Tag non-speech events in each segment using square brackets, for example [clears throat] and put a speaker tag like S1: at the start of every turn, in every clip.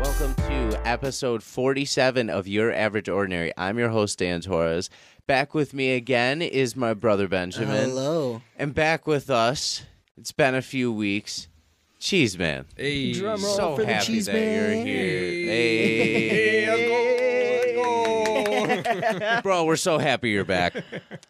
S1: Welcome to episode 47 of Your Average Ordinary. I'm your host, Dan Torres. Back with me again is my brother, Benjamin.
S2: Hello.
S1: And back with us, it's been a few weeks, Cheese Man.
S3: Hey.
S2: Drum roll.
S1: so
S2: for the
S1: happy
S2: Cheese
S1: that you're
S2: Man.
S1: here. Hey.
S3: Hey. go, let's go.
S1: Bro, we're so happy you're back.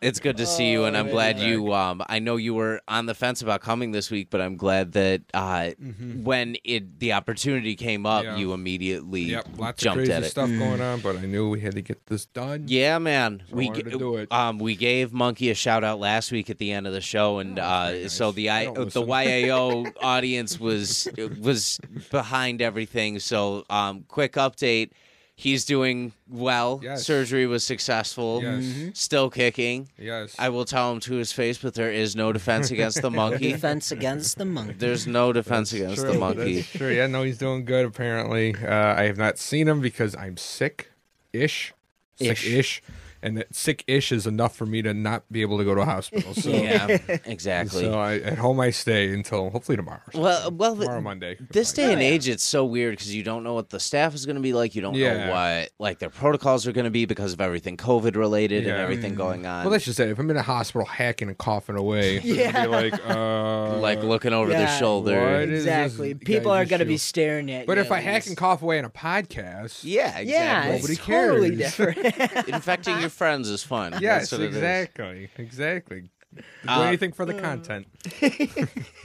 S1: It's good to see you, and
S3: Oh,
S1: I'm glad you. Um, I know you were on the fence about coming this week, but I'm glad that uh, when it the opportunity came up,
S3: Mm-hmm. Yeah.
S1: you immediately
S3: yep, lots
S1: jumped
S3: of
S1: at
S3: crazy
S1: it.
S3: stuff going
S2: Mm.
S3: on, but I knew we had to get this done.
S1: Yeah, man.
S3: So
S1: we
S3: hard to
S1: g-
S3: do it.
S1: um we gave Monkey a shout out last week at the end of the show, and uh,
S3: Oh, very nice.
S1: so the
S3: I
S1: I,
S3: don't
S1: uh, the
S3: listen. [laughs]
S1: YAO audience was was behind everything. So um, quick update. He's doing well.
S3: Yes.
S1: Surgery was successful. Mm-hmm.
S3: Yes. Mhm.
S1: Still kicking.
S3: Yes.
S1: I will tell him to his face, but there is no defense against
S3: [laughs]
S1: the monkey.
S2: Defense against the monkey.
S1: There's no defense against the monkey.
S3: That's true. Yeah, no, he's doing good apparently. Uh, I have not seen him because I'm sick ish. Sick
S2: Ish.
S3: ish. And that sick ish is enough for me to not be able to go to a hospital. So,
S1: Yeah, exactly.
S3: so I, at home I stay until hopefully tomorrow. or
S1: well,
S3: something.
S1: well,
S3: tomorrow Monday.
S1: This
S3: Like,
S1: day and age, it's so weird because you don't know what the staff is going to be like. You don't know
S3: Yeah.
S1: what like their protocols are going to be because of everything COVID related and
S3: Yeah.
S1: everything going on.
S3: Well, that's just it. If I'm in a hospital hacking and coughing
S1: [laughs]
S3: away,
S2: Yeah.
S3: yeah. be like, uh,
S1: like looking over their
S2: Yeah.
S1: shoulder.
S3: What? It is
S2: exactly.
S3: this
S2: People are
S3: guy's
S2: going to be
S3: issue.
S2: staring at
S3: But
S2: you.
S3: if I hack and cough away on a podcast,
S1: Yeah,
S2: yeah,
S1: exactly.
S2: it's
S3: Nobody
S2: totally [laughs]
S3: cares.
S1: [laughs]
S2: different.
S1: Infecting your friends is fun. That's
S3: yes,
S1: what it is.
S3: exactly, exactly. Do
S1: Uh,
S3: anything for the content.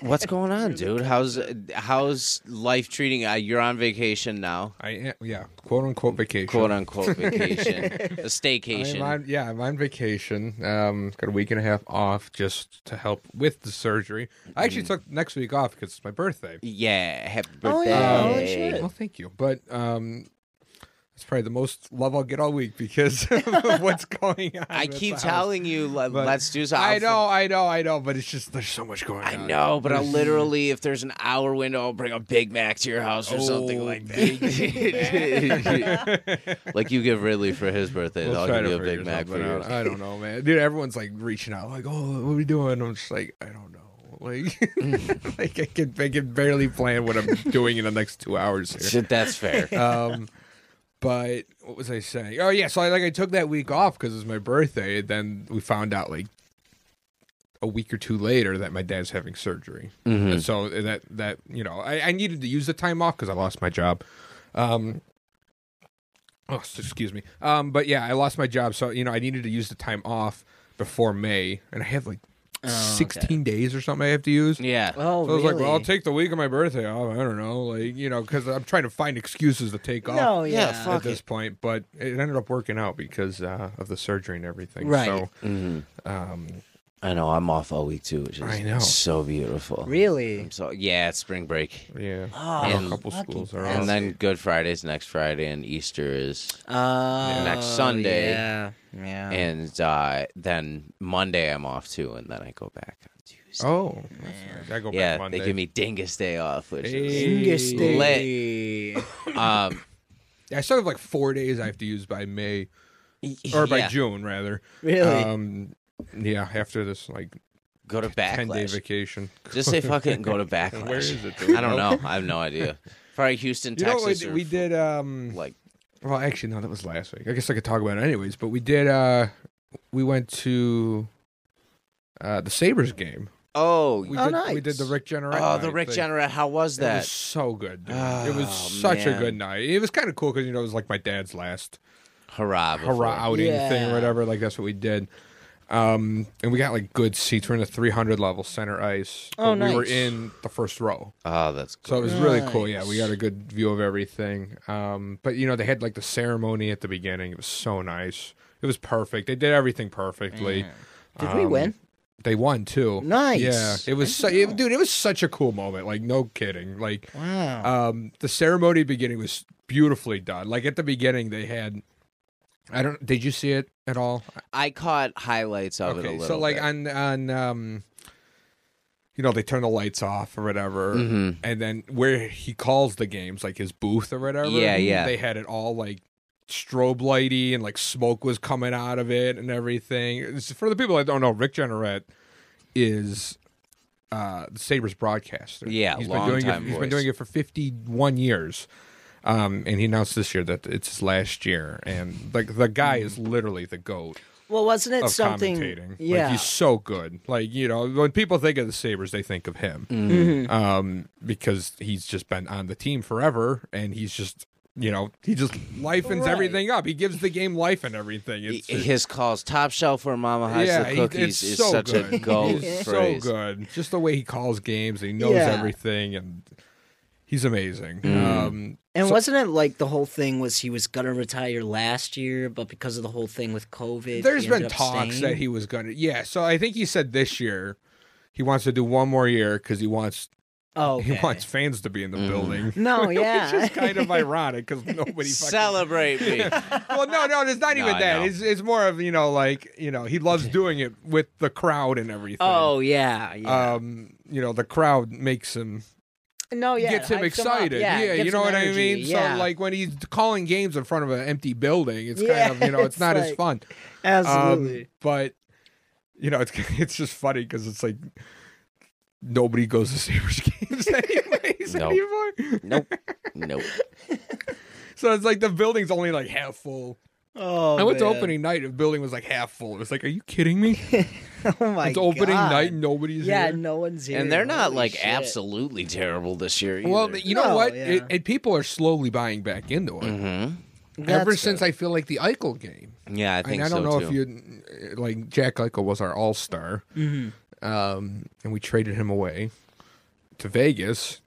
S1: What's going on, dude? How's how's life treating? Uh, you're on vacation now,
S3: I am, yeah, quote unquote vacation.
S1: quote
S3: [laughs]
S1: unquote vacation, [laughs] a
S3: I am
S1: staycation.
S3: on, yeah, I'm on vacation. Um, got a week and a half off just to help with the surgery. I actually took next week off because it's my birthday.
S1: Mm. yeah, happy
S2: Oh,
S1: birthday.
S2: yeah,
S3: oh,
S2: shit.
S3: Well, thank you, but um, it's probably the most love I'll get all week because [laughs] of
S1: [laughs]
S3: what's going on.
S1: I
S3: with
S1: keep
S3: the house.
S1: telling you, let,
S3: But
S1: us do something.
S3: I know, I know, I know, but it's just there's so much going
S1: I
S3: on.
S1: know,
S3: [laughs]
S1: but I literally, if there's an hour window, I'll bring a Big Mac to your house or something
S3: Oh,
S1: like [laughs]
S3: [laughs]
S1: that. like you give Ridley for his birthday,
S3: We'll
S1: I'll
S3: try
S1: give
S3: to
S1: you a
S3: figure
S1: Big Mac for
S3: something
S1: yours.
S3: out. I don't know, man. Dude, everyone's like reaching out, like, "Oh, what are we doing?" I'm just like, I don't know. Like, [laughs] like I can, I can barely plan what I'm doing in the next two hours here.
S1: Shit, that's
S3: [laughs]
S1: fair.
S3: Um, but what was I saying? Oh yeah, so I like I took that week off because it's my birthday. And then we found out like a week or two later that my dad's having surgery.
S2: Mm-hmm.
S3: And so that that you know I, I needed to use the time off because I lost my job. Um, oh s- excuse me. Um, but yeah, I lost my job, so you know I needed to use the time off before May, and I have like
S2: Oh, okay.
S3: sixteen days or something I have to use.
S1: yeah.
S2: oh,
S3: So I was
S2: really?
S3: like, well, I'll take the week of my birthday off. I don't know, like you know, because I'm trying to find excuses to take off
S2: No,
S1: Yeah,
S2: yeah.
S1: fuck
S3: at this point, but it ended up working out because uh, of the surgery and everything.
S2: Right.
S3: So,
S1: Mhm.
S3: um,
S1: I know. I'm off all week too, which is
S3: I know.
S1: so beautiful.
S2: Really?
S1: I'm so yeah, it's spring break,
S3: yeah,
S2: Oh,
S3: I know
S1: And-
S3: a couple
S2: fucking
S3: schools are
S2: bastard.
S3: off.
S1: and then Good Friday's next Friday, and Easter is,
S2: Oh,
S1: Next Sunday.
S2: Yeah. Yeah.
S1: and uh, then Monday I'm off too, and then I go back on Tuesday.
S3: oh, that's nice. I go
S1: yeah,
S3: back Monday.
S1: they give me Dingus Day off, which is
S2: Dingus
S3: Hey.
S2: Day.
S1: um,
S3: I still have like four days I have to use by May or by
S1: yeah.
S3: June rather.
S2: Really?
S3: Um, yeah, after this like
S1: Go to
S3: ten day
S1: Backlash.
S3: vacation.
S1: Just say fucking
S3: [laughs]
S1: go to Backlash.
S3: Where is it?
S1: I don't know. I have no idea.
S3: [laughs]
S1: Probably Houston,
S3: You know what we
S1: Texas.
S3: did?
S1: or
S3: We did um,
S1: like
S3: Well, actually, no, that was last week. I guess I could talk about it anyways. But we did. uh We went to uh the Sabers game.
S1: oh
S3: We
S2: Oh,
S3: did,
S2: nice.
S3: We did the Rick Jenneret.
S1: oh the
S3: night
S1: Rick
S3: thing.
S1: Jenneret. How was
S3: It
S1: that?
S3: was so good. Dude. it
S1: Oh,
S3: was such
S1: man.
S3: a good night. It was kind of cool because you know it was like my dad's last
S1: hurrah! before.
S3: hurrah outing
S2: Yeah.
S3: thing or whatever. Like that's what we did. Um, and we got like good seats. We're in the 300 level center ice.
S2: Oh,
S3: but We were
S2: nice.
S3: in the first row,
S1: Oh, that's
S3: so
S1: cool.
S3: it was really cool. Yeah, we got a good view of everything. Um, but you know they had like the ceremony at the beginning. It was so nice. It was perfect. They did everything perfectly.
S2: Did we
S3: Um,
S2: win?
S3: They won too.
S2: Nice.
S3: Yeah, it was, su- it, dude. It was such a cool moment. Like, no kidding. Like,
S2: Wow.
S3: um, the ceremony beginning was beautifully done. Like at the beginning, they had. I don't. Did you see it at all?
S1: I caught highlights of it a
S3: okay,
S1: little.
S3: so like
S1: bit.
S3: on on um, you know, they turn the lights off or whatever,
S1: Mhm.
S3: and then where he calls the games, like his booth or whatever.
S1: Yeah, yeah.
S3: They had it all like strobe lighty and like smoke was coming out of it and everything. It's- for the people that don't know, Rick Jenneret is uh the Sabres broadcaster.
S1: Yeah,
S3: he's
S1: long
S3: been doing
S1: time
S3: it. He's
S1: voice.
S3: been doing it for fifty one years. Um, and he announced this year that it's his last year, and like the guy is literally the goat
S2: well, wasn't it
S3: of
S2: something?
S3: commentating.
S2: Yeah.
S3: Like he's so good. Like, you know, when people think of the Sabres, they think of him.
S1: Mm-hmm.
S2: Mm-hmm.
S3: Um, because he's just been on the team forever and he's just you know, he just lifens
S2: Right.
S3: everything up. He gives the game life and everything. It's
S1: H-
S3: just-
S1: his calls top shelf for Mama Hides
S3: yeah,
S1: the
S3: he-
S1: Cookies
S3: it's
S1: is
S3: so
S1: such
S3: good. [laughs]
S1: a gold
S3: It's
S1: phrase.
S3: so good. Just the way he calls games, he knows
S2: Yeah.
S3: everything and he's amazing.
S1: Mm.
S3: Um
S2: and
S3: so-
S2: wasn't it like the whole thing was he was gonna retire last year, but because of the whole thing with COVID,
S3: There's
S2: he
S3: been
S2: ended up
S3: talks
S2: staying?
S3: that he was gonna yeah, so I think he said this year he wants to do one more year because he wants
S2: Oh, okay. Mm-hmm.
S3: He wants fans to be in the building. [laughs]
S2: No, yeah.
S3: Which is kind of ironic because nobody fucking.
S1: Celebrate
S3: [laughs]
S1: me.
S3: Well, no, no, it's not
S1: No,
S3: even
S1: I
S3: that.
S1: know.
S3: It's, it's more of, you know, like, you know, he loves doing it with the crowd and everything.
S2: [laughs] Oh yeah, yeah.
S3: Um, you know, the crowd makes him
S2: no, Oh, yeah.
S3: gets him
S2: hypes up.
S3: excited.
S2: Yeah, gives
S3: you know
S2: him
S3: what
S2: energy.
S3: I mean?
S2: Yeah.
S3: So like when he's calling games in front of an empty building, it's
S2: Yeah,
S3: kind of, you know, it's,
S2: it's
S3: not as
S2: like-
S3: fun.
S2: absolutely.
S3: Um, but you know, it's [laughs] it's just funny because it's like nobody goes to Sabres [laughs]
S2: [laughs]
S3: games anyways
S1: Nope.
S3: anymore.
S1: nope. Nope.
S3: So it's like the building's only like half full.
S2: oh,
S3: I went
S2: man.
S3: to opening night, the building was like half full. It was like, are you kidding me?
S2: [laughs] Oh my
S3: it's opening
S2: God.
S3: night, nobody's
S2: Yeah,
S3: here.
S2: no one's here.
S1: And they're not
S2: Holy
S1: like
S2: shit.
S1: absolutely terrible this year either.
S3: Well, you know
S2: No,
S3: what?
S2: yeah.
S3: It, and people are slowly buying back into it.
S1: mm-hmm.
S3: Ever
S2: That's
S3: since I feel like the Eichel game,
S1: Yeah, I
S3: I, mean,
S1: think
S3: I don't
S1: so
S3: know
S1: too.
S3: if you like Jack Eichel was our all star,
S2: Mm-hmm.
S3: um, and we traded him away to Vegas,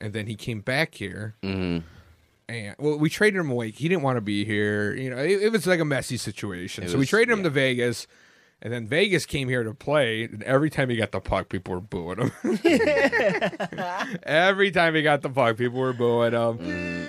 S3: and then he came back here.
S1: Mhm.
S3: and well, we traded him away. He didn't want to be here. You know, it, it was like a messy situation.
S1: It
S3: so we
S1: was-
S3: traded him
S1: yeah.
S3: to Vegas, and then Vegas came here to play. And every time he got the puck, people were booing him. [laughs] every time he got the puck, people were booing him.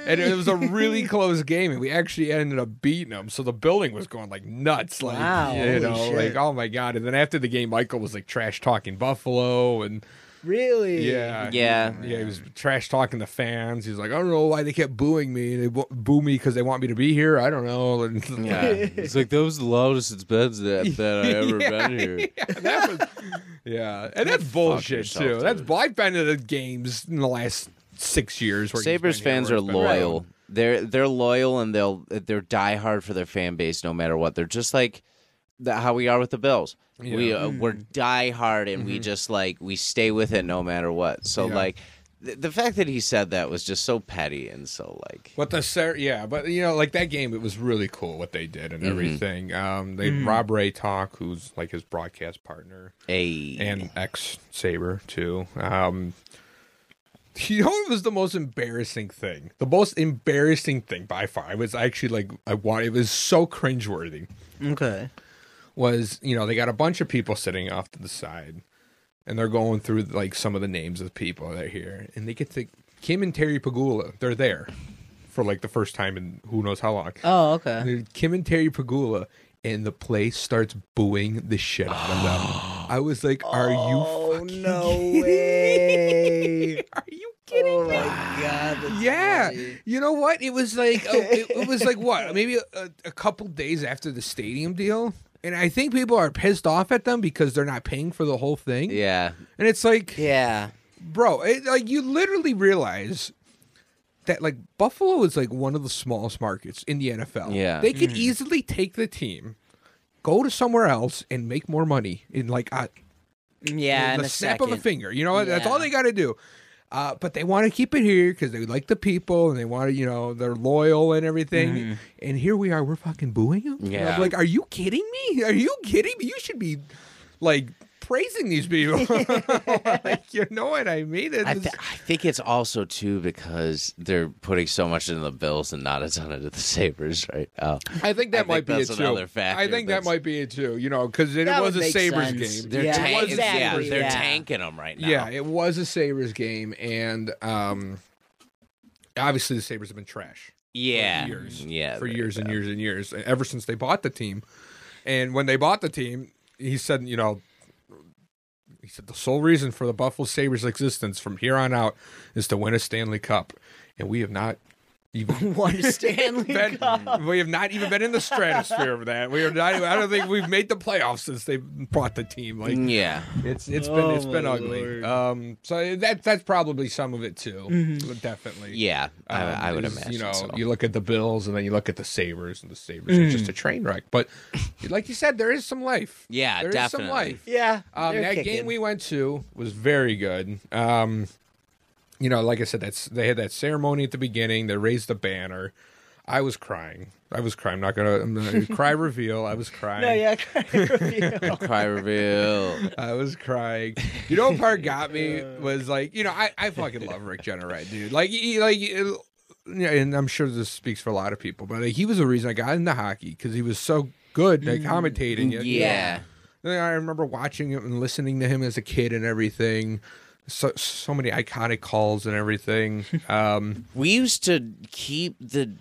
S3: And it was a really close game, and we actually ended up beating him. So the building was going like nuts. Like,
S2: Wow,
S3: you
S2: holy
S3: know,
S2: shit.
S3: like, oh my God. And then after the game, Michael was like trash talking Buffalo and.
S2: really.
S3: Yeah.
S1: Yeah.
S3: Yeah, he was trash talking the fans. He's like, I don't know why they kept booing me. They bo- boo me because they want me to be here. I don't know. [laughs] And-
S1: Yeah. it's like that was the loudest it's been that, that I
S4: [laughs]
S1: ever been here.
S3: yeah, that was, yeah, and that's bullshit
S1: yourself,
S3: too. That's
S1: dude.
S3: well, I've been to the games in the last six years. Where he's
S1: Sabres
S3: been here,
S1: fans
S3: where
S1: are
S3: it's been-
S1: loyal. They're they're loyal and they'll they're diehard for their fan base no matter what. They're just like the, how we are with the Bills. We uh,
S2: Hmm.
S1: we're diehard and we just like we stay with it no matter what. So
S3: Mm-hmm. Yeah.
S1: like th- the fact that he said that was just so petty and so like
S3: But the ser- yeah, but you know, like that game, it was really cool what they did and
S1: Mm-hmm.
S3: everything. Um, they
S1: Mm.
S3: Rob Ray talk, who's like his broadcast partner.
S1: a
S3: and ex Saber too. Um, you know, it was the most embarrassing thing. The most embarrassing thing by far. I was actually like, I want. It was so cringeworthy.
S2: Okay.
S3: Was you know they got a bunch of people sitting off to the side, and they're going through like some of the names of people that are here, and they get to Kim and Terry Pagula. They're there for like the first time in who knows how long.
S2: Oh, okay.
S3: Dude, Kim and Terry Pagula, and the place starts booing the shit out of them. I was like, "Are you fucking
S2: Oh, No
S3: kidding
S2: way.
S3: Are
S2: [laughs]
S3: you kidding
S2: oh
S3: me?"
S2: my god. that's
S3: Yeah,
S2: funny.
S3: you know what? It was like a, it, it was like
S2: [laughs]
S3: what? Maybe a, a couple days after the stadium deal, and I think people are pissed off at them because they're not paying for the whole thing.
S1: yeah.
S3: and it's like,
S2: Yeah.
S3: bro, it, like you literally realize that like Buffalo is like one of the smallest markets in the NFL.
S1: Yeah.
S3: they could easily take the team, go to somewhere else, and make more money in like a,
S2: Yeah. In
S3: the
S2: a
S3: snap
S2: second.
S3: of a finger. You know what? That's all
S2: Yeah.
S3: they got to do. Uh, but they want to keep it here because they like the people and they want to, you know, they're loyal and everything. And here we are, we're fucking booing them.
S1: Mm-hmm. Yeah.
S3: I'm like, are you kidding me? Are you kidding me? You should be like praising these people. [laughs] like, you know what I mean? It's,
S1: I, th- I think it's also too because they're putting so much into the Bills and not a ton into the Sabers right Oh. now.
S3: I think that
S1: I think
S3: might be
S1: that's
S3: it
S1: another
S3: too.
S1: factor
S3: I think that
S1: that's-
S3: might be it too. You know, because it
S2: That
S3: was
S2: would
S3: a
S2: make
S3: Sabers
S2: sense.
S3: game.
S1: They're
S2: Yeah,
S1: tanking,
S2: exactly,
S1: yeah, they're
S2: yeah.
S1: tanking them right now.
S3: Yeah, it was a Sabres game, and um, obviously the Sabres have been trash
S1: yeah,
S3: for years,
S1: yeah,
S3: for
S1: they're
S3: years and years and years, and ever since they bought the team. And when they bought the team, he said, you know, he said the sole reason for the Buffalo Sabres' existence from here on out is to win a Stanley Cup, and we have not
S2: [laughs]
S3: even [laughs]
S2: One Stanley
S3: been,
S2: Cup.
S3: we have not even been in the stratosphere of that. We are not. I don't think we've made the playoffs since they brought the team. Like
S1: Yeah,
S3: it's it's
S2: Mm. Oh,
S3: been it's been
S2: my
S3: ugly.
S2: Lord.
S3: Um, so that that's probably some of it too,
S2: Mm-hmm.
S3: definitely.
S1: yeah. I,
S3: Um,
S1: I would
S3: is,
S1: imagine.
S3: You know,
S1: so. [laughs]
S3: you look at the Bills and then you look at the Sabers, and the Sabers are
S2: Hmm.
S3: just a train wreck. But like you said, there is some life.
S1: Yeah,
S3: There is
S1: definitely.
S3: some life.
S2: Yeah.
S3: Um,
S2: they're
S3: that game
S2: kicking.
S3: we went to was very good. Um, you know, like I said, that's they had that ceremony at the beginning. They raised the banner. I was crying. I was crying. I'm not gonna, I'm not
S2: [laughs]
S3: gonna cry reveal. I was crying.
S2: No, yeah. [laughs] Cry
S1: Cry reveal.
S3: [laughs] I was crying. You know what part got me was like, you know, I, I fucking love Rick Jenneret, dude. Like, he, like, you know, and I'm sure this speaks for a lot of people, but like, he was the reason I got into hockey because he was so good at commentating.
S1: yeah.
S3: it, you know? And I remember watching him and listening to him as a kid and everything. So so many iconic calls and everything. Um,
S1: we used to keep the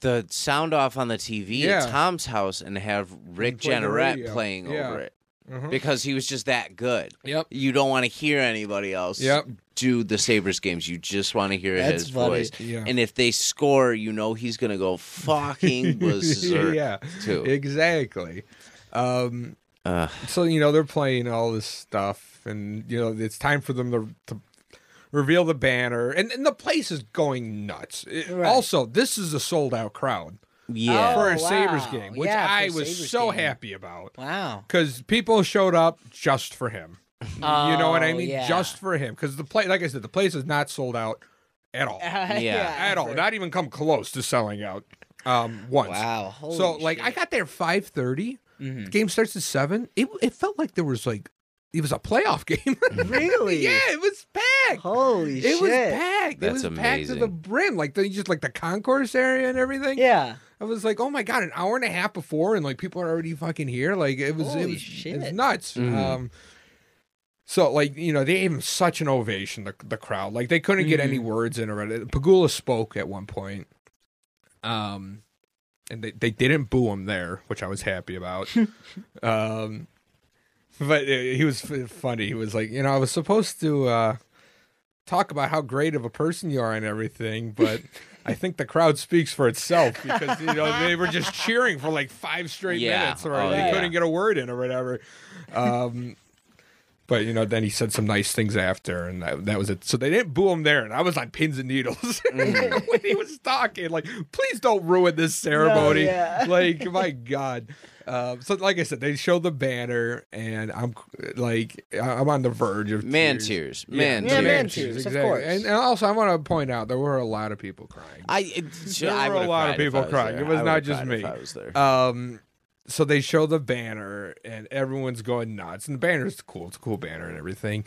S1: the sound off on the TV
S3: Yeah.
S1: at Tom's house and have Rick
S3: play the
S1: Jenneret
S3: radio.
S1: playing
S3: Yeah.
S1: over it
S3: Mhm.
S1: because he was just that good.
S3: Yep.
S1: You don't want to hear anybody else
S3: Yep.
S1: do the Sabres games. You just want to hear
S2: That's
S1: his
S2: funny.
S1: voice.
S3: Yeah.
S1: And if they score, you know he's going to
S3: [laughs]
S1: go fucking berserk
S3: yeah,
S1: too.
S3: exactly. Um,
S1: Uh,
S3: so you know they're playing all this stuff and you know it's time for them to, to reveal the banner and, and the place is going nuts It-
S2: Right.
S3: also this is a sold out crowd
S1: yeah.
S3: for a
S2: Oh,
S3: sabres
S2: wow.
S3: game which
S2: Yeah, for
S3: i
S2: a
S3: was
S2: Sabres
S3: so
S2: game.
S3: happy about
S2: Wow.
S3: because people showed up just for him you know what i
S2: Oh,
S3: mean
S2: yeah.
S3: just for him because the play like i said the place is not sold out at all
S2: [laughs] yeah.
S3: at all not even come close to selling out um once
S2: Wow. Holy
S3: so like
S2: shit.
S3: I got there five thirty.
S2: Mhm.
S3: Game starts at seven. It it felt like there was like it was a playoff [laughs] game. [laughs]
S2: Really?
S3: yeah, it was packed.
S2: Holy
S3: It
S2: shit.
S3: was packed. it
S1: That's
S3: was packed to the
S1: amazing.
S3: brim. Like the just like the concourse area and everything.
S2: Yeah.
S3: I was like, oh my god, an hour and a half before, and like people are already fucking here. Like it was, it
S2: Holy
S3: was, it was
S2: shit.
S3: nuts.
S1: Mhm.
S3: Um, so like you know they gave him such an ovation. The, the crowd like they couldn't get any words in or Pagula spoke at one point. Um, and they they didn't boo him there, which I was happy about. um, but uh, he was f- funny. He was like, you know, I was supposed to. uh talk about how great of a person you are and everything, but
S1: [laughs]
S3: I think the crowd speaks for itself because you know they
S1: [laughs]
S3: were just cheering for like five straight
S1: Yeah.
S3: minutes, or
S1: Oh,
S3: they
S1: yeah.
S3: couldn't get a word in or whatever. Um, but you know, then he said some nice things after, and that, that was it. So they didn't boo him there, and I was on pins and needles [laughs]
S1: Mm.
S3: when he was talking. Like, please don't ruin this ceremony.
S2: yeah.
S3: Like, my God. Um, so, like I said, they showed the banner, and I'm like, I- I'm on the verge of
S1: Man
S3: tears.
S1: tears. Man
S2: Yeah,
S1: tears.
S2: man tears, of course.
S3: And, and also, I want to point out there were a lot of people crying.
S1: I, it,
S3: There
S1: I
S3: were a
S1: would've
S3: lot
S1: cried
S3: of
S1: if
S3: people
S1: I was
S3: crying.
S1: there.
S3: It was
S1: I
S3: not
S1: would've
S3: just
S1: cried if
S3: me.
S1: I was there.
S3: Um, so they show the banner, and everyone's going nuts. And the banner's cool; it's a cool banner and everything.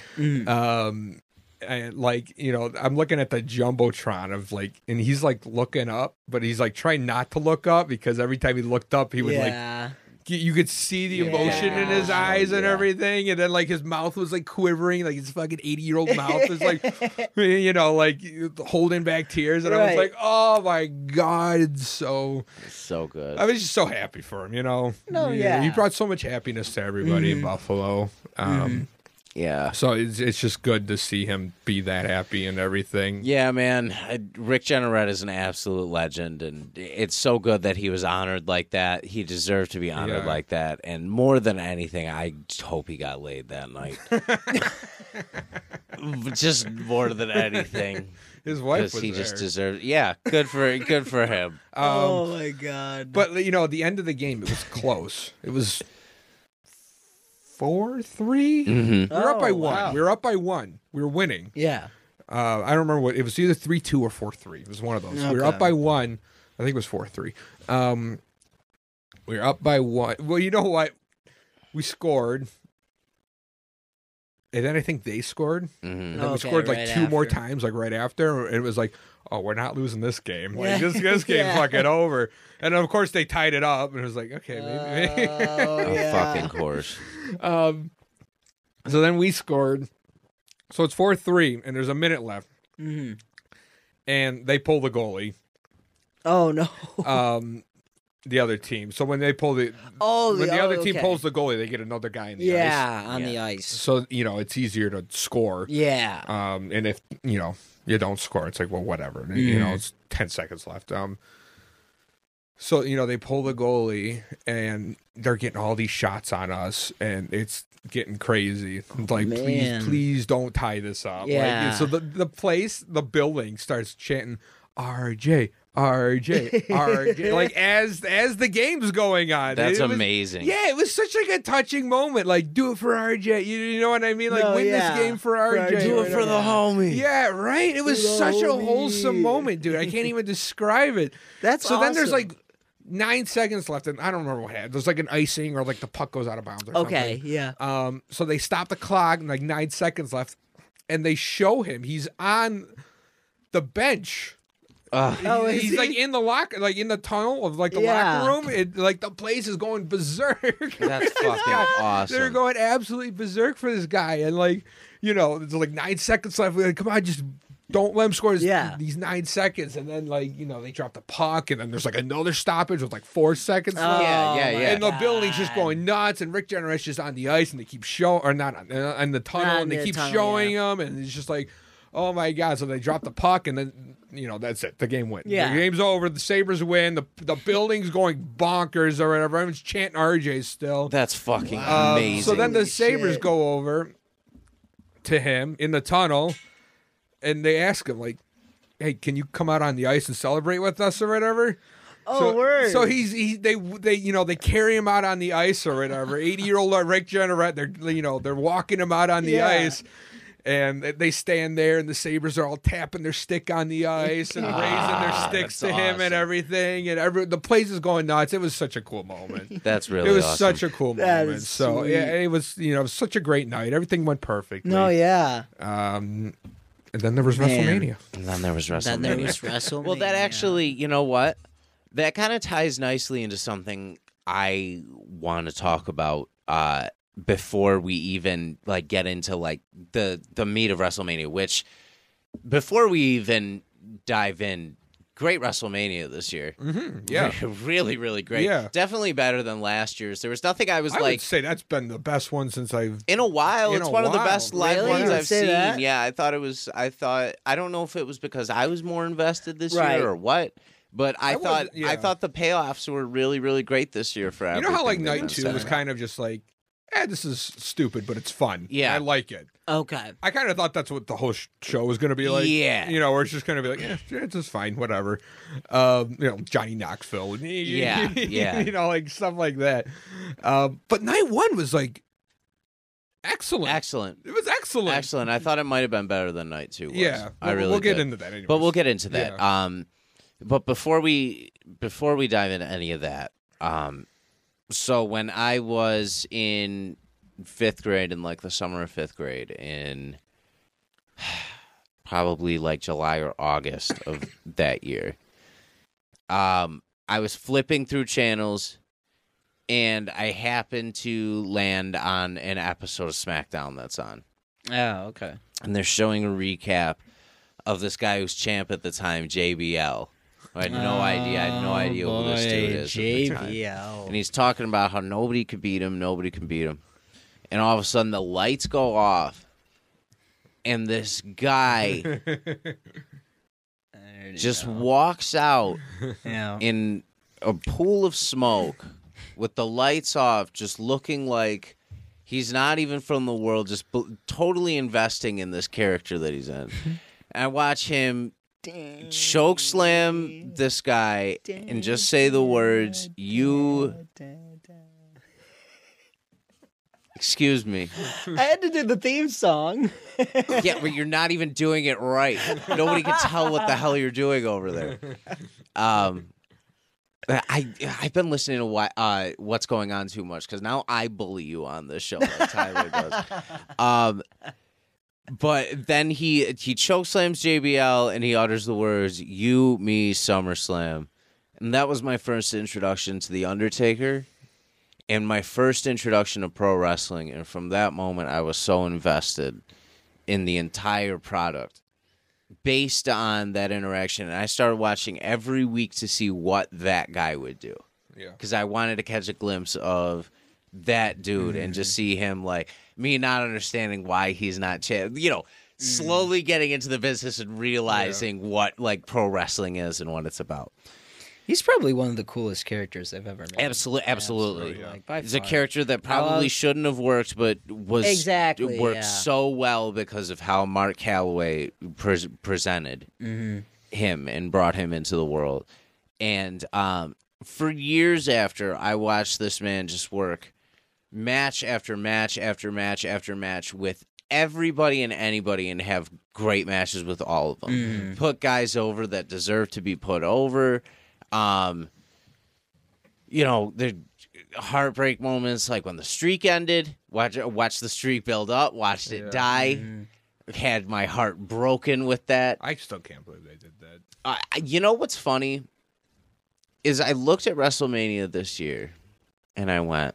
S3: Um, and like you know, I'm looking at the jumbotron of like, and he's like looking up, but he's like trying not to look up because every time he looked up, he would like
S2: yeah.
S3: you- you could see the emotion in his
S1: Yeah.
S3: eyes and
S1: Yeah.
S3: everything and then like his mouth was like quivering like his fucking 80 year
S2: [laughs]
S3: old mouth was like you know like holding back tears and i was
S2: Right.
S3: like oh my god it's so
S1: so good.
S3: i was just so happy for him you know
S2: No,
S3: You-
S2: yeah. Mm-hmm.
S3: he brought so much happiness to everybody in buffalo um
S1: yeah.
S3: so it's, it's just good to see him be that happy and everything
S1: Yeah, man. I- Rick Jenneret is an absolute legend, and it's so good that he was honored like that. He deserved to be honored
S3: Yeah.
S1: like that. And more than anything, I just hope he got laid that [laughs] night. just more than [laughs] anything,
S3: his wife
S1: because
S3: was
S1: he
S3: there. Um,
S1: just deserved. Yeah, good for good for [laughs] him.
S2: oh my god.
S3: But you know, at the end of the game, it was close. It was four three. We were up by
S2: Oh,
S3: one.
S2: wow.
S1: Mm-hmm,
S3: We were up by one. We were winning.
S2: Oh, yeah.
S3: Uh, I don't remember what it was. Either three two or four three. It was one of those. We were
S2: Okay.
S3: up by one. I think it was four three. Um, we were up by one. Well, you know what? We scored, and then I think they scored.
S1: Mhm.
S3: And then we
S2: Okay,
S3: scored like
S2: right
S3: two more
S2: after.
S3: times, like right after. And it was like, oh, we're not losing this game. Like
S2: Yeah.
S3: this this game's
S2: [laughs] Yeah.
S3: fucking over. And of course they tied it up, and it was like, okay, [laughs] maybe.
S2: Oh,
S1: Of
S2: yeah.
S1: fucking course.
S3: um, so then we scored. So it's four three, and there's a minute left,
S2: Mhm.
S3: and they pull the goalie.
S2: Oh no. [laughs]
S3: Um, [laughs] the other team. So when they pull the
S2: oh,
S3: when the
S2: oh,
S3: other team
S2: okay.
S3: pulls the goalie, they get another guy in the ice.
S2: yeah, on the ice.
S3: So you know it's easier to score.
S2: Yeah.
S3: Um, and if you know you don't score, it's like well, whatever. You
S2: Mm.
S3: know, it's ten seconds left. Um, so you know they pull the goalie, and they're getting all these shots on us, and it's getting crazy. It's like,
S2: Oh, man.
S3: please, please don't tie this up.
S2: Yeah.
S3: Like, so the the place, the building starts chanting RJ. RJ,
S2: [laughs]
S3: RJ, like as as the game's going on,
S1: That's
S3: It was-
S1: amazing.
S3: yeah, it was such like a touching moment. Like, do it for RJ. You, you know what I mean? Like,
S2: No,
S3: win
S2: yeah.
S3: this game for
S2: For
S3: RJ.
S2: RJ. Do it for the
S1: homie.
S3: Yeah, right. It was
S2: the
S3: such a wholesome
S2: homie.
S3: moment, dude. I can't even describe it.
S2: That's
S3: so. Then there's
S2: awesome.
S3: like nine seconds left, and I don't remember what happened. There's like an icing, or like the puck goes out of bounds. Or
S2: Okay. Yeah.
S3: Something. Um. So they stop the clock, and like nine seconds left, and they show him. He's on the bench
S1: Ugh.
S2: Oh,
S3: he's
S2: is he?
S3: like in the locker, like in the tunnel of like the
S2: Yeah.
S3: locker room. It like the place is going berserk.
S1: That's fucking awesome.
S3: [laughs] They're going absolutely berserk for this guy, and like you know, there's like nine seconds left. We're like, come on, just don't let him score. This,
S2: Yeah.
S3: these nine seconds, and then like you know, they drop the puck, and then there's like another stoppage with like four
S2: Oh,
S3: seconds left.
S1: Yeah, yeah,
S2: my
S1: yeah.
S3: And the building's just
S2: God.
S3: going nuts, and Rick Generous just on the ice, and they keep showing, or not on, uh, on the tunnel,
S2: Not
S3: and
S2: in
S3: they
S2: the
S3: keep
S2: tunnel,
S3: showing him, and it's just like, oh my god! So they drop the puck, and then you know that's it. The game went.
S2: Yeah.
S3: the game's over. The Sabers win. The the building's going bonkers or whatever. Everyone's chanting RJ still.
S1: That's fucking
S3: Um,
S1: amazing.
S3: So then the
S2: Holy
S3: Sabers
S2: shit.
S3: go over to him in the tunnel, and they ask him like, "Hey, can you come out on the ice and celebrate with us or whatever?"
S2: Oh, word.
S3: So he's he they they you know they carry him out on the ice or whatever. Eighty year old Rick Jenneret, they're you know they're walking him out on the
S2: Yeah.
S3: ice. And they- they stand there, and the Sabers are all tapping their stick on the ice and
S1: Ah,
S3: raising their sticks to
S1: that's
S3: him
S1: awesome.
S3: and everything. And every the place is going nuts. It was such a cool
S1: [laughs]
S3: moment.
S1: That's really
S3: it was
S1: awesome.
S3: such a cool
S2: That
S3: moment.
S2: is
S3: So yeah,
S2: sweet.
S3: it was you know it was such a great night. Everything went perfectly.
S2: No. Yeah.
S3: Um, and then there was
S2: Man.
S3: WrestleMania.
S1: and then there was WrestleMania.
S2: Then there was
S3: [laughs]
S1: [laughs]
S2: WrestleMania.
S1: Well, that actually, you know what? That kind of ties nicely into something I want to talk about uh, before we even like get into like the the meat of WrestleMania. Which before we even dive in, great WrestleMania this year.
S3: Mm-hmm. Yeah,
S1: [laughs] really, really great.
S3: Yeah.
S1: definitely better than last year's. There was nothing I was
S3: I
S1: like
S3: would say that's been the best one since I've.
S1: in a while.
S3: In
S1: it's
S3: a
S1: one of the
S3: while.
S1: best live
S2: Really?
S1: ones
S2: You'd
S1: I've
S2: say
S1: seen.
S2: that?
S1: Yeah, I thought it was. I thought I don't know if it was because I was more invested this
S2: Right.
S1: year or what, but I,
S3: I
S1: thought
S3: wasn't-
S1: I
S3: yeah.
S1: thought the payoffs were really really great this year for
S3: You know how like
S1: everything they've
S3: night
S1: been
S3: two
S1: setting
S3: was
S1: up.
S3: kind of just like, eh, this is stupid, but it's fun.
S1: Yeah.
S3: I like it.
S2: Okay.
S3: I kind of thought that's what the whole sh- show was going to be like.
S1: Yeah.
S3: you know, where it's just going to be like, eh, it's just fine, whatever. Um, you know, Johnny Knoxville. [laughs]
S1: Yeah, yeah.
S3: You know, like stuff like that. Um, but night one was like excellent.
S1: excellent,
S3: It was excellent.
S1: excellent. I thought it might have been better than night two. Was.
S3: Yeah,
S1: I
S3: we'll-
S1: really
S3: we'll get
S1: did.
S3: into that. Anyways.
S1: But we'll get into that. Um, but before we before we dive into any of that, um, so when I was in fifth grade, in like the summer of fifth grade, in [sighs] probably like July or August of [laughs] that year, um, I was flipping through channels. And I happened to land on an episode of SmackDown that's on
S2: Oh, okay.
S1: and they're showing a recap of this guy who's champ at the time, JBL. I had no idea. I had no idea who this dude is. at the time.
S2: JBL.
S1: And he's talking about how nobody could beat him, nobody can beat him. And all of a sudden the lights go off. And this guy just walks out
S2: yeah.
S1: in a pool of smoke with the lights off, just looking like he's not even from the world, just b- totally investing in this character that he's in. And I watch him choke slam this guy and just say the words, You Excuse me.
S2: I had to do the theme song.
S1: Yeah, but you're not even doing it right. Nobody can tell what the hell you're doing over there. Um, I I've been listening to what uh what's going on too much because now I bully you on this show like Tyler does. Um, but then he he choke slams JBL and he utters the words "You me SummerSlam," and that was my first introduction to the Undertaker, and my first introduction to pro wrestling. And from that moment, I was so invested in the entire product based on that interaction. And I started watching every week to see what that guy would do
S3: Yeah.
S1: because I wanted to catch a glimpse of that dude and just see him like me not understanding why he's not cha- you know slowly getting into the business and realizing what like pro wrestling is and what it's about.
S2: [laughs] He's probably one of the coolest characters I've ever met.
S1: Absolute- absolutely.
S2: Like, by
S1: He's a
S2: far.
S1: character that probably
S2: love-
S1: shouldn't have worked, but was
S2: Exactly,
S1: worked
S2: yeah.
S1: so well because of how Mark Calloway pres presented
S2: Mm-hmm.
S1: him and brought him into the world. And um, for years after, I watched this man just work match after match after match after match with everybody and anybody and have great matches with all of them. Put guys over that deserve to be put over. Um, you know, the heartbreak moments like when the streak ended, watch watch the streak build up, watched it
S3: Yeah.
S1: die. Had my heart broken with that.
S3: I still can't believe they did that.
S1: I I- you know what's funny is I looked at WrestleMania this year and I went,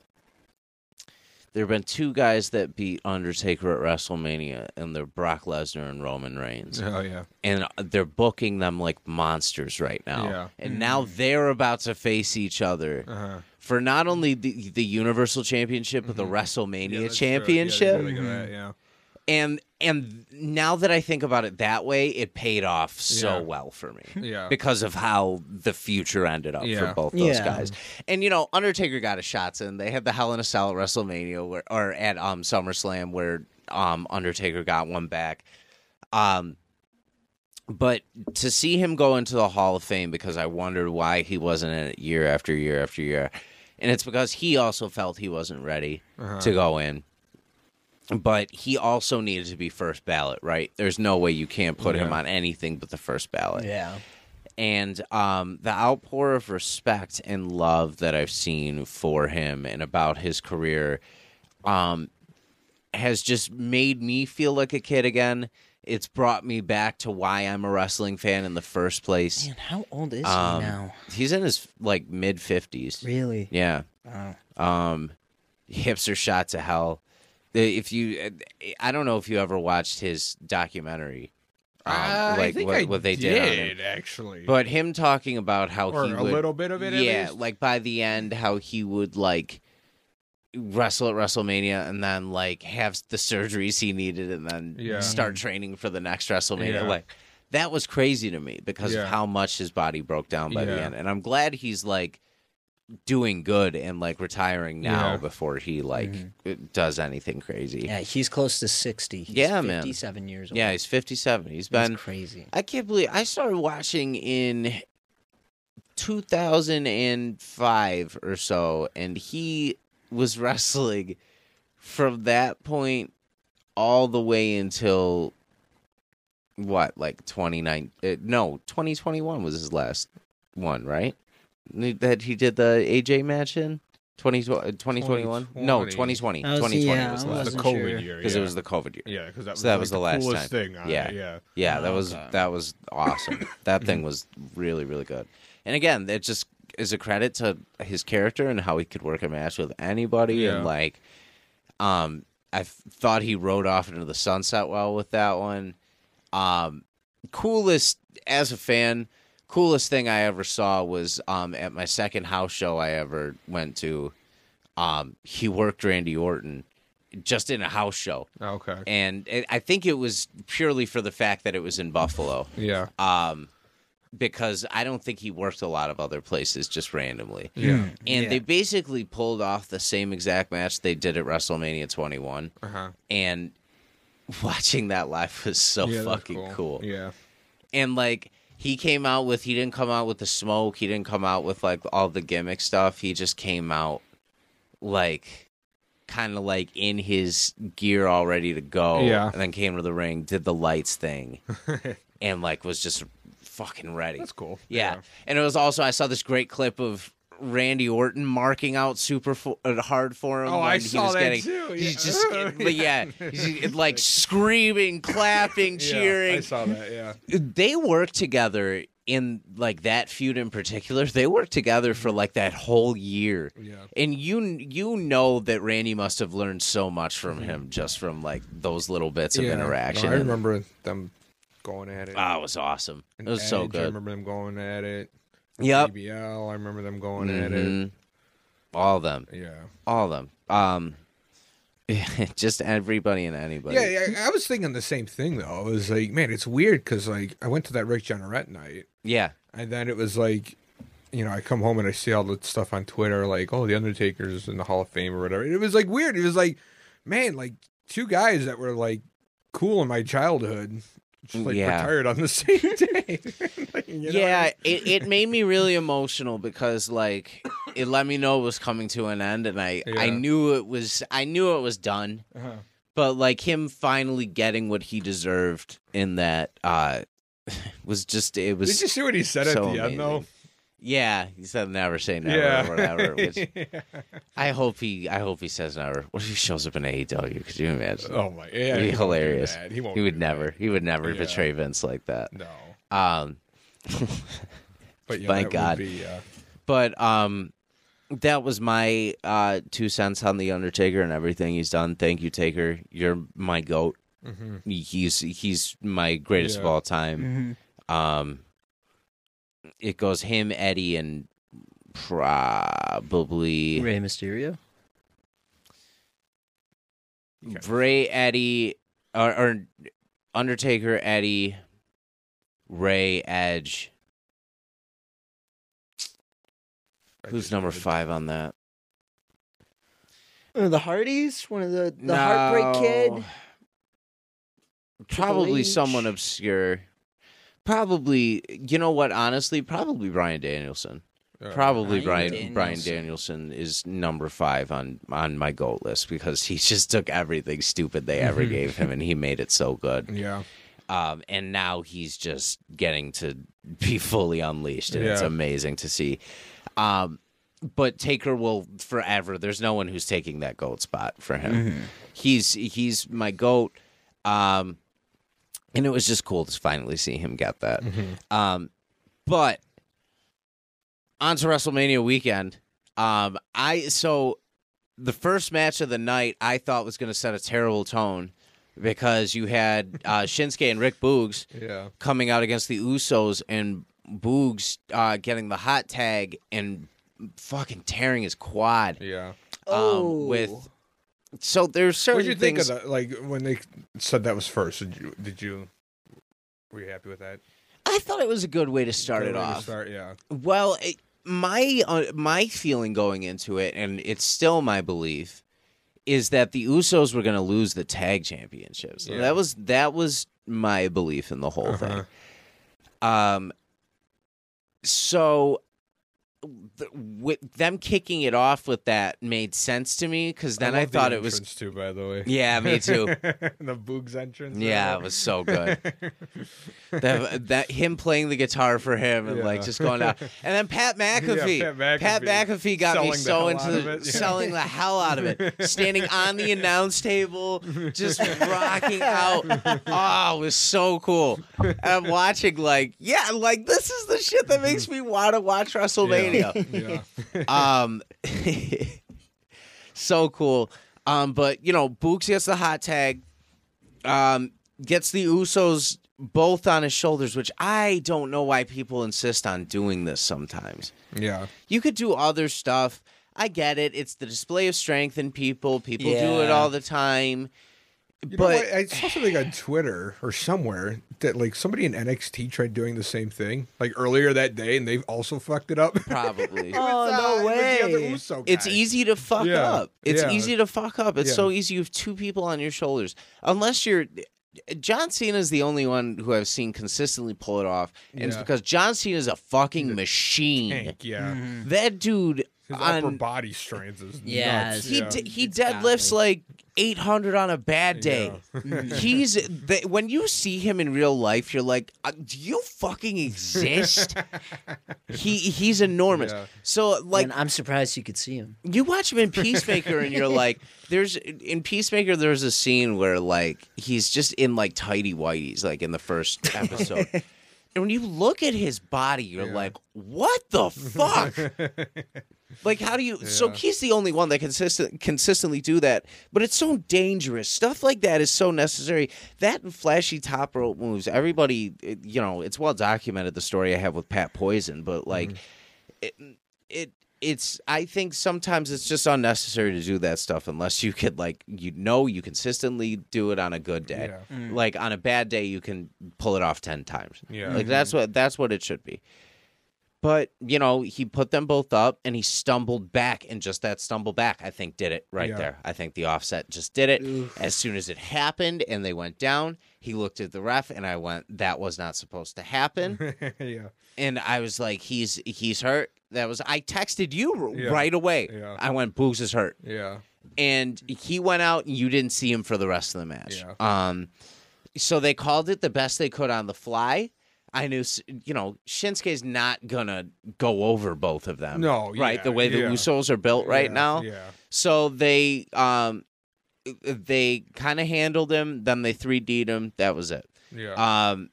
S1: there have been two guys that beat Undertaker at WrestleMania, and they're Brock Lesnar and Roman Reigns.
S3: Oh yeah.
S1: And they're booking them like monsters right now.
S3: Yeah.
S1: And now they're about to face each other
S3: Uh-huh.
S1: for not only the, the Universal Championship, but the
S3: Mm-hmm.
S1: WrestleMania Championship Mm-hmm.
S3: yeah.
S1: and and now that I think about it that way, it paid off so
S3: Yeah.
S1: well for me
S3: Yeah.
S1: because of how the future ended up
S3: Yeah.
S1: for both those
S2: Yeah.
S1: guys. And you know, Undertaker got his shots in. They had the Hell in a Cell at WrestleMania where, or at um SummerSlam where um Undertaker got one back. Um but to see him go into the Hall of Fame because I wondered why he wasn't in it year after year after year. And it's because he also felt he wasn't ready
S3: Uh-huh.
S1: to go in. But he also needed to be first ballot, right? There's no way you can't put him
S3: Yeah.
S1: on anything but the first ballot
S2: Yeah.
S1: and um, the outpour of respect and love that I've seen for him and about his career um, has just made me feel like a kid again. It's brought me back to why I'm a wrestling fan in the first place.
S2: Man, how old is
S1: Um,
S2: he now?
S1: He's in his like mid 50s.
S2: Really?
S1: Yeah.
S2: Wow.
S1: Um, hipster shot to hell. The- If you, I don't know if you ever watched his documentary, um,
S3: Uh,
S1: like
S3: I think
S1: what,
S3: I
S1: what they did, on him.
S3: did actually.
S1: But him talking about how
S3: or
S1: he
S3: a
S1: would,
S3: little bit of it. at
S1: yeah,
S3: least.
S1: like by the end, how he would like wrestle at WrestleMania and then like have the surgeries he needed and then
S3: Yeah.
S1: start training for the next WrestleMania.
S3: Yeah.
S1: Like that was crazy to me because
S3: Yeah.
S1: of how much his body broke down by the
S3: Yeah.
S1: end. And I'm glad he's like doing good and like retiring now
S3: Yeah. Mm-hmm.
S1: before he like does anything crazy. Yeah,
S2: Yeah, he's close to 60. He's
S1: Yeah,
S2: 57
S1: man.
S2: years old.
S1: he's 57. He's
S2: That's
S1: been
S2: crazy.
S1: I can't believe I started watching in 2005 or so, and he was [laughs] wrestling from that point all the way until what, like 29? Uh, no, 2021 was his last one, right? That he did the AJ match in 20, 2021? No, 2020.
S2: Oh, see,
S1: 2020
S2: yeah,
S1: was
S2: I
S1: last
S3: It was the
S2: wasn't
S3: COVID
S2: sure.
S3: year
S1: because
S3: yeah.
S1: it was the COVID year.
S3: yeah, because that was,
S1: so that
S3: like,
S1: was
S3: the,
S1: the last
S3: coolest
S1: time.
S3: thing. On
S1: Yeah.
S3: it. yeah,
S1: Yeah, that
S2: Oh,
S1: was
S2: okay.
S1: that was awesome. that thing was really really good. And again, it just is a credit to his character and how he could work a match with anybody
S3: Yeah.
S1: and like um I f- thought he rode off into the sunset well with that one. Um coolest as a fan, coolest thing I ever saw was um at my second house show I ever went to. Um he worked Randy Orton just in a house show
S3: Okay.
S1: and it, I think it was purely for the fact that it was in Buffalo,
S3: Yeah.
S1: um, because I don't think he worked a lot of other places just randomly.
S3: Yeah.
S1: And
S2: Yeah.
S1: they basically pulled off the same exact match they did at WrestleMania 21,
S3: Uh huh.
S1: and [laughs] watching that live was so
S3: yeah, that's
S1: fucking cool.
S3: Yeah.
S1: And like he came out with, he didn't come out with the smoke, he didn't come out with like all the gimmick stuff. He just came out like kind of like in his gear all ready to go.
S3: Yeah.
S1: And then came to the ring, did the lights
S3: [laughs]
S1: thing, and like was just fucking ready.
S3: That's cool.
S1: Yeah. And it was also I saw this great clip of Randy Orton marking out super fo- uh, hard for him.
S3: Oh, I
S1: when he
S3: saw
S1: was
S3: that
S1: getting,
S3: too,
S1: He's
S3: yeah.
S1: just, but
S3: [laughs]
S1: yeah, he's like screaming, clapping,
S3: Yeah,
S1: cheering.
S3: I saw that. Yeah.
S1: They worked together in like that feud in particular. They worked together for like that whole year.
S3: Yeah.
S1: And you you know that Randy must have learned so much from him just from like those little bits of
S3: Mm-hmm. Yeah.
S1: interaction.
S3: No, I
S1: And-
S3: remember them going at it.
S1: Ah, it was awesome. It
S3: And
S1: was so
S3: Edge, I
S1: good.
S3: remember them going at it.
S1: Yep.
S3: BBL, I remember them going at it.
S1: Mhm. All of them.
S3: Yeah.
S1: all of them. Um, [laughs] just everybody and anybody.
S3: Yeah, yeah, I was thinking the same thing though. It was like, man, it's weird because like I went to that Rick Jenneret night,
S1: yeah,
S3: and then it was like, you know, I come home and I see all the stuff on Twitter, like, oh, the Undertaker's in the Hall of Fame or whatever. And it was like weird. It was like, man, like two guys that were like cool in my childhood, just like
S1: Yeah.
S3: retired on the [laughs] same day. Like, you know what I
S1: yeah.
S3: mean?
S1: [laughs] It, it made me really emotional because like it let me know it was coming to an end, and I I
S3: Yeah.
S1: knew it was I knew it was done.
S3: Uh-huh.
S1: But like him finally getting what he deserved in that uh [laughs] was just it was
S3: Did you see what he said
S1: so
S3: at the end though?
S1: amazing. yeah he said never say never
S3: yeah,
S1: or whatever. Which
S3: [laughs] Yeah.
S1: I hope he I hope he says never. What if he shows up in AEW? Could you imagine?
S3: Oh my, yeah,
S1: It'd be
S3: he won't do
S1: hilarious.
S3: that. He won't.
S1: he would
S3: do
S1: never. He would never
S3: Yeah.
S1: betray Vince like that.
S3: that. No,
S1: Um,
S3: but yeah,
S1: Thank
S3: that
S1: God.
S3: Would be, uh,
S1: but um, that was my uh two cents on the Undertaker and everything he's done. Thank you, Taker. You're my goat.
S3: mhm.
S1: He's he's my greatest of
S3: Yeah.
S1: all time.
S2: Mhm.
S1: Um, it goes him, Eddie, and probably
S2: Rey Mysterio.
S3: Okay.
S1: Bray, Eddie, or, or Undertaker, Eddie, Ray, Edge.
S3: I
S1: Who's
S3: just
S1: number
S3: did.
S1: five on that?
S2: Uh, the Hardys. One of the the Heartbreak Kid. Triple
S1: Probably
S2: H.
S1: someone obscure. Probably, you know what? Honestly, probably Brian Danielson.
S3: Uh,
S1: Probably Brian
S2: Bryan
S1: Brian
S2: Danielson.
S1: Danielson is number five on on my goal list because he [laughs] just took everything stupid they ever
S3: Mhm.
S1: gave him and he made it so good.
S3: Yeah.
S1: Um, and now he's just getting to be [laughs] fully unleashed, and it's
S3: Yeah.
S1: amazing to see. Um, but Taker will forever. There's no one who's taking that goat spot for him. He's he's my goat. Um, and it was just cool to finally see him get that. Um, but on to WrestleMania weekend. Um, I so the first match of the night I thought was going to set a terrible tone because you had uh, Shinsuke and Rick Boogs
S3: Yeah.
S1: coming out against the Usos and Boogs uh, getting the hot tag and fucking tearing his quad.
S3: Yeah.
S2: Oh.
S1: Um, with so there's certain
S3: What did Oh. you think
S1: things.
S3: of that? Like when they said that was first, did you? Did you were you happy with that?
S1: I thought it was a good way to start
S3: Good
S1: it
S3: way to
S1: off.
S3: Start, yeah.
S1: Well, it, my uh, my feeling going into it, and it's still my belief, is that the Usos were going to lose the tag championships.
S3: Yeah.
S1: That was that was my belief in the whole
S3: Uh-huh.
S1: thing. Um, so th- with them kicking it off with that made sense to me because then I,
S3: love the
S1: thought it was
S3: entrance, too. By the way.
S1: yeah, me too.
S3: [laughs] the Boogs entrance.
S1: yeah, it was so good.
S3: [laughs]
S1: that, that him playing the guitar for him and like
S3: Yeah.
S1: just going out, and then
S3: [laughs]
S1: Pat McAfee,
S3: Pat
S1: Pat
S3: McAfee.
S1: McAfee got me
S3: Selling the
S1: so
S3: hell
S1: into
S3: out of
S1: the,
S3: it, yeah.
S1: selling the hell out of
S3: [laughs]
S1: it, standing on the announce table, just rocking out. Oh, it was so cool. And I'm watching like, yeah, like this is the shit that makes me want to watch WrestleMania
S3: Yeah. yeah.
S1: um so cool um but you know books gets the hot tag um gets the usos both on his shoulders which i don't know why people insist on doing this sometimes [laughs]
S3: yeah.
S1: you could do other stuff i get it it's the display of strength in people people do it
S2: Yeah.
S1: all the time
S3: You know
S1: but
S3: what? I saw something on Twitter or somewhere that like somebody in NXT tried doing the same thing like earlier that day, and they've also fucked it
S1: [laughs]
S3: up.
S1: probably
S3: [laughs]
S2: Oh,
S3: It was
S2: no
S3: the other
S2: way.
S3: Uso
S1: It's
S3: guy.
S1: easy to fuck
S3: Yeah,
S1: up. It's
S3: yeah.
S1: easy to fuck up. It's
S3: Yeah.
S1: so easy. You have two people on your shoulders. Unless you're. John Cena is the only one who I've seen consistently pull it off. And it's
S3: Yeah.
S1: because John Cena is a fucking machine.
S3: Hank, yeah.
S1: That dude
S3: His upper
S1: Mm-hmm. on-
S3: body strains is
S2: Yeah,
S3: nuts.
S2: it's-
S1: He
S3: yeah.
S1: d- he
S2: It's
S1: deadlifts
S2: godly.
S1: like 800 on a bad day.
S3: [laughs]
S1: He's th- when you see him in real life, you're like, uh, do you fucking
S3: [laughs]
S1: exist? he he's enormous.
S3: Yeah.
S1: So like
S2: and I'm surprised you could see him.
S1: you watch him in Peacemaker and you're like, there's in Peacemaker there's a scene where like he's just in like tidy whities like in the first episode. and when you look at his body, you're
S3: Yeah.
S1: like, what the
S3: [laughs]
S1: fuck? like how do you so
S3: Yeah.
S1: he's the only one that consistent consistently do that, but it's so dangerous. Stuff like that is so necessary. That and flashy top rope moves. Everybody it- you know, it's well documented the story I have with Pat Poison, but like
S3: Mm-hmm.
S1: it it's I think sometimes it's just unnecessary to do that stuff unless you could like you know you consistently do it on a good day.
S3: Yeah.
S1: Like on a bad day you can pull it off 10 times.
S3: Yeah.
S1: Like that's what that's what it should be. But, you know, he put them both up and he stumbled back and just that stumble back I think did it right
S3: Yeah.
S1: there. I think the offset just did it as soon as it happened and they went down. He looked at the ref and I went that was not supposed to happen
S3: [laughs] yeah.
S1: and I was like, "He's he's hurt." That was I texted you r-
S3: Yeah.
S1: right away.
S3: Yeah.
S1: I went, "Boogs is hurt,"
S3: Yeah.
S1: and he went out, and you didn't see him for the rest of the match.
S3: Mm-hmm. Yeah.
S1: Um, so they called it the best they could on the fly. I knew, s- you know, Shinsuke's not gonna go over both of them.
S3: No,
S1: right?
S3: yeah,
S1: The way the
S3: yeah.
S1: Usos are built right
S3: Yeah,
S1: now.
S3: Yeah.
S1: So they um, they kind of handled him. Then they three D'd him. That was it
S3: Yeah.
S1: um,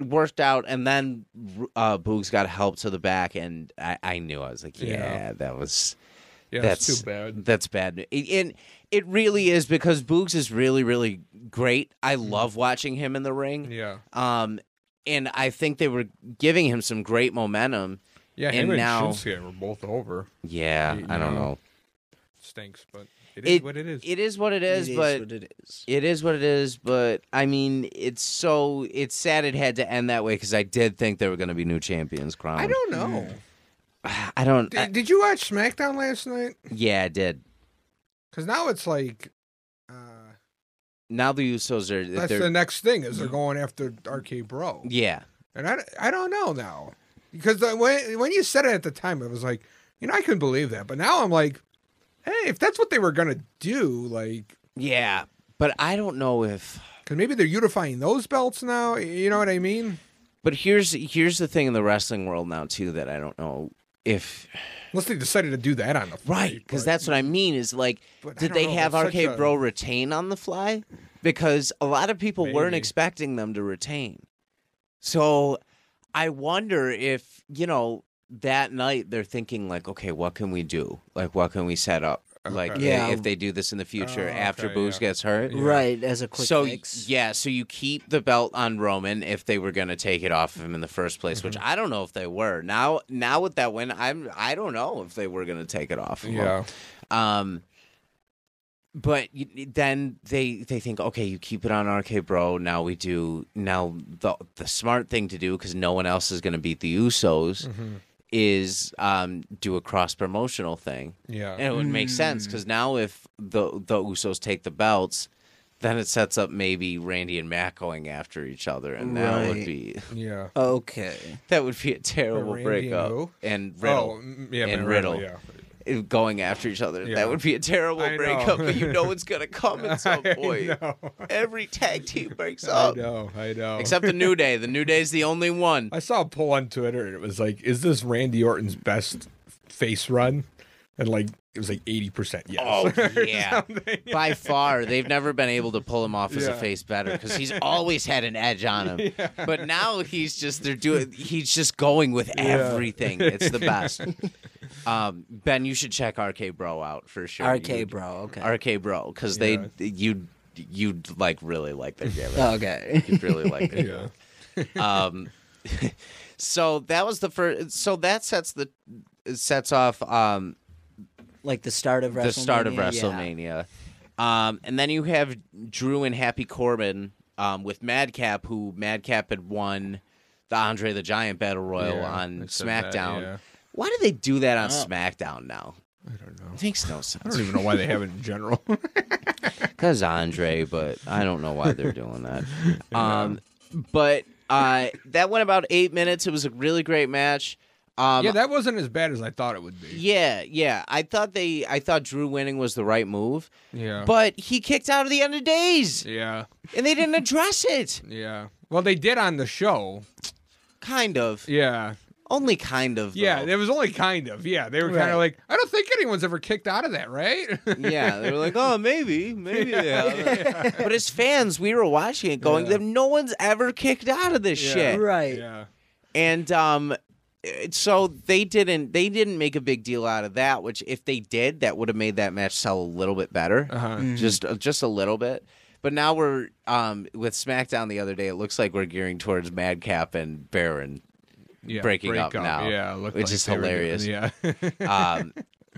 S1: worked out, and then uh, Boogs got help to the back, and I, I knew I was like, yeah,
S3: Yeah.
S1: that was
S3: yeah.
S1: that's
S3: That's too bad.
S1: That's bad, It- and it really is because Boogs is really, really great. I love watching him in the ring.
S3: Mm-hmm. Yeah.
S1: Um, and I think they were giving him some great momentum.
S3: Yeah.
S1: And
S3: Him and,
S1: now-
S3: Shinsuke were both over.
S1: Yeah,
S3: You
S1: I don't
S3: know,
S1: know.
S3: Stinks, but it is what it is.
S1: It is what it is, but
S2: what it is.
S1: It is what it is, but I mean, it's so it's sad it had to end that way because I did think there were going to be new champions crowned.
S3: I don't know.
S1: [sighs] I don't.
S3: Did,
S1: I-
S3: did you watch SmackDown last night?
S1: yeah, I did.
S3: Because now it's like. Uh,
S1: Now the Usos are.
S3: that's
S1: they're-
S3: the next thing is they're going after RK Bro,
S1: yeah,
S3: and I, I don't know now because the, when when you said it at the time, it was like you know I couldn't believe that, but now I'm like, hey, if that's what they were gonna do, like
S1: yeah, but I don't know if.
S3: Because maybe they're unifying those belts now. You know what I mean?
S1: But here's here's the thing in the wrestling world now too that I don't know if
S3: Unless they decided to do that on the fly,
S1: right because
S3: but-
S1: that's what I mean is like
S3: But I
S1: did
S3: don't
S1: they
S3: know,
S1: have
S3: that's such
S1: RK
S3: a-
S1: Bro retain on the fly because a lot of people weren't
S3: Maybe.
S1: expecting them to retain. So I wonder if you know that night they're thinking like okay what can we do like what can we set up like
S3: Okay.
S2: Yeah.
S1: if they do this in the future
S3: Oh,
S1: after
S3: okay,
S1: Boogs
S3: yeah.
S1: gets hurt
S2: Right, as a quick
S1: so
S2: fix.
S1: yeah, so you keep the belt on Roman if they were going to take it off of him in the first place, which
S2: Mm-hmm.
S1: I don't know if they were. Now, now with that win, I'm I don't know if they were going to take it off. of him.
S3: Yeah.
S1: Um. But y- then they they think, okay, you keep it on RK Bro. Now we do. Now the the smart thing to do because no one else is going to beat the Usos
S2: Mm-hmm.
S1: is um do a cross promotional thing.
S3: Yeah.
S1: And it would make sense because now if the the Usos take the belts, then it sets up maybe Randy and Matt going after each other, and that would
S2: Right.
S1: be [laughs]
S3: yeah. Oh,
S2: Okay.
S1: that would be a terrible
S3: Randy and
S1: breakup.
S3: who?
S1: And, Riddle
S3: Oh, mm, yeah,
S1: and
S3: but
S1: Riddle,
S3: Yeah.
S1: going after each other.
S3: Yeah.
S1: That would be a terrible
S3: I know.
S1: breakup, but you know it's
S3: [laughs]
S1: gonna come at some point.
S3: I know.
S1: Every tag team breaks
S3: I
S1: up,
S3: know. I know.
S1: except the New Day. The New Day's the only one.
S3: I saw a poll on Twitter and it was like, is this Randy Orton's best face run? And like, it was like 80% yes.
S1: Oh
S3: [laughs] or
S1: yeah.
S3: something. [laughs]
S1: By far, they've never been able to pull him off as a
S3: Yeah.
S1: face better because
S3: [laughs]
S1: he's always had an edge on him. But now he's just they're doing he's just going with everything. It's the best.
S3: [laughs]
S1: um, ben, you should check RK Bro out for sure.
S2: RK, bro. Okay.
S1: RK Bro, because they you you'd like really like their game.
S2: Uh. Oh, okay. [laughs]
S1: You'd really like
S3: [laughs]
S1: their
S3: Yeah.
S1: um, so that was the first. So that sets the sets off um
S2: like the start of WrestleMania.
S1: the start of
S2: yeah.
S1: WrestleMania. Um, and then you have Drew and Happy Corbin um, with Madcap, who Madcap had won the Andre the Giant Battle Royal
S3: Yeah,
S1: on
S3: they said
S1: SmackDown.
S3: that, yeah.
S1: Why do they do that on
S2: Oh.
S1: SmackDown now?
S3: I don't know.
S1: It makes no
S3: I don't
S1: sense.
S3: even know why they have it in [laughs] general.
S1: Because Andre, but I don't know why they're doing
S3: [laughs]
S1: that. Um, but uh, that went about eight minutes. It was a really great match. Um,
S3: yeah, that wasn't as bad as I thought it would be.
S1: yeah, yeah. I thought they, I thought Drew winning was the right move,
S3: Yeah.
S1: but he kicked out of the end of days,
S3: yeah.
S1: and they didn't address it.
S3: Yeah. Well, they did on the show.
S1: Kind of,
S3: Yeah.
S1: only kind of.
S3: Yeah,
S1: though.
S3: it was only kind of. Yeah, they were kind
S2: Right.
S3: of like, I don't think anyone's ever kicked out of that, right? [laughs]
S1: yeah, they were like, oh, maybe, maybe. they have." But as fans, we were watching it, going, "Them- no one's ever kicked out of this
S3: Yeah.
S1: shit,
S2: Right.
S3: yeah.
S1: and um. it- So they didn't. They didn't make a big deal out of that. Which, if they did, that would have made that match sell a little bit better,
S3: Uh-huh.
S1: just uh, just a little bit. But now we're um, with SmackDown the other day. It looks like we're gearing towards Madcap and Baron
S3: Yeah,
S1: breaking up now,
S3: Yeah, it looked
S1: which
S3: like
S1: is
S3: they were doing-
S1: hilarious. [laughs]
S3: Yeah. [laughs]
S1: Um,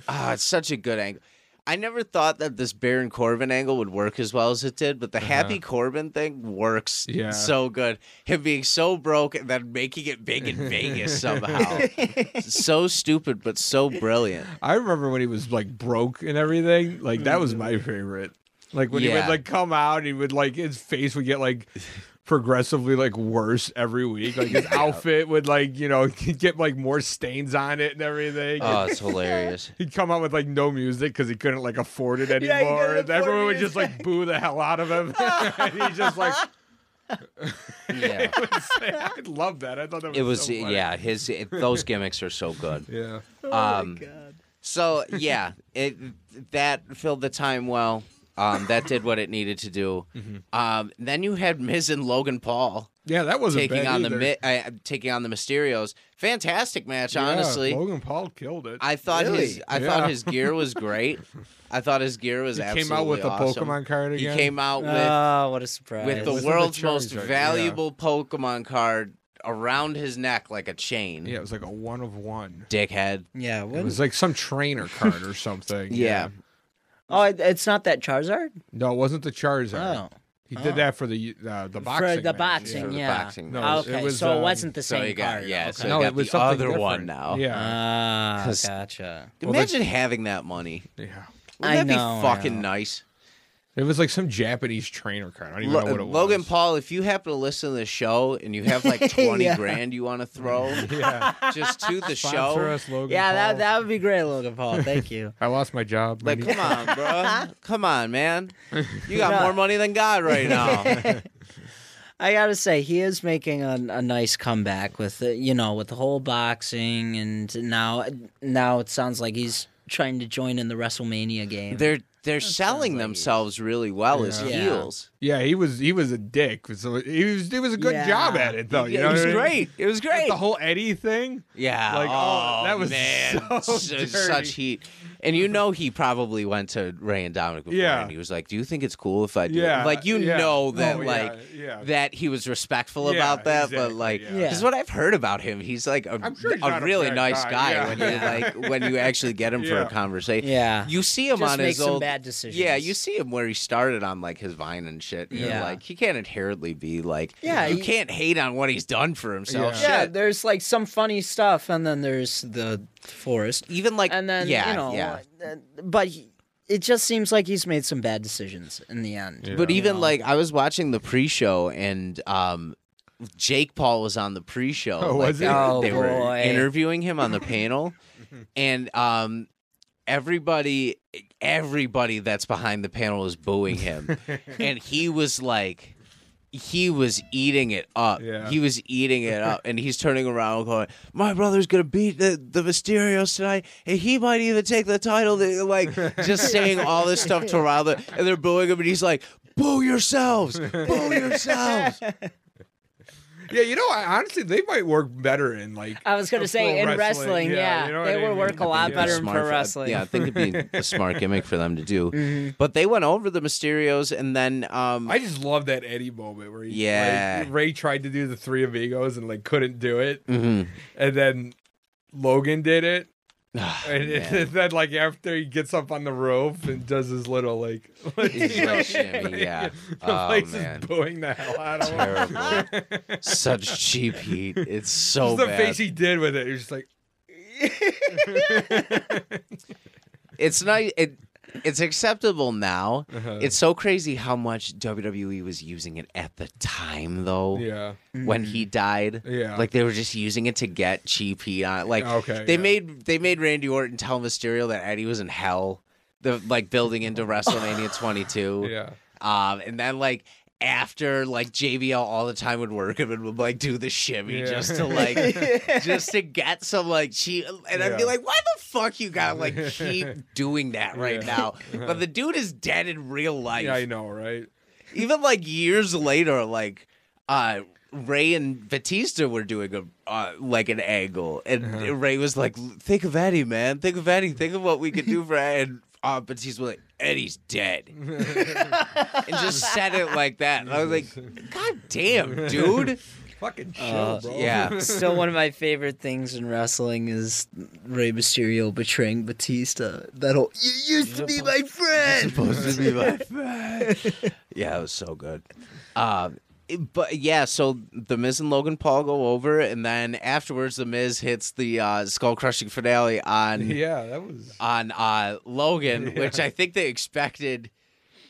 S1: ah, it's such a good angle. I never thought that this Baron Corbin angle would work as well as it did, but the Happy Corbin thing works
S3: Uh-huh. Yeah.
S1: so good. Him being so broke and then making it big in
S3: [laughs]
S1: Vegas somehow. so stupid, but so brilliant.
S3: I remember when he was like broke and everything. Like that was my favorite. Like when he
S1: Yeah.
S3: would like come out, he would like his face would get like progressively like worse every week.
S1: [laughs]
S3: Like his outfit would like you know [laughs] get like more stains on it and everything.
S1: Oh, it's hilarious.
S3: [laughs] He'd come out with like no music because he couldn't like
S1: [laughs]
S3: afford it
S2: he couldn't
S3: anymore, and
S2: afford
S3: everyone would
S2: music.
S3: just like boo the hell out of him. [laughs] and he just like [laughs]
S1: Yeah.
S3: I love that. I thought that was
S1: It was
S3: so funny.
S1: yeah, his it, those gimmicks are so good.
S3: yeah.
S1: um, So yeah, it that filled the time well. Um, that did what it needed to do.
S3: Mm-hmm.
S1: Um, then you had Miz and Logan Paul
S3: Yeah, that wasn't
S1: taking
S3: bad
S1: on
S3: either.
S1: the Mi- uh, taking on the Mysterios. Fantastic match,
S3: Yeah,
S1: honestly.
S3: Logan Paul killed it.
S1: I thought
S2: Really?
S1: his I thought
S3: Yeah.
S1: his gear was great. I thought his gear was
S3: [laughs] He
S1: absolutely
S3: came out with
S1: awesome.
S3: the Pokemon card
S1: He
S3: again.
S1: came out with
S2: oh, what a surprise.
S1: with the
S3: with the
S1: world's most
S3: Charizard, yeah.
S1: valuable Pokemon card around his neck like a chain.
S3: Yeah, it was like a one of one.
S1: Dickhead.
S2: yeah. What?
S3: It was like some trainer card or
S1: [laughs]
S3: something.
S1: Yeah.
S2: oh, it, it's not that Charizard.
S3: No, it wasn't the Charizard.
S2: Oh.
S3: He did that for the uh, the boxing.
S2: For the
S3: match,
S2: boxing,
S1: the
S2: yeah.
S1: boxing
S3: No,
S2: Ah,
S3: match.
S2: okay,
S3: it was,
S2: so
S3: um,
S2: it wasn't the
S1: so
S2: same
S1: he got-
S2: card.
S1: yeah, so
S2: Okay.
S1: he
S3: No,
S1: got
S3: it was
S1: the
S3: something
S1: other
S3: different.
S1: one now. Uh-huh.
S3: Yeah.
S2: Ah,
S1: 'Cause-
S2: gotcha.
S3: Well,
S1: Imagine having that money.
S3: yeah.
S1: Wouldn't
S2: I
S1: that
S2: know, I
S1: be fucking
S2: know.
S1: nice?
S3: It was like some Japanese trainer card. I don't even know what it
S1: Lo- Logan
S3: was.
S1: Paul, if you happen to listen to the show and you have
S2: [laughs]
S1: like 20
S2: Yeah.
S1: grand you want to throw
S3: [laughs] Yeah.
S1: just to the
S3: Sponsor
S1: show,
S3: us, Logan
S2: Yeah,
S3: Paul.
S2: that that would be great, Logan Paul. Thank you.
S3: I lost my job.
S1: like,
S3: Maybe-
S1: come on, bro. Come on, man. You got more money than God right now.
S2: I gotta say, he is making a, a nice comeback with the, you know with the whole boxing, and now now it sounds like he's trying to join in the WrestleMania game.
S1: They're they're selling
S2: like
S1: themselves really well as
S2: Yeah.
S1: heels.
S3: Yeah, he was he was a dick. So he was he was a good
S2: Yeah.
S3: job at it though. You know
S1: it
S3: what
S1: was
S3: I mean?
S1: great. It was great.
S3: The whole Eddie thing.
S1: yeah.
S3: Like, oh, that was
S1: man.
S3: [laughs] so
S1: Su-
S3: dirty.
S1: such heat. And you know he probably went to Ray and Dominic before
S3: Yeah.
S1: and he was like, Do you think it's cool if I do it?"
S3: Yeah,
S1: Like you
S3: yeah.
S1: know that
S3: Oh, yeah,
S1: like
S3: yeah.
S1: that he was respectful
S3: Yeah,
S1: about that, but
S3: exactly,
S1: like
S3: yeah.
S2: Yeah.
S1: because what I've heard about him, he's like a,
S3: I'm sure he's
S1: a
S3: not a
S1: really
S3: bad
S1: nice
S3: guy,
S1: guy
S3: yeah.
S1: when you
S3: [laughs]
S1: like when you actually get him for a
S3: Yeah.
S1: conversation.
S2: yeah,
S1: You see him
S2: Just
S1: on
S2: make
S1: his
S2: some
S1: old
S2: bad decisions.
S1: Yeah, you see him where he started on like his Vine and shit. You're
S2: Yeah.
S1: like he can't inherently be like.
S2: Yeah,
S1: you
S2: he-
S1: can't hate on what he's done for himself.
S3: Yeah.
S2: yeah.
S1: Shit.
S2: There's like some funny stuff, and then there's the forest,
S1: even like
S2: and then
S1: yeah,
S2: you know,
S1: yeah.
S2: uh, but he, it just seems like he's made some bad decisions in the end.
S3: Yeah.
S1: But
S2: you
S1: even
S2: know?
S1: like I was watching the pre-show and um, Jake Paul was on the pre-show.
S3: Oh,
S1: like,
S3: was he?
S1: They,
S2: Oh,
S1: they were
S2: boy.
S1: interviewing him on the panel,
S2: [laughs]
S1: and um, everybody, everybody that's behind the panel is booing
S3: [laughs]
S1: him, and he was like. He was eating it up.
S3: Yeah.
S1: He was eating it up, and he's turning around, going, "My brother's gonna beat the, the Mysterios tonight, and he might even take the title." They- Like,
S3: [laughs]
S1: just saying all this stuff to Ronda, and they're booing him, and he's like, "Boo yourselves!
S3: [laughs]
S1: Boo yourselves!"
S3: Yeah, you know, I, honestly, they might work better in like.
S2: I was gonna
S3: a
S2: say
S3: full
S2: in wrestling, yeah,
S3: you know
S2: they
S3: what I
S2: would
S3: mean?
S2: work a lot
S3: Yeah.
S2: better in
S1: Smart
S2: pro
S1: for-
S2: wrestling. [laughs]
S1: Yeah, I think it'd be a smart gimmick for them to
S3: [laughs]
S1: do. But they went over the Mysterios, and then um,
S3: Mm-hmm. I [sighs] just love that Eddie moment where he,
S1: Yeah.
S3: like, Ray tried to do the Three Amigos and like couldn't do it,
S1: Mm-hmm.
S3: and then Logan did it,
S1: [sighs]
S3: and,
S1: Oh, man.
S3: [laughs] then like after he gets up on the roof and does his little like, [laughs]
S1: He's
S3: you know,
S1: like,
S3: [laughs]
S1: shimmy, yeah.
S3: the
S1: Oh
S3: place
S1: man,
S3: is booing the hell out of him. [laughs]
S1: terrible. Such cheap heat. It's so
S3: Just the
S1: bad.
S3: face he did with it, he was just like,
S1: it's nice. It, it's acceptable now. [laughs] It's so crazy how much WWE was using it at the time, though.
S3: [laughs] yeah. Mm-hmm.
S1: When he died,
S3: Yeah.
S1: like they were just using it to get cheap heat on. Like
S3: Okay,
S1: they
S3: yeah.
S1: made they made Randy Orton tell Mysterio that Eddie was in hell. The like building
S3: [laughs]
S1: into WrestleMania 22.
S3: Yeah.
S1: Um, and then like after like JBL all the time would work him and would like do the shimmy
S3: Yeah.
S1: just to
S3: [laughs]
S1: like just to get some like cheap and I'd be
S3: Yeah.
S1: like, why the fuck you gotta like
S3: [laughs]
S1: keep doing that right
S3: Yeah. [laughs]
S1: now? But the dude is dead in real life.
S3: Yeah, I know, right?
S1: Even like years later, like uh Ray and Batista were doing a uh, like an angle, and Ray was like, "Think of Eddie, man. Think of Eddie. Think of what we could do for Eddie." And uh, Batista was like, "Eddie's dead," and just said it like that. And I was like, "God damn, dude."
S3: Fucking chill, bro.
S1: Uh,
S2: [laughs]
S1: Yeah,
S2: Still, one of my favorite things in wrestling is Rey Mysterio betraying Batista. That whole you used to be my friend.
S1: supposed to be
S2: [laughs]
S1: my yeah, it was so good. Um, it- but yeah, so the Miz and Logan Paul go over, and then afterwards, the Miz hits the uh, skull crushing finale on
S3: [laughs] Yeah, that was.
S1: on uh, Logan, which I think they expected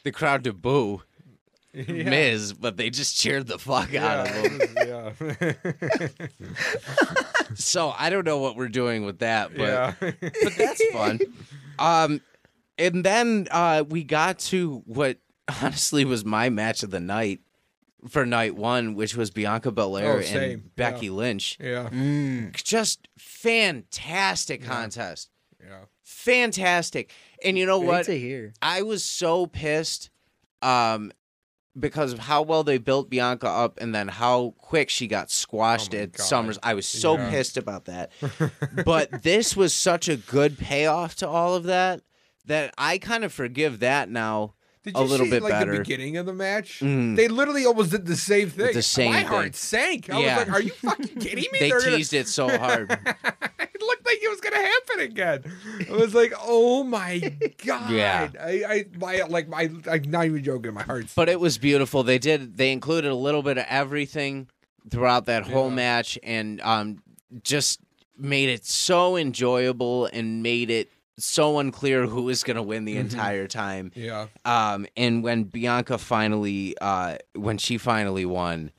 S1: the crowd to boo Miz, but they just cheered the fuck out of him.
S3: Yeah. that was-
S1: So I don't know what we're doing with that, but
S3: Yeah. [laughs] yeah.
S1: but that's fun. Um, and then uh, we got to what honestly was my match of the night for night one, which was Bianca Belair
S3: Oh, same.
S1: and Becky
S3: Yeah.
S1: Lynch.
S3: yeah.
S1: Just fantastic contest,
S3: Yeah.
S1: fantastic. And you know
S2: Great
S1: what?
S2: to hear.
S1: I was so pissed um, because of how well they built Bianca up and then how quick she got squashed
S3: Oh my
S1: at
S3: God.
S1: Summers. I was so
S3: Yeah.
S1: pissed about
S3: [laughs]
S1: that. but this was such a good payoff to all of that that I kind of forgive that now.
S3: Did
S1: A
S3: you
S1: little
S3: see,
S1: bit
S3: like,
S1: better.
S3: the beginning of the match?
S1: Mm.
S3: They literally almost did the same thing.
S1: the same
S3: My
S1: thing.
S3: heart sank. I
S1: Yeah.
S3: was like, are you
S1: [laughs]
S3: fucking kidding me?
S1: They
S3: They're gonna-
S1: teased it so hard.
S3: [laughs] it looked like it was gonna happen again. I was like, "Oh my
S1: [laughs]
S3: god!"
S1: Yeah.
S3: I, I, my, like, my, like, not even joking. My heart's.
S1: But it was beautiful. They did. They included a little bit of everything throughout that whole
S3: Yeah.
S1: match, and um, just made it so enjoyable and made it so unclear who was going to win the entire time.
S3: Mm-hmm. yeah,
S1: Um, and when Bianca finally, uh, when she finally won.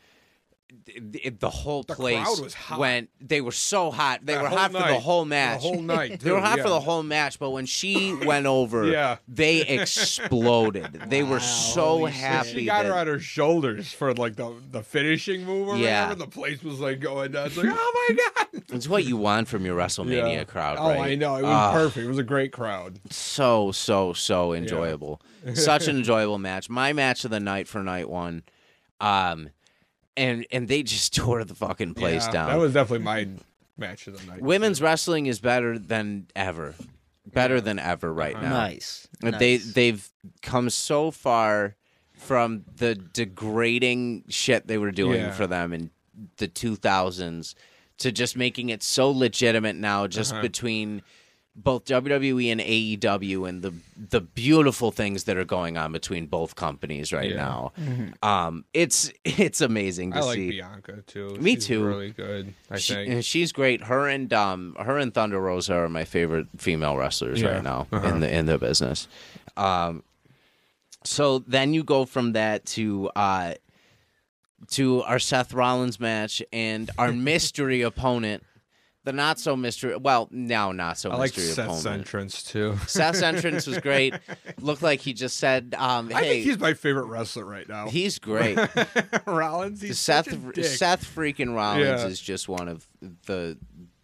S1: th- th- the whole
S3: The
S1: place
S3: crowd was hot.
S1: went. They were so hot. They
S3: That
S1: were
S3: whole
S1: hot for the
S3: night.
S1: whole match. [laughs]
S3: the whole night.
S1: They were
S3: too,
S1: hot for
S3: yeah.
S1: the whole match, but when she went over,
S3: [laughs] Yeah.
S1: they exploded. They were
S2: Wow.
S1: so
S2: Holy shit.
S1: happy.
S3: She got her
S1: that-
S3: on her shoulders for like the the finishing move or
S1: Yeah.
S3: whatever. The place was like going
S1: [laughs]
S3: nuts. Like, oh my god!
S1: It's what you want from your WrestleMania
S3: Yeah.
S1: crowd,
S3: Oh,
S1: right?
S3: I know. It was
S1: Ah,
S3: perfect. It was a great crowd.
S1: So, so, so
S3: [laughs]
S1: enjoyable. Such an enjoyable match. My match of the night for night one. Um, and and they just [laughs] tore the fucking place
S3: Yeah,
S1: down.
S3: That was definitely my match of the night.
S1: Women's wrestling is better than ever. Better than ever right
S2: Uh-huh.
S1: now.
S2: Nice.
S1: But They
S2: nice.
S1: they've come so far from the degrading shit they were doing
S3: Yeah.
S1: for them in the 2000s to just making it so legitimate now just
S3: Uh-huh.
S1: between both WWE and AEW and the the beautiful things that are going on between both companies right
S3: Yeah.
S1: now. Um it's [laughs] it's amazing to
S3: I like
S1: see.
S3: Bianca too.
S1: Me
S3: She's
S1: too.
S3: Really good. I
S1: She-
S3: think.
S1: and she's great. Her and um, her and Thunder Rosa are my favorite female wrestlers
S3: Yeah.
S1: right now
S3: Uh-huh.
S1: in the in the business. Um, so then you go from that to uh, to our Seth Rollins match and
S3: [laughs]
S1: our mystery opponent, the not so mystery. Well, now not so
S3: I like
S1: mystery
S3: Seth's
S1: opponent.
S3: entrance too. [laughs]
S1: Seth's entrance was great. Looked like he just said, um, "Hey,
S3: I think
S1: he's,
S3: he's my favorite wrestler right now.
S1: great."
S3: [laughs] Rollins. He's
S1: Seth
S3: such a dick.
S1: Seth freaking Rollins
S3: Yeah.
S1: is just one of the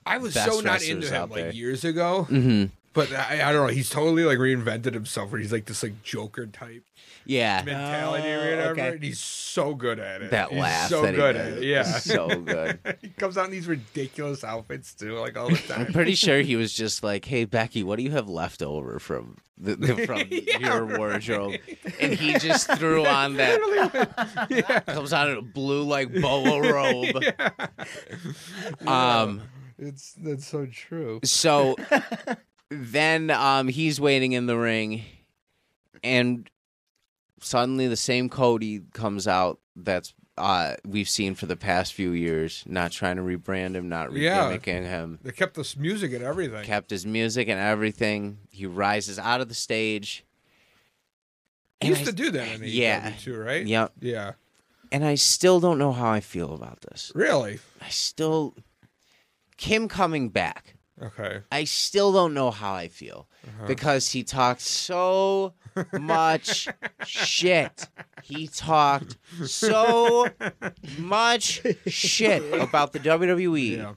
S3: I was
S1: best
S3: so not into
S1: wrestlers
S3: him
S1: out
S3: like
S1: there. Mm-hmm.
S3: years ago, but I, I don't know. He's totally like reinvented himself. Where he's like this like Joker type
S1: yeah.
S3: mentality or whatever,
S2: okay.
S3: and he's so good at it.
S1: Oh, that
S3: he's
S1: laugh.
S3: so
S1: that
S3: good
S1: he
S3: at
S1: does.
S3: it. Yeah,
S1: so good.
S3: [laughs] he comes out in these ridiculous outfits too,
S1: [laughs]
S3: like all the time.
S1: Pretty sure he was just like, "Hey Becky, what do you have left over from the,
S3: [laughs]
S1: the, from your wardrobe?" And he just threw on that
S3: [laughs]
S1: comes out in a blue like boa robe. Um.
S3: it's that's so true.
S1: So then, um, he's waiting in the ring, and suddenly the same Cody comes out. That's uh, we've seen for the past few years. Not trying to rebrand him, not
S3: Yeah.
S1: regimmicking him.
S3: They kept this music and everything.
S1: Kept his music and everything. He rises out of the stage. And
S3: He used
S1: I-
S3: to do that in AEW
S1: Yeah.
S3: too, right?
S1: Yep.
S3: Yeah.
S1: And I still don't know how I feel about this.
S3: Really?
S1: I still Kim coming back.
S3: Okay.
S1: I still don't know how I feel
S3: Uh-huh.
S1: because he talked so much shit. He talked so much shit about the WWE
S3: Yeah.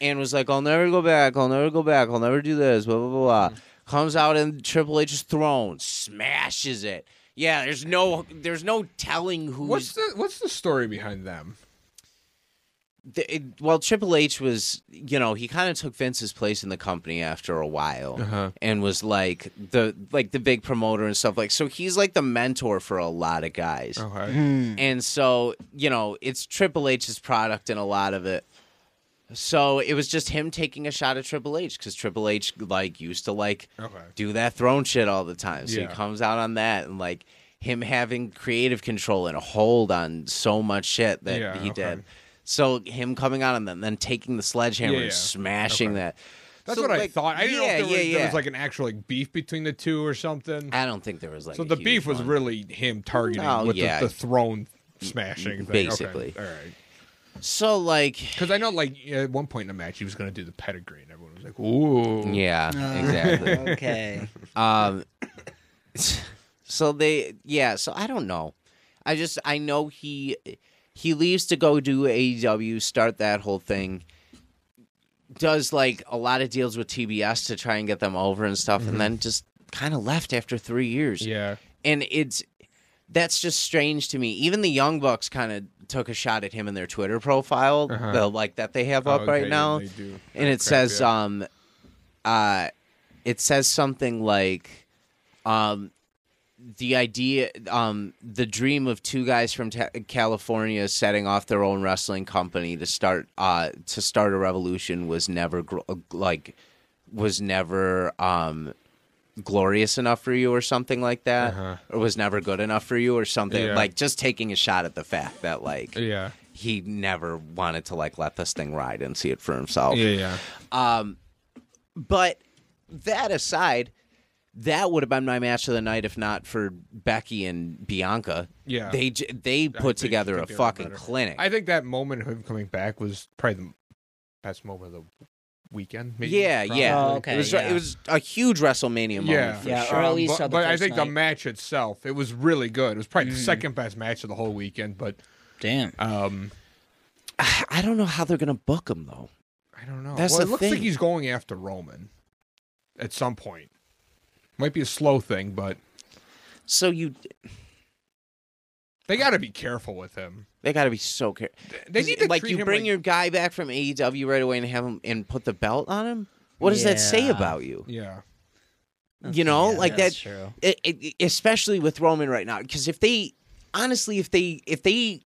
S1: and was like, I'll never go back. I'll never go back. I'll never do this. Blah, blah, blah,
S3: Mm.
S1: blah. Comes out in Triple H's throne, smashes it. Yeah, there's no, there's no telling who's.
S3: What's the What's the story behind them?
S1: the, it, well, Triple H was, you know, he kind of took Vince's place in the company after a while,
S3: Uh-huh.
S1: and was like the like the big promoter and stuff like. So he's like the mentor for a lot of guys,
S3: Okay.
S1: and so you know it's Triple H's product in a lot of it. So it was just him taking a shot at Triple H because Triple H like used to like
S3: Okay.
S1: do that throne shit all the time. So
S3: Yeah.
S1: he comes out on that and like him having creative control and a hold on so much shit that
S3: Yeah,
S1: he
S3: okay.
S1: did. So him coming out on them, then taking the sledgehammer
S3: Yeah, yeah.
S1: and smashing
S3: Okay.
S1: that.
S3: That's
S1: So,
S3: what I
S1: like,
S3: thought. I didn't know
S1: yeah,
S3: if there,
S1: yeah,
S3: was,
S1: yeah.
S3: there was like an actual like beef between the two or something.
S1: I don't think there was like.
S3: so
S1: a
S3: the
S1: huge
S3: beef was
S1: one.
S3: really him targeting
S1: Oh,
S3: with
S1: yeah.
S3: the, the throne smashing. Thing.
S1: Basically.
S3: Okay. All right.
S1: So like,
S3: Because I know, like at one point in the match, he was going to do the pedigree, and everyone was like, "Ooh,
S1: yeah, exactly.
S2: [laughs] Okay.
S1: Um, so they, yeah. So I don't know. I just I know he he leaves to go do AEW, start that whole thing. Does like a lot of deals with TBS to try and get them over and stuff, and then just kind of left after three years.
S3: Mm-hmm. yeah."
S1: and it's that's just strange to me. Even the Young Bucks kind of took a shot at him in their Twitter profile,
S3: Uh-huh.
S1: the, like that they have up
S3: Oh,
S1: right
S3: okay,
S1: now
S3: they do.
S1: and
S3: Oh,
S1: it
S3: crap,
S1: says
S3: yeah.
S1: um uh it says something like um the idea um the dream of two guys from ta- California setting off their own wrestling company to start uh to start a revolution was never gr- like was never um glorious enough for you or something like that
S3: Uh-huh.
S1: or was never good enough for you or something
S3: Yeah.
S1: like just taking a shot at the fact that like
S3: yeah,
S1: he never wanted to like let this thing ride and see it for himself
S3: yeah, yeah.
S1: Um, but that aside, that would have been my match of the night if not for Becky and Bianca.
S3: Yeah.
S1: they j- they put
S3: think-
S1: together
S3: think
S1: a
S3: they were
S1: fucking
S3: better.
S1: clinic.
S3: I think that moment of him coming back was probably the best moment of the weekend. Maybe,
S1: yeah,
S3: probably.
S1: yeah.
S2: Oh, okay,
S1: It was
S2: yeah.
S1: it was a huge WrestleMania moment.
S3: Yeah,
S1: for
S2: Yeah,
S1: sure.
S2: or at least
S3: but,
S2: how the
S3: but I
S2: first
S3: think the
S2: night-
S3: match itself, it was really good. It was probably
S1: Mm.
S3: the second best match of the whole weekend. But
S2: Damn.
S3: um,
S1: [sighs] I don't know how they're gonna book him though.
S3: I don't know.
S1: That's
S3: well, it
S1: the
S3: looks like
S1: thing.
S3: he's going after Roman at some point. Might be a slow thing, but
S1: So you
S3: they got to be careful with him.
S1: they got to be so careful.
S3: They need to
S1: like
S3: treat
S1: you
S3: him
S1: bring
S3: like-
S1: your guy back from AEW right away and have him and put the belt on him. What does that say
S2: Yeah.
S1: about you?
S3: Yeah,
S1: You know,
S2: Yeah,
S1: like
S2: that's
S1: that.
S2: True.
S1: it, it, especially with Roman right now, because if they honestly, if they if they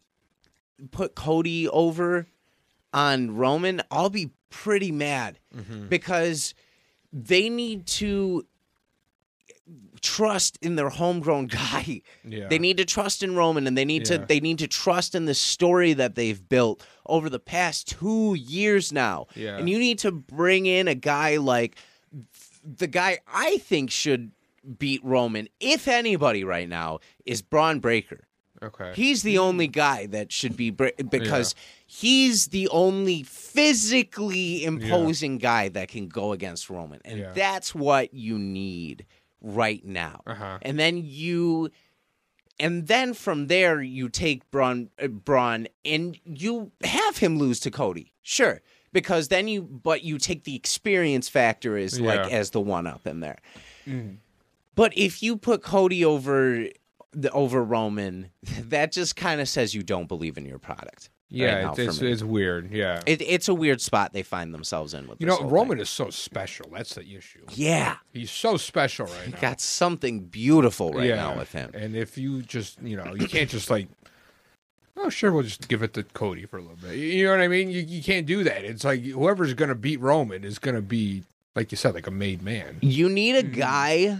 S1: put Cody over on Roman, I'll be pretty mad because they need to trust in their homegrown [laughs] guy.
S3: yeah.
S1: They need to trust in Roman, and they need
S3: Yeah.
S1: to they need to trust in the story that they've built over the past two years now.
S3: Yeah.
S1: And you need to bring in a guy like the guy I think should beat Roman, if anybody right now, is Braun Breaker.
S3: okay.
S1: He's the only guy that should be bra- because he's the only physically imposing guy that can go against Roman, and
S3: Yeah.
S1: that's what you need right now.
S3: Uh-huh.
S1: And then you, and then from there you take Braun, uh, Braun, and you have him lose to Cody, sure, because then you, but you take the experience factor as like
S3: Yeah. Mm-hmm.
S1: as the one up in there. But if you put Cody over the over Roman, [laughs] that just kind of says you don't believe in your product. right
S3: yeah,
S1: now for
S3: it's,
S1: me.
S3: it's weird. Yeah,
S1: It- it's a weird spot they find themselves in with
S3: you
S1: this
S3: know,
S1: whole
S3: Roman
S1: thing.
S3: is so special. That's the issue.
S1: yeah,
S3: He's so
S1: [laughs]
S3: special right now.
S1: got something beautiful right
S3: yeah.
S1: now with him.
S3: And if you just, you know, you can't just like, [clears throat] oh, sure, we'll just give it to Cody for a little bit. You know what I mean? You, you can't do that. It's like whoever's going to beat Roman is going to be, like you said, like a made man.
S1: You need a
S3: Mm-hmm.
S1: guy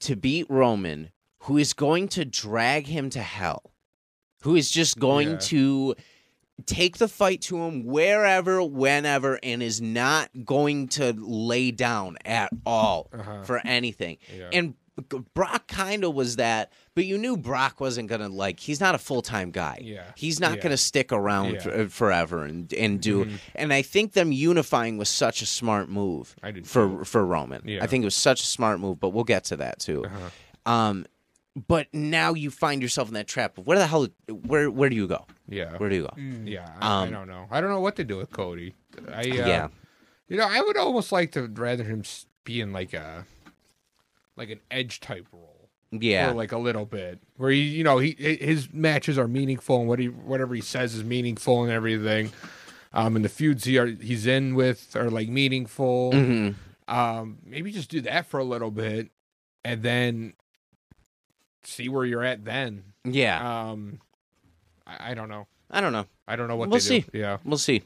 S1: to beat Roman who is going to drag him to hell. who is just going
S3: Yeah.
S1: to take the fight to him wherever, whenever, and is not going to lay down at all
S3: Uh-huh.
S1: for anything.
S3: Yeah.
S1: And G- Brock kind of was that, but you knew Brock wasn't gonna like. He's not a full time guy.
S3: Yeah.
S1: he's not
S3: Yeah.
S1: gonna stick around
S3: Yeah. Mm-hmm.
S1: for- uh, forever and and do. And I think them unifying was such a smart move
S3: I did
S1: for for Roman.
S3: Yeah. Uh-huh.
S1: I think it was such a smart move, but we'll get to that too. Um, but now you find yourself in that trap of where the hell, where where do you go?
S3: Yeah.
S1: Where do you go?
S3: Yeah, I, I
S1: Um,
S3: don't know. I don't know what to do with Cody. I uh,
S1: Yeah.
S3: you know, I would almost like to rather him s- be in like a like an edge type role,
S1: Yeah,
S3: or like a little bit where he, you know, he hi- his matches are meaningful and what he whatever he says is meaningful and everything. Um, and the feuds he are he's in with are like meaningful.
S1: Mhm.
S3: Um, maybe just do that for a little bit, and then see where you're at. Then,
S1: yeah.
S3: um, I, I don't know.
S1: I don't know.
S3: I don't know what
S1: We'll see.
S3: they do. Yeah.
S1: We'll see.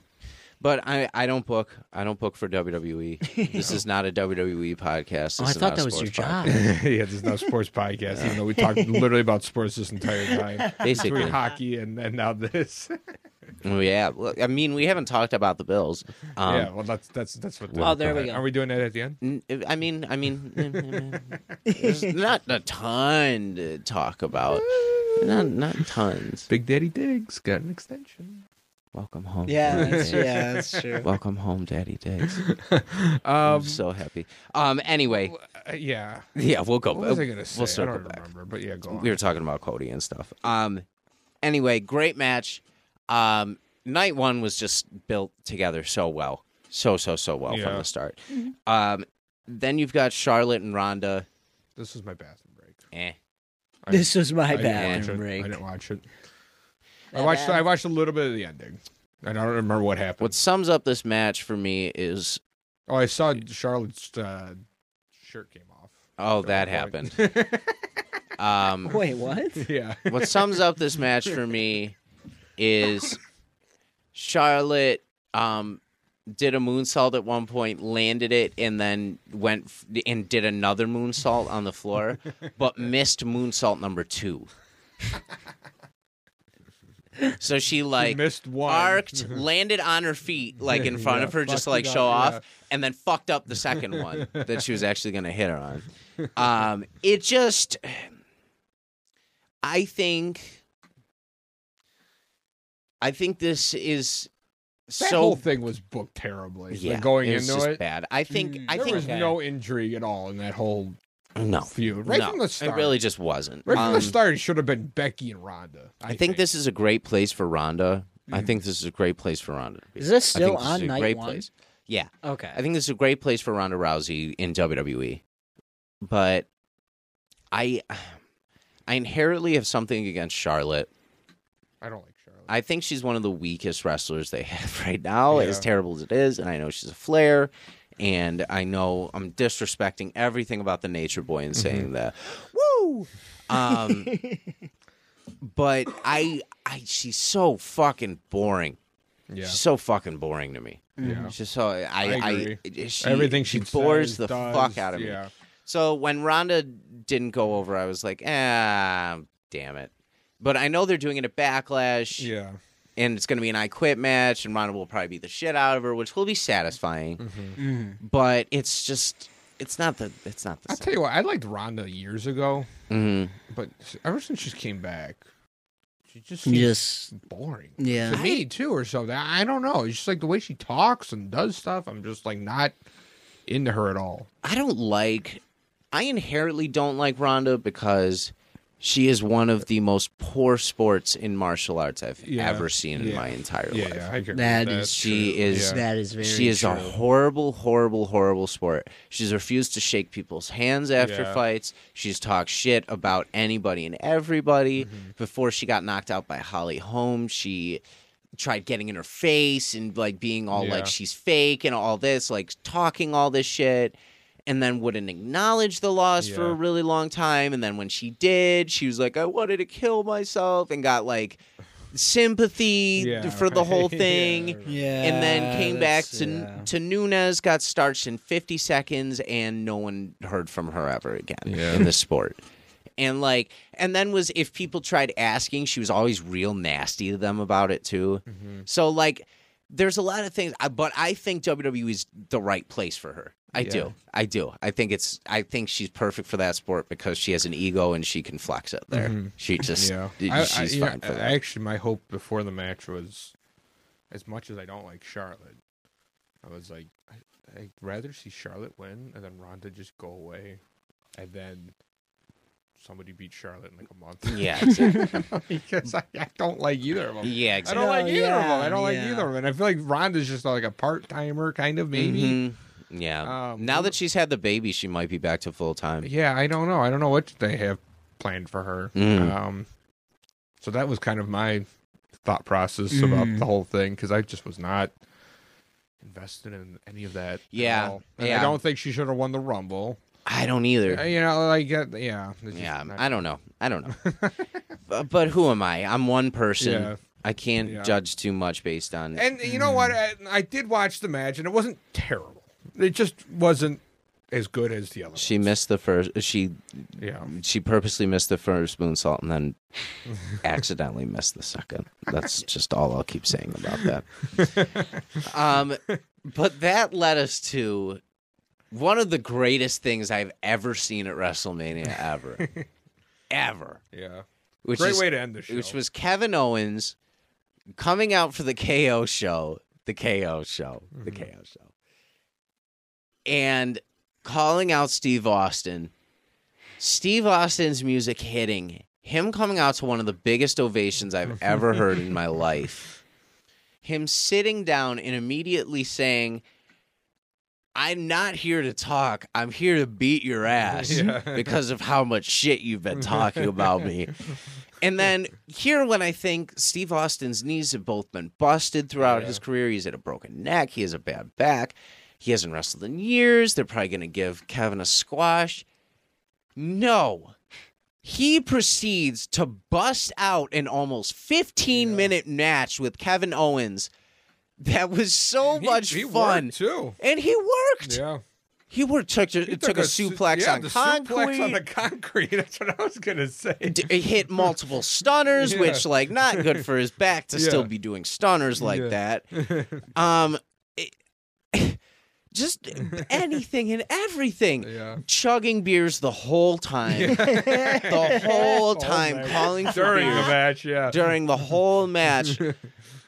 S1: But I, I don't book I don't book for
S2: [laughs]
S1: WWE. this is not a WWE podcast.
S2: Oh,
S1: This
S2: I
S1: is
S2: thought
S1: not a
S2: that was your
S1: sports
S3: [laughs]
S2: job.
S3: yeah, there's no sports podcast, even though
S1: [laughs]
S3: we talked literally about sports this entire time.
S1: podcast. Basically,
S3: Between hockey and, and now this. [laughs]
S1: yeah. Well, I mean, we haven't talked about the Bills. Um,
S3: yeah, well, that's that's that's what.
S2: Oh, there we go.
S3: Are we doing that at the end?
S1: N- I mean, [laughs] I mean, there's not a ton to talk about. Not not tons.
S3: Big Daddy Diggs got an extension.
S1: Welcome home.
S2: [laughs] Yeah,
S1: Daddy
S2: [laughs] that's,
S1: Diggs.
S2: yeah, that's true.
S1: Welcome home, Daddy
S2: [laughs]
S1: Diggs. I'm
S3: Um,
S1: so happy. Um. Anyway,
S3: uh, yeah.
S1: yeah, we'll go.
S3: What was I gonna say?
S1: Oh, We'll
S3: I
S1: circle
S3: don't
S1: back.
S3: remember, but yeah, go on.
S1: we were talking about Cody and stuff. Um, anyway, great match. Um, night one was just built together so well, so so so well from
S3: Yeah.
S1: the start. Um, then you've got Charlotte and Ronda.
S3: This was my bathroom break.
S1: Eh.
S3: I-
S2: This was my
S3: I didn't watch
S2: bathroom
S3: it.
S2: break.
S3: I didn't watch it. I watched. I watched a little bit of the ending. And I don't remember what happened.
S1: What sums up this match for me is
S3: Oh, I saw Charlotte's uh, shirt came off. [laughs]
S1: oh that
S3: At one
S1: happened.
S3: point.
S1: Um,
S2: Wait,
S1: [laughs]
S2: what?
S3: yeah.
S1: what sums up this match for me is Charlotte um did a moonsault at one point, landed it, and then went f- and did another moonsault on the floor, but missed moonsault number two. So she like
S3: missed one. [laughs]
S1: arced, landed on her feet like in front of
S3: Yeah,
S1: her, just to,
S3: fucked
S1: like
S3: it
S1: show
S3: up,
S1: off, and then fucked up the second
S3: [laughs]
S1: one that she was actually going to hit her on. Um, it just, I think, I think this is
S3: That
S1: so
S3: whole thing was booked terribly.
S1: yeah,
S3: like going
S1: it was
S3: into
S1: just
S3: it,
S1: bad. I think,
S2: Mm.
S1: I
S3: there
S1: think
S3: was no intrigue at all in that whole
S1: no,
S3: feud. Right
S1: no,
S3: from the start,
S1: it really just wasn't.
S3: right from the
S1: Um,
S3: start, it should have been Becky and Ronda. I, Mm-hmm.
S1: I think, this is a great place for Rhonda. I think this is a great place for Rhonda. to be.
S2: Is this
S1: I think
S2: still
S1: this is
S2: on
S1: a
S2: night
S1: great
S2: one?
S1: place. Yeah.
S2: Okay.
S1: I think this is a great place for Ronda Rousey in WWE, but I, I inherently have something against Charlotte.
S3: I don't like Charlotte.
S1: I think she's one of the weakest wrestlers they have [laughs] right now, as
S3: Yeah.
S1: terrible as it is. And I know she's a flair, and I know I'm disrespecting everything about the Nature Boy and saying that. Woo! Um, but I, I, she's so fucking boring.
S3: yeah,
S1: She's so fucking boring to me.
S3: yeah.
S1: She's so I,
S3: I
S1: I,
S3: agree.
S1: she,
S3: Everything she
S1: she bores
S3: says,
S1: the
S3: does,
S1: fuck out of me.
S3: yeah.
S1: So when Ronda didn't go over, I was like, ah, damn it. But I know they're doing it at Backlash,
S3: Yeah,
S1: and it's going to be an I Quit match, and Ronda will probably beat the shit out of her, which will be satisfying.
S2: Mhm.
S3: Mm-hmm.
S1: But it's just, it's not the, it's not the
S3: I'll
S1: same.
S3: tell you what. I liked Ronda years ago,
S1: Mhm.
S3: but ever since she came back, she just seems
S2: Just
S3: boring.
S2: yeah.
S3: to me too or something. I don't know. It's just like the way she talks and does stuff. I'm just like not into her at all.
S1: I don't like, I inherently don't like Ronda because she is one of the most poor sports in martial arts I've
S3: Yeah.
S1: ever seen in
S3: Yeah.
S1: my entire life.
S3: I agree.
S2: That is
S1: She is
S2: That is very.
S1: she is
S2: true.
S1: a horrible, horrible, horrible sport. She's refused to shake people's hands after
S3: Yeah.
S1: fights. She's talked shit about anybody and everybody.
S3: Mm-hmm.
S1: Before she got knocked out by Holly Holm, she tried getting in her face and like being all
S3: Yeah.
S1: like she's fake and all this, like talking all this shit. And then wouldn't acknowledge the loss for a
S3: Yeah.
S1: really long time. And then when she did, she was like, I wanted to kill myself and got like sympathy for the whole
S3: [laughs]
S1: thing
S2: Yeah.
S1: and then came back
S2: that's-
S1: to
S2: yeah.
S1: to Nunes, got starched in 50 seconds, and no one heard from her ever again
S3: Yeah.
S1: in the sport. and like and then was if people tried asking she was always real nasty to them about it too
S3: Mm-hmm.
S1: so like there's a lot of things I- but i think wwe is the right place for her i do i do i think it's i think she's perfect for that sport because she has an ego and she can flex it there she [laughs] just
S3: Mm-hmm. Yeah, I, I,
S1: she's
S3: you know,
S1: fine for that
S3: I actually, my hope before the match was, as much as I don't like Charlotte, I was like, I, I'd rather see Charlotte win and then Ronda just go away, and then somebody beat Charlotte in like a month. [laughs]
S1: yeah exactly.
S3: because I, I don't like either of them.
S1: yeah
S3: I
S1: exactly.
S3: don't like
S2: Oh,
S3: either of them. I
S2: yeah,
S3: don't like
S2: yeah.
S3: either of them. And I feel like Ronda's just like a part timer, kind of maybe.
S1: Mhm. Yeah.
S3: Um,
S1: now that she's had the baby, she might be back to full time.
S3: Yeah, I don't know. I don't know what they have planned for her.
S1: Mm.
S3: Um, so that was kind of my thought process about the whole thing because I just was not invested in any of that. at
S1: Yeah,
S3: all. And
S1: yeah.
S3: I don't think she should have won the Rumble.
S1: I don't either.
S3: Uh, You know, like uh, yeah, it's just
S1: yeah,
S3: not-
S1: I don't know. I don't
S3: [laughs]
S1: know. but, but who am I? I'm one person.
S3: Yeah.
S1: I can't
S3: Yeah.
S1: judge too much based on.
S3: And you know what? I,
S1: Mm.
S3: I did watch the match, and it wasn't terrible. It just wasn't as good as the other.
S1: she missed the first. She
S3: one. Yeah.
S1: she purposely missed the first moonsault and
S3: [laughs]
S1: then accidentally missed the second. That's just all I'll keep saying about
S3: [laughs]
S1: that. Um, but that led us to one of the greatest things I've ever seen at WrestleMania ever,
S3: [laughs]
S1: ever.
S3: Yeah.
S1: Which
S3: Great
S1: is-
S3: way to end the show.
S1: which was Kevin Owens coming out for the KO show, the KO show, the
S3: Mm-hmm.
S1: KO show, and calling out Steve Austin. Steve Austin's music hitting, him coming out to one of the biggest ovations I've
S3: [laughs]
S1: ever heard in my life. Him sitting down and immediately saying, I'm not here to talk. I'm here to beat your ass
S3: [laughs] Yeah.
S1: because of how much shit you've been talking about me. And then here, when I think Steve Austin's knees have both been busted throughout his career, he's had a broken neck, he has a bad back, he hasn't wrestled in years. They're probably going to give Kevin a squash. No. He proceeds to bust out an almost 15 minute match with Kevin Owens that was so
S3: He-
S1: [laughs] much
S3: he worked,
S1: fun.
S3: too.
S1: And he worked.
S3: Yeah.
S1: He worked. Took,
S3: He
S1: took, a,
S3: su-
S1: suplex
S3: yeah,
S1: on
S3: the
S1: concrete.
S3: suplex on the concrete. [laughs] That's what I was gonna say.
S1: d- it hit multiple stunners,
S3: [laughs] Yeah.
S1: which like not good for his back to
S3: [laughs] Yeah.
S1: still be doing stunners like
S3: Yeah.
S1: [laughs] that. Um, it- [laughs] just anything and everything.
S3: [laughs] Yeah.
S1: Chugging beers the whole time, [laughs] the whole time, calling for
S3: Oh, during the
S1: beer
S3: match. Yeah.
S1: during the whole
S3: [laughs]
S1: match.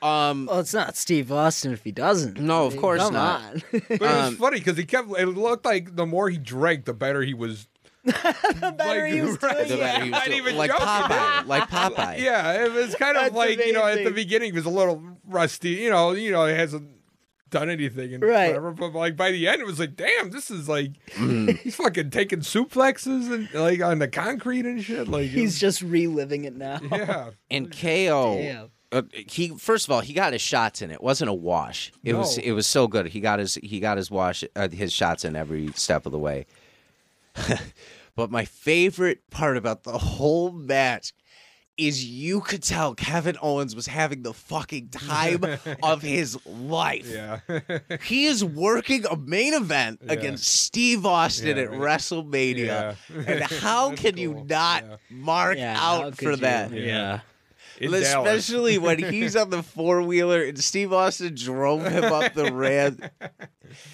S1: Um,
S2: Well, it's not Steve Austin if he doesn't.
S1: No, of course
S2: come
S1: not.
S2: on. [laughs]
S3: But it
S1: Um,
S3: was funny because he kept. It looked like the more he drank, the better he
S2: [laughs]
S3: was. the
S2: better he
S3: [laughs]
S2: was doing
S1: the
S2: Yeah,
S1: he was
S3: not
S1: doing-
S3: even
S1: like
S3: joking.
S1: Popeye, like Popeye.
S3: [laughs] Yeah, it was kind of
S2: That's
S3: like you know at the
S2: amazing.
S3: beginning he was a little rusty. You know, you know he hasn't done anything and
S2: Right.
S3: whatever. But like by the end, it was like, damn, this is like
S1: Mm.
S3: [laughs] he's fucking taking suplexes and like on the concrete and shit. Like it
S2: He's just reliving it
S1: [laughs]
S2: now.
S3: was- yeah.
S1: And KO.
S2: Damn.
S1: uh, he first of all he got his shots in it wasn't a wash it was
S3: No.
S1: it was so good he got his he got his wash uh, his shots in every step of the way [laughs] but my favorite part about the whole match is you could tell Kevin Owens was having the fucking
S3: [laughs]
S1: time of his life.
S3: Yeah. [laughs]
S1: He is working a main event against Steve Austin
S3: Yeah,
S1: at
S3: right.
S1: WrestleMania.
S3: Yeah. [laughs]
S1: And how
S3: That's
S1: can you
S3: cool.
S1: not
S3: Yeah.
S1: mark
S2: Yeah, how
S1: out
S2: could
S1: for
S2: you?
S1: that?
S3: Yeah. In Dallas.
S1: especially when he's on the four wheeler and Steve Austin drove him up
S3: [laughs]
S1: the ramp.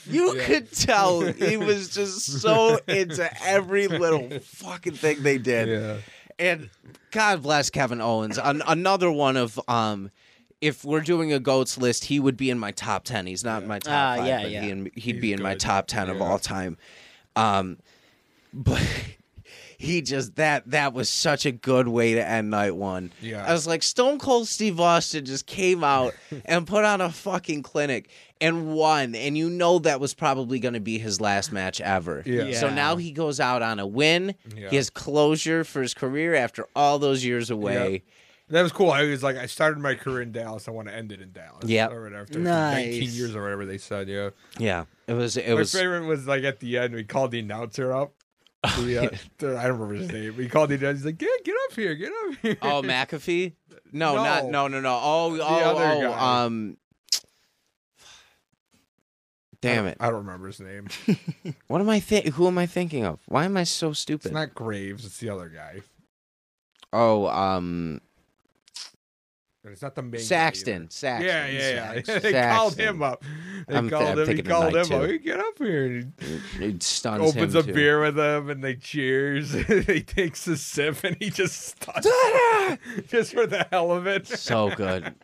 S1: You could tell he was just so into every little fucking thing they did.
S3: Yeah.
S1: And God bless Kevin Owens. An- another one of um if we're doing a goats list, he would be in my top 10. He's not in my top
S2: Ah,
S1: 5,
S2: yeah,
S1: but
S2: yeah.
S1: He would be in my
S3: good.
S1: top 10 of
S3: Yeah.
S1: all time. Um but [laughs] he just that that was such a good way to end night one.
S3: Yeah.
S1: I was like Stone Cold Steve Austin just came
S3: [laughs]
S1: out and put on a fucking clinic and won, and you know that was probably going to be his last match ever.
S3: Yeah.
S1: So
S2: Yeah.
S1: now Oh, he goes out on a win.
S3: Yeah.
S1: He has closure for his career after all those years away.
S3: That was cool. I was like, I started my career in Dallas. I want to end it in Dallas.
S1: Yep.
S3: Or after
S2: Nice.
S3: 19 years or whatever they said. Yeah.
S1: Yeah, it was it
S3: my
S1: was
S3: favorite was like at the end, we called the announcer up. The,
S1: [laughs]
S3: uh, the- I don't remember his name. We called the announcer. He's like, get, get up here. Get up here. [laughs]
S1: oh McAfee. No,
S3: No.
S1: not no no no. Oh oh
S3: other
S1: oh
S3: guy.
S1: um. Damn it.
S3: I don't remember his name.
S1: What am I think? Who am I thinking of? Why am I so
S3: It's
S1: stupid?
S3: not Graves. It's the other guy.
S1: oh, um,
S3: And it's not the main.
S1: Saxton.
S3: Guy
S1: Saxton.
S3: either. yeah, yeah, yeah.
S1: Saxton.
S3: [laughs] they called him up. They
S1: I'm th-
S3: called
S1: I'm
S3: him. He
S1: thinking of
S3: called
S1: Knight,
S3: him up.
S1: too.
S3: He get up here. And he
S1: It, it stuns
S3: opens
S1: him
S3: a
S1: too.
S3: beer with him, and they cheers. [laughs] he takes a sip, and he just stuns. [laughs] just for the hell of it.
S1: So good.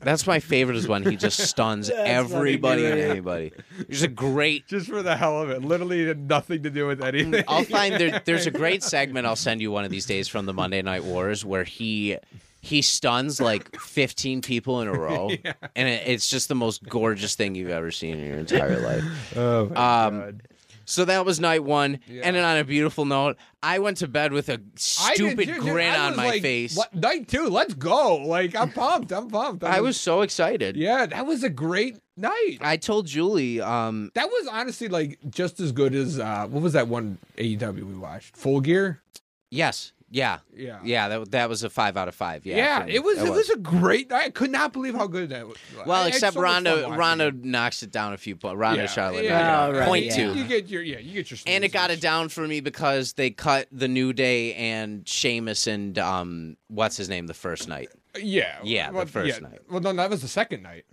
S1: That's my favorite is when he just
S3: [laughs]
S1: stuns everybody and anybody. There's a great
S3: just for the hell of it. Literally had nothing to do with
S1: [laughs]
S3: anything. [laughs]
S1: I'll find there, there's a great segment I'll send you one of these days from the Monday Night Wars where he he stuns like 15 people in a
S3: [laughs]
S1: row, and it, it's just the most gorgeous thing you've ever seen in your entire life.
S3: Oh,
S1: Um, so that was night one, and then on a beautiful note, I went to bed with a
S3: I did
S1: stupid
S3: too, dude.
S1: grin
S3: I
S1: on
S3: was
S1: my
S3: like,
S1: face.
S3: "What- night two, let's go. Like I'm pumped. I'm pumped. I'm-
S1: I was so excited.
S3: Yeah, that was a great night.
S1: I told Julie, um,
S3: That was honestly like just as good as uh what was that one AEW we watched? Full Gear.
S1: yes, yeah,
S3: Yeah.
S1: yeah, that that was a five out of five. Yeah,
S3: Yeah,
S1: for me.
S3: it was it was a great. night. I could not believe how good that was.
S1: Well,
S3: I had
S1: except
S3: so much fun
S1: Ronda,
S3: watching
S1: Ronda
S3: it.
S1: knocks it down a few points. Ronda Charlotte,
S2: yeah.
S1: knocked it
S2: Oh,
S1: down.
S2: right,
S1: point
S2: yeah.
S1: two,
S3: You get your yeah, you get your.
S1: and it got it
S3: sneezes.
S1: down for me because they cut the New Day and Sheamus and um, what's his name the first night.
S3: Yeah,
S1: Yeah, the
S3: well,
S1: first night.
S3: Well, no, that was the second night.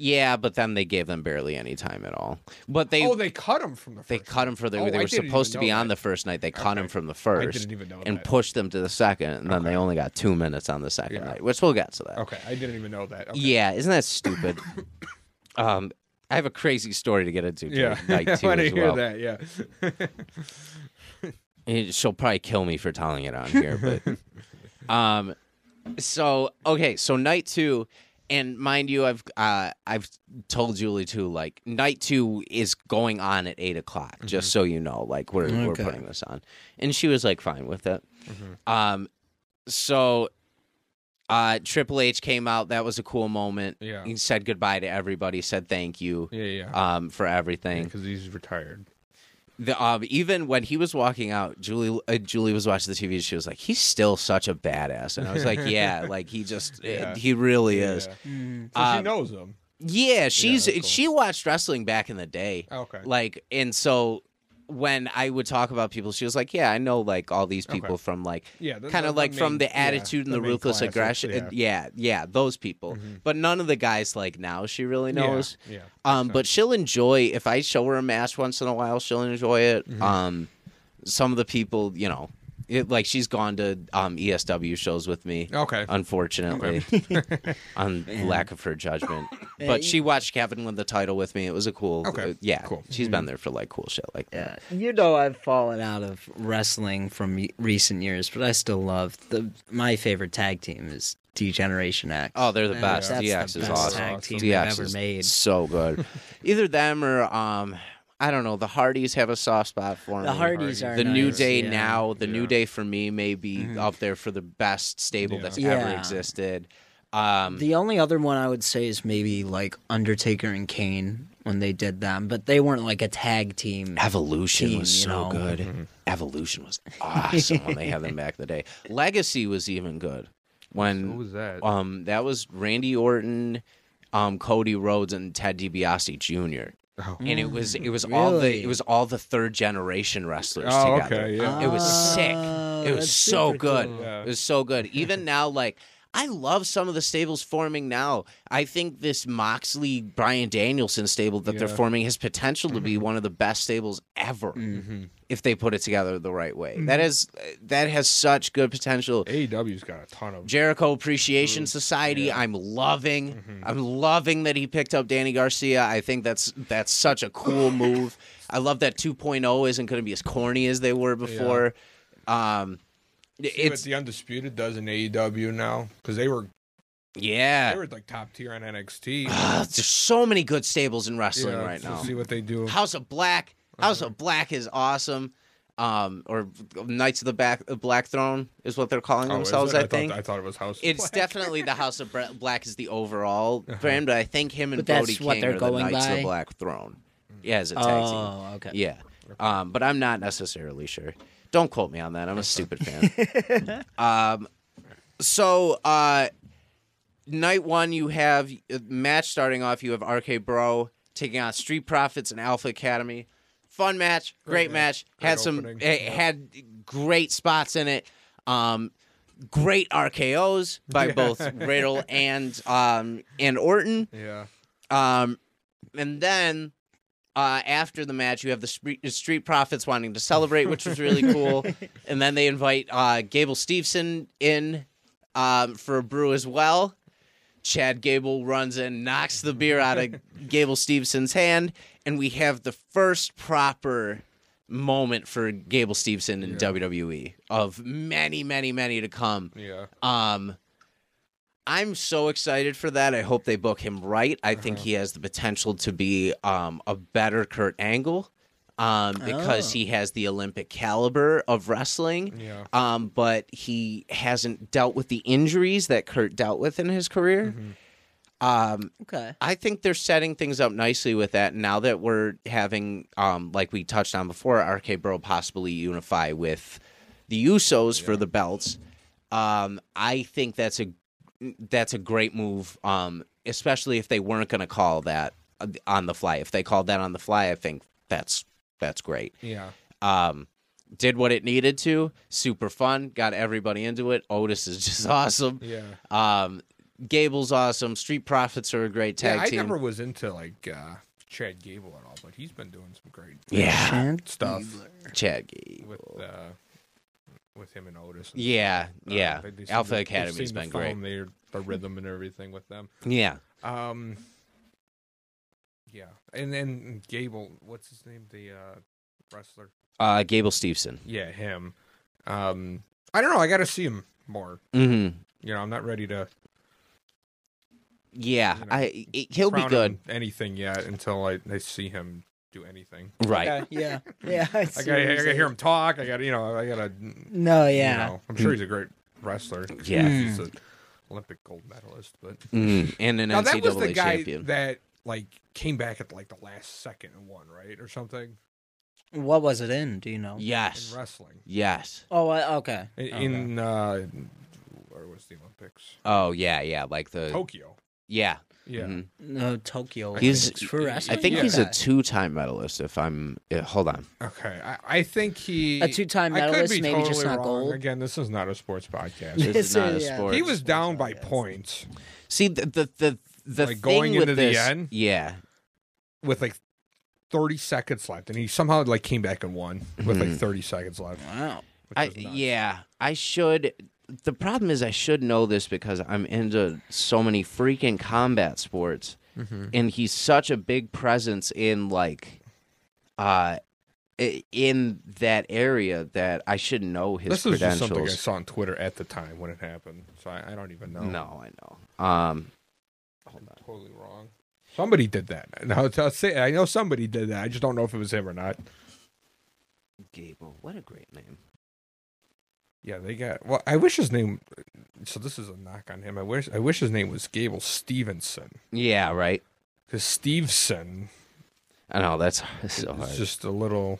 S1: Yeah, but then they gave them barely any time at all. But they
S3: oh, they cut him from the. First
S1: they cut them for the.
S3: Oh,
S1: they
S3: I
S1: were
S3: didn't even
S1: supposed to be
S3: know
S1: on
S3: that.
S1: the first night. They cut them from the first.
S3: even know
S1: and
S3: that.
S1: pushed them to the second, and then they only got two minutes on the second night, which we'll get to that.
S3: Okay, I didn't even know that. Okay.
S1: Yeah, isn't that
S3: [coughs]
S1: stupid? um, I have a crazy story to get into. during
S3: Yeah, [laughs]
S1: night
S3: I
S1: two
S3: want to
S1: as
S3: hear
S1: well. [laughs]
S3: that. Yeah,
S1: It- she'll probably kill me for telling it on here,
S3: [laughs]
S1: but um, so okay, so night two, and mind you, I've uh, I've told Julie too, like night two is going on at eight o'clock, just
S3: Mm-hmm.
S1: so you know, like we're we're
S2: Okay.
S1: putting this on, and she was like fine with it.
S3: Mm-hmm.
S1: Um, so. Uh, Triple H came out. That was a cool moment.
S3: Yeah.
S1: He said goodbye to everybody. Said thank you.
S3: yeah, yeah.
S1: Um, for everything
S3: Because he's retired.
S1: the um even when he was walking out, Julie uh, Julie was watching the TV. and She was like, "He's still such a badass," and I was like,
S3: [laughs]
S1: "Yeah, like he just
S3: Yeah.
S1: he really is."
S3: Yeah.
S2: Mm.
S3: So she
S1: Um,
S3: knows him.
S1: Yeah, she's
S3: that's cool. Oh,
S1: she watched wrestling back in the day,
S3: Okay.
S1: like and so when I would talk about people, she was like, "Yeah, I know like all these people
S3: Okay.
S1: from like
S3: Yeah, the-
S1: kind
S3: the-
S1: of
S3: the
S1: like from
S3: main-
S1: the
S3: yeah,
S1: attitude and
S3: the
S1: the,
S3: main
S1: ruthless
S3: classics,
S1: aggression, yeah. yeah, those people, but none of the guys like now she really
S3: Mm-hmm. Yeah,
S1: knows."
S3: Yeah.
S1: Um, but she'll enjoy if I show her a match once in a while. She'll enjoy it.
S3: Mm-hmm.
S1: Um, some of the people, you know, it, like she's gone to um, ESW shows with me.
S3: Okay.
S1: Unfortunately, [laughs]
S3: [laughs]
S1: on lack of her judgment,
S2: Yeah,
S1: but
S2: you-
S1: she watched Kevin win the title with me. It was a cool.
S3: Okay,
S1: uh, yeah,
S3: cool.
S1: She's been there for like cool shit like that.
S2: Yeah. You know I've fallen out of wrestling from y- recent years, but I still love the my favorite tag team is D Generation X.
S1: Oh, they're the
S2: That-
S1: best.
S2: That's
S1: DX
S2: the
S1: is
S2: best
S1: awesome.
S2: tag team
S1: DX
S2: I've ever
S1: is
S2: made.
S1: so
S2: [laughs]
S1: good. Either them or um, I don't know. The Hardys have a soft spot for
S2: The
S1: me.
S2: Hardys are
S1: the new
S2: nice,
S1: day
S2: yeah. Mm-hmm.
S1: now the new
S3: Yeah.
S1: day for me may be up there for the best stable
S3: Yeah.
S1: that's ever
S2: Yeah.
S1: existed um
S2: The only other one I would say is maybe like Undertaker and Kane when they did them, but they weren't like a tag team.
S1: evolution
S2: Team,
S1: was
S2: you
S1: so
S2: know.
S1: good evolution was awesome when they had them back in the day legacy was even good when
S3: that?
S1: um that was randy orton um cody rhodes and ted DiBiase jr
S3: Oh.
S1: and it was it was all the
S2: Really?
S1: it was all the third generation wrestlers
S3: Oh,
S1: together
S3: okay, yeah. Oh,
S1: it was sick
S2: Ah,
S1: It
S2: that's
S1: was so
S2: super
S1: good.
S2: cool.
S3: Yeah.
S1: It was so
S3: [laughs]
S1: good. Even now, like I love some of the stables forming now. I think this Moxley Brian Danielson stable that they're
S3: Yeah. Mm-hmm.
S1: forming has potential to be one of the best stables ever
S3: Mhm.
S1: if they put it together the right way.
S3: Mm-hmm.
S1: That is that has such good potential.
S3: AEW's got a ton of.
S1: Jericho Appreciation Society. I'm loving.
S3: Mm-hmm.
S1: I'm loving that he picked up Danny Garcia. I think that's that's such a
S3: [laughs]
S1: cool move. I love that 2.0 isn't going to be as corny as they were before. Um,
S3: See what
S1: it's
S3: the undisputed does in AEW now because they were
S1: yeah.
S3: they were like top tier
S1: [sighs]
S3: on NXT
S1: Ah, there's so many good stables in wrestling
S3: Yeah,
S1: right
S3: so
S1: now.
S3: See what Uh-huh. they do.
S1: House of Black. House of Black is awesome. Um, or Knights of the Back Black Throne is what they're calling
S3: Oh, is
S1: themselves.
S3: it?
S1: I,
S3: thought-
S1: think
S3: I thought it was House. of
S1: it's
S3: Black.
S1: definitely the House of Bre- Black is the overall brand, but I think him and
S2: But that's
S1: Brody
S2: what
S1: King
S2: they're
S1: are
S2: going
S1: the Knights of
S2: by?
S1: the Black Throne. Yeah, as a tag team.
S2: Oh, okay.
S1: Yeah, um, but I'm not necessarily sure. Don't quote me on that. I'm a stupid fan. um, so uh, night one, you have uh, match starting off. You have RK Bro taking on Street Profits and Alpha Academy. Fun match, great,
S3: Great
S1: match.
S3: match.
S1: Had
S3: Great
S1: some
S3: opening.
S1: eh, had great spots in it. Um, great RKO's
S3: [laughs]
S1: by both Riddle and um, and Orton.
S3: Yeah.
S1: Um, and then uh, after the match, you have the street, street profits wanting to celebrate, which was really cool. and then they invite uh, Gable Steveson in um, for a brew as well. Chad Gable runs in, knocks the beer out of Gable Stevenson's hand, and we have the first proper moment for Gable Stevenson in WWE of many, many, many to come.
S3: Yeah.
S1: Um, I'm so excited for that. I hope they book him right. I think he has the potential to be um, a better Kurt Angle um, because
S2: Oh.
S1: he has the Olympic caliber of wrestling.
S3: Yeah.
S1: Um, but he hasn't dealt with the injuries that Kurt dealt with in his career. Um, [sighs]
S2: Okay.
S1: I think they're setting things up nicely with that. Now that we're having, um, like we touched on before, RK Bro possibly unify with the Usos for the belts. Um, I think that's a that's a great move. Um, especially if they weren't going to call that uh, on the fly. If they called that on the fly, I think that's that's great
S3: Yeah.
S1: um, did what it needed to. Super fun. Got everybody into it. Otis is [laughs] just awesome.
S3: Yeah.
S1: Um, Gable's awesome. Street Profits are a great tag
S3: yeah, I
S1: team.
S3: never was into like uh, Chad Gable at all, but he's been doing some great
S1: yeah,
S3: stuff
S1: Chad Gable.
S3: with uh, with him and Otis. and
S1: Yeah,
S3: stuff.
S1: yeah.
S3: They- they seem to-
S1: Alpha
S3: they
S1: Academy's
S3: seem to
S1: been great.
S3: find Their, the rhythm and everything with them.
S1: Yeah,
S3: Um, yeah, and then Gable, what's his name? The uh, wrestler.
S1: uh, Gable Steveson.
S3: Yeah, him. Um, I don't know. I got to see him more.
S1: Mm-hmm.
S3: You know, I'm not ready to
S1: Yeah,
S3: You know,
S1: I it- he'll be
S3: crown
S1: good.
S3: him anything yet until I, I see him do anything.
S1: Right.
S2: Okay, yeah. Yeah.
S3: [laughs]
S2: I,
S3: I
S2: see
S3: got I
S2: what you're
S3: gotta hear
S2: saying.
S3: him talk. I got to you know I got to
S2: No, yeah. Hmm.
S3: You know, I'm sure he's a great wrestler.
S1: Yeah.
S3: he's an Olympic gold medalist, but
S1: Mhm. And an
S3: now that
S1: NCAA
S3: was the guy
S1: champion.
S3: that like came back at like the last second and won, right, or something
S2: What was it in? Do you know?
S1: yes.
S3: in wrestling
S1: Yes.
S2: Oh, I, okay.
S3: in,
S2: Okay.
S3: in uh, where was the Olympics?
S1: Oh yeah, yeah. Like the
S3: Tokyo.
S1: yeah.
S3: Yeah,
S1: Mhm.
S2: No, Tokyo.
S1: He's-
S2: Olympics for
S1: I
S2: wrestling.
S1: think
S3: Yeah.
S1: he's a two-time medalist. If I'm uh, hold
S3: [laughs]
S1: on.
S3: okay. I, I think he
S2: a two-time
S3: I could
S2: medalist,
S3: be
S2: maybe just
S3: totally
S2: not
S3: wrong.
S2: gold.
S3: Again, this is not
S1: [laughs]
S3: a sports podcast.
S1: This is
S2: Yeah.
S1: not a sport.
S3: he was down by points
S1: See the the the, the
S3: Like,
S1: thing
S3: going
S1: with
S3: into the
S1: this,
S3: end?
S1: Yeah,
S3: with like. 30 seconds left and he somehow like came back and won with like
S1: Mhm.
S3: 30 seconds left
S2: Wow.
S3: which
S1: I
S3: was nuts.
S1: yeah I should. The problem is I should know this because I'm into so many freaking combat sports, and he's such a big presence in like, uh, i- in that area that I should know his
S3: this was just
S1: credentials.
S3: something I saw on Twitter at the time when it happened, so I, I don't even know.
S1: No, I know. Um,
S3: I'm totally wrong. Somebody did that. No, I'll say I know somebody did that. I just don't know if it was him or not.
S1: Gable, what a great name.
S3: Yeah, they got. Well, I wish his name. So this is a knock on him. I wish I wish his name was Gable Stevenson
S1: Yeah, right.
S3: because Stevenson
S1: I know that's [laughs] so hard.
S3: is just a little,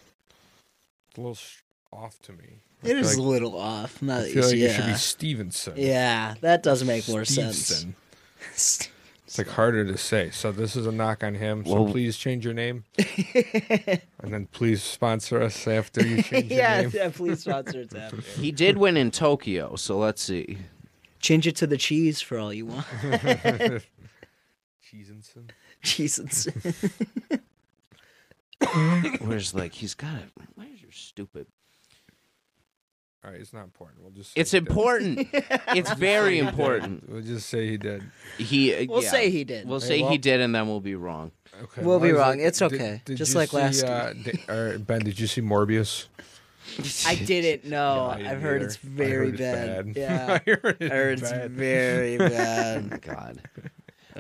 S3: a little sh- off to me.
S2: It
S3: feel
S2: is
S3: like-
S2: a little off. Not
S3: I feel like it should
S2: Uh, yeah.
S3: be Stevenson.
S2: yeah, that does make more sense.
S3: Stevenson. It's like harder to say. So this is a knock on him. So
S1: Well-
S3: please change your
S2: [laughs]
S3: name. and then please sponsor us after
S2: [laughs]
S3: you change your
S2: [laughs] yeah,
S3: name.
S2: yeah, please sponsor it. Sam.
S3: [laughs]
S1: He did win in Tokyo, so let's see.
S2: Change it to the cheese for all
S3: [laughs]
S2: you want. [laughs]
S3: Cheesinson.
S2: Jesus.
S1: Where's like he's got it. Where's your stupid?
S3: All right, it's not important. We'll just say
S1: It's
S3: he did. [laughs]
S1: important. it's very important.
S3: We'll just say he did.
S1: He. uh,
S2: We'll
S1: yeah.
S2: say he did.
S1: We'll
S3: Hey,
S1: say
S3: well-
S1: he did, and then we'll be [laughs] wrong.
S3: Okay.
S2: We'll
S3: why
S2: be
S3: is
S2: wrong.
S3: it-
S2: It's
S3: did-
S2: okay.
S3: did
S2: Just
S3: you
S2: like
S3: see,
S2: last
S3: uh, di- or, Ben, did you see Morbius?
S1: [laughs]
S2: I
S3: [laughs]
S2: didn't know.
S3: No, I didn't
S2: Oh, I've heard
S3: either.
S2: it's
S3: I heard
S2: very
S3: it's
S2: bad.
S3: bad.
S2: Yeah.
S3: [laughs] I heard
S2: I
S3: it's
S2: heard it's
S3: bad. Um, [laughs]
S2: very
S1: Oh,
S2: bad.
S1: God.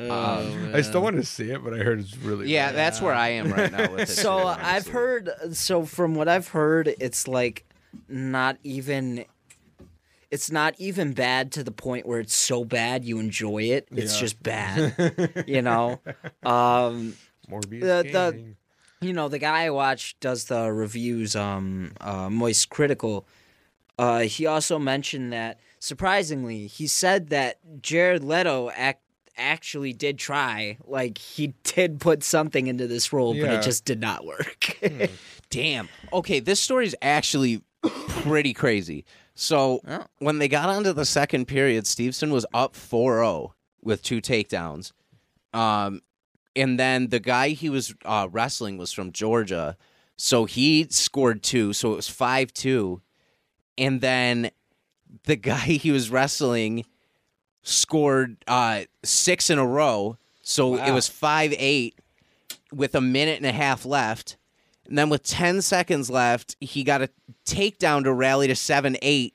S2: Oh,
S3: I still
S2: man.
S3: want to see it, but I heard it's really
S1: Yeah,
S3: bad.
S1: that's where I am right now [laughs] with it.
S2: So
S1: too,
S2: I've
S1: honestly.
S2: heard. So from what I've heard, it's like not even. It's not even bad to the point where it's so bad you enjoy it. It's
S3: Yeah.
S2: just bad,
S3: [laughs]
S2: you know. Um,
S3: Morbius.
S2: The- the-
S3: gang.
S2: you know the guy I watch does the reviews. Um, uh, Moist Critical. Uh, he also mentioned that surprisingly, he said that Jared Leto act, actually did try. Like he [laughs] did put something into this role, but
S3: Yeah.
S2: it just did not work. [laughs]
S1: Damn. Okay, this story's actually pretty crazy. So when they got onto the second period, Stevenson was up 4-0 with two takedowns. Um, and then the guy he was uh, wrestling was from Georgia. So he scored two, so it was 5-2. And then the [laughs] guy he was wrestling scored uh, six in a row. So it was 5-8 with a minute and a half left. And then with 10 seconds left, he got a takedown to rally to 7 8.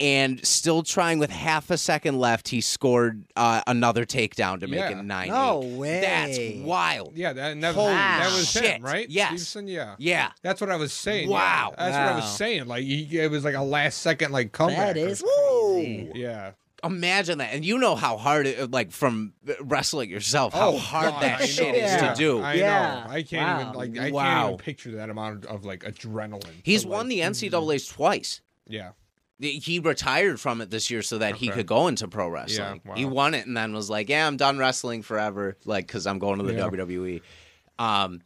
S1: And still trying with half a second left, he scored uh, another takedown to make
S3: Yeah.
S1: it 9
S2: No
S1: 8.
S2: way.
S1: That's wild.
S3: Yeah, that, and that,
S1: Holy
S3: that was
S1: shit.
S3: him, right?
S1: Yes.
S3: Stevenson, yeah.
S1: Yeah.
S3: That's what I was saying.
S1: Wow.
S3: Yeah. That's what I
S2: Wow.
S3: was saying. Like he, it was like a last second like comeback.
S2: that is crazy.
S3: Yeah.
S1: Imagine that. And you know how hard, it, like from uh, wrestling yourself, how
S3: Oh,
S1: hard
S3: God,
S1: that
S3: I
S1: shit
S2: know.
S1: is
S2: Yeah.
S1: to do.
S3: I
S2: Yeah.
S3: know. I can't
S2: Wow.
S3: even like I
S1: Wow.
S3: can't even picture that amount of like adrenaline.
S1: He's
S3: to,
S1: won
S3: like- mm-hmm.
S1: the NCAA's twice.
S3: Yeah.
S1: He retired from it this year so that he
S3: Okay.
S1: could go into pro wrestling.
S3: Yeah,
S1: He
S3: wow.
S1: won it and then was like, "Yeah, I'm done wrestling forever, like because I'm going to the
S3: Yeah.
S1: WWE." Um,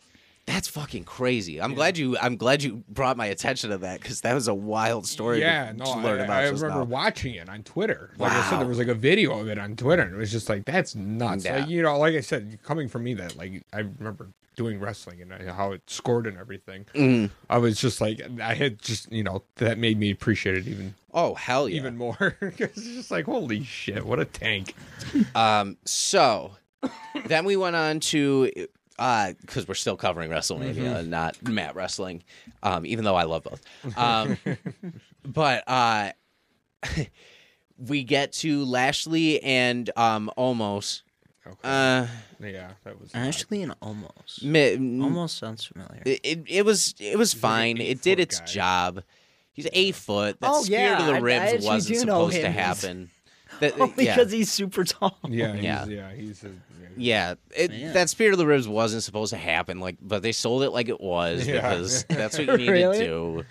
S1: that's fucking crazy. I'm glad you. I'm glad you brought my attention to that because that was a wild story.
S3: Yeah,
S1: to,
S3: no,
S1: to
S3: I,
S1: learn about
S3: I
S1: just
S3: remember
S1: now.
S3: watching it on Twitter. Like I
S1: Wow.
S3: said, there was like a video of it on Twitter, and it was just like that's nuts.
S1: Yeah.
S3: Like you know, like I said, coming from me, that like I remember doing wrestling and uh, how it scored and everything.
S1: Mm.
S3: I was just like, I had just you know that made me appreciate it even
S1: Oh hell yeah!
S3: even more [laughs] because it's just like holy shit, what a tank.
S1: Um,
S2: [laughs]
S1: so then we went on to because we're still covering WrestleMania
S2: Mm-hmm.
S1: and not Matt wrestling, um, even though I love
S2: [laughs]
S1: both. Um, but uh, [laughs] we get to Lashley and um, almost
S3: Okay.
S1: uh,
S3: yeah, that was
S2: Actually, an almost.
S1: mi-
S2: Almost sounds [laughs] familiar.
S1: It, it it was it was
S3: like an
S1: fine. It
S3: eight-foot
S1: did its
S3: guy.
S1: job. He's eight foot. That
S2: Oh,
S1: spear to
S2: yeah, I-
S1: the
S2: I
S1: ribs
S2: actually
S1: wasn't
S2: do know
S1: supposed to
S2: him. He's- [laughs]
S1: happen. That- yeah.
S2: because he's super tall.
S3: yeah, he's,
S1: Yeah.
S3: yeah, He's a,
S1: Yeah, it,
S2: Man.
S1: that Spirit of the Ribs wasn't supposed to happen, like, but they sold it like it was
S3: Yeah.
S1: because that's what you need
S2: Really?
S1: to do.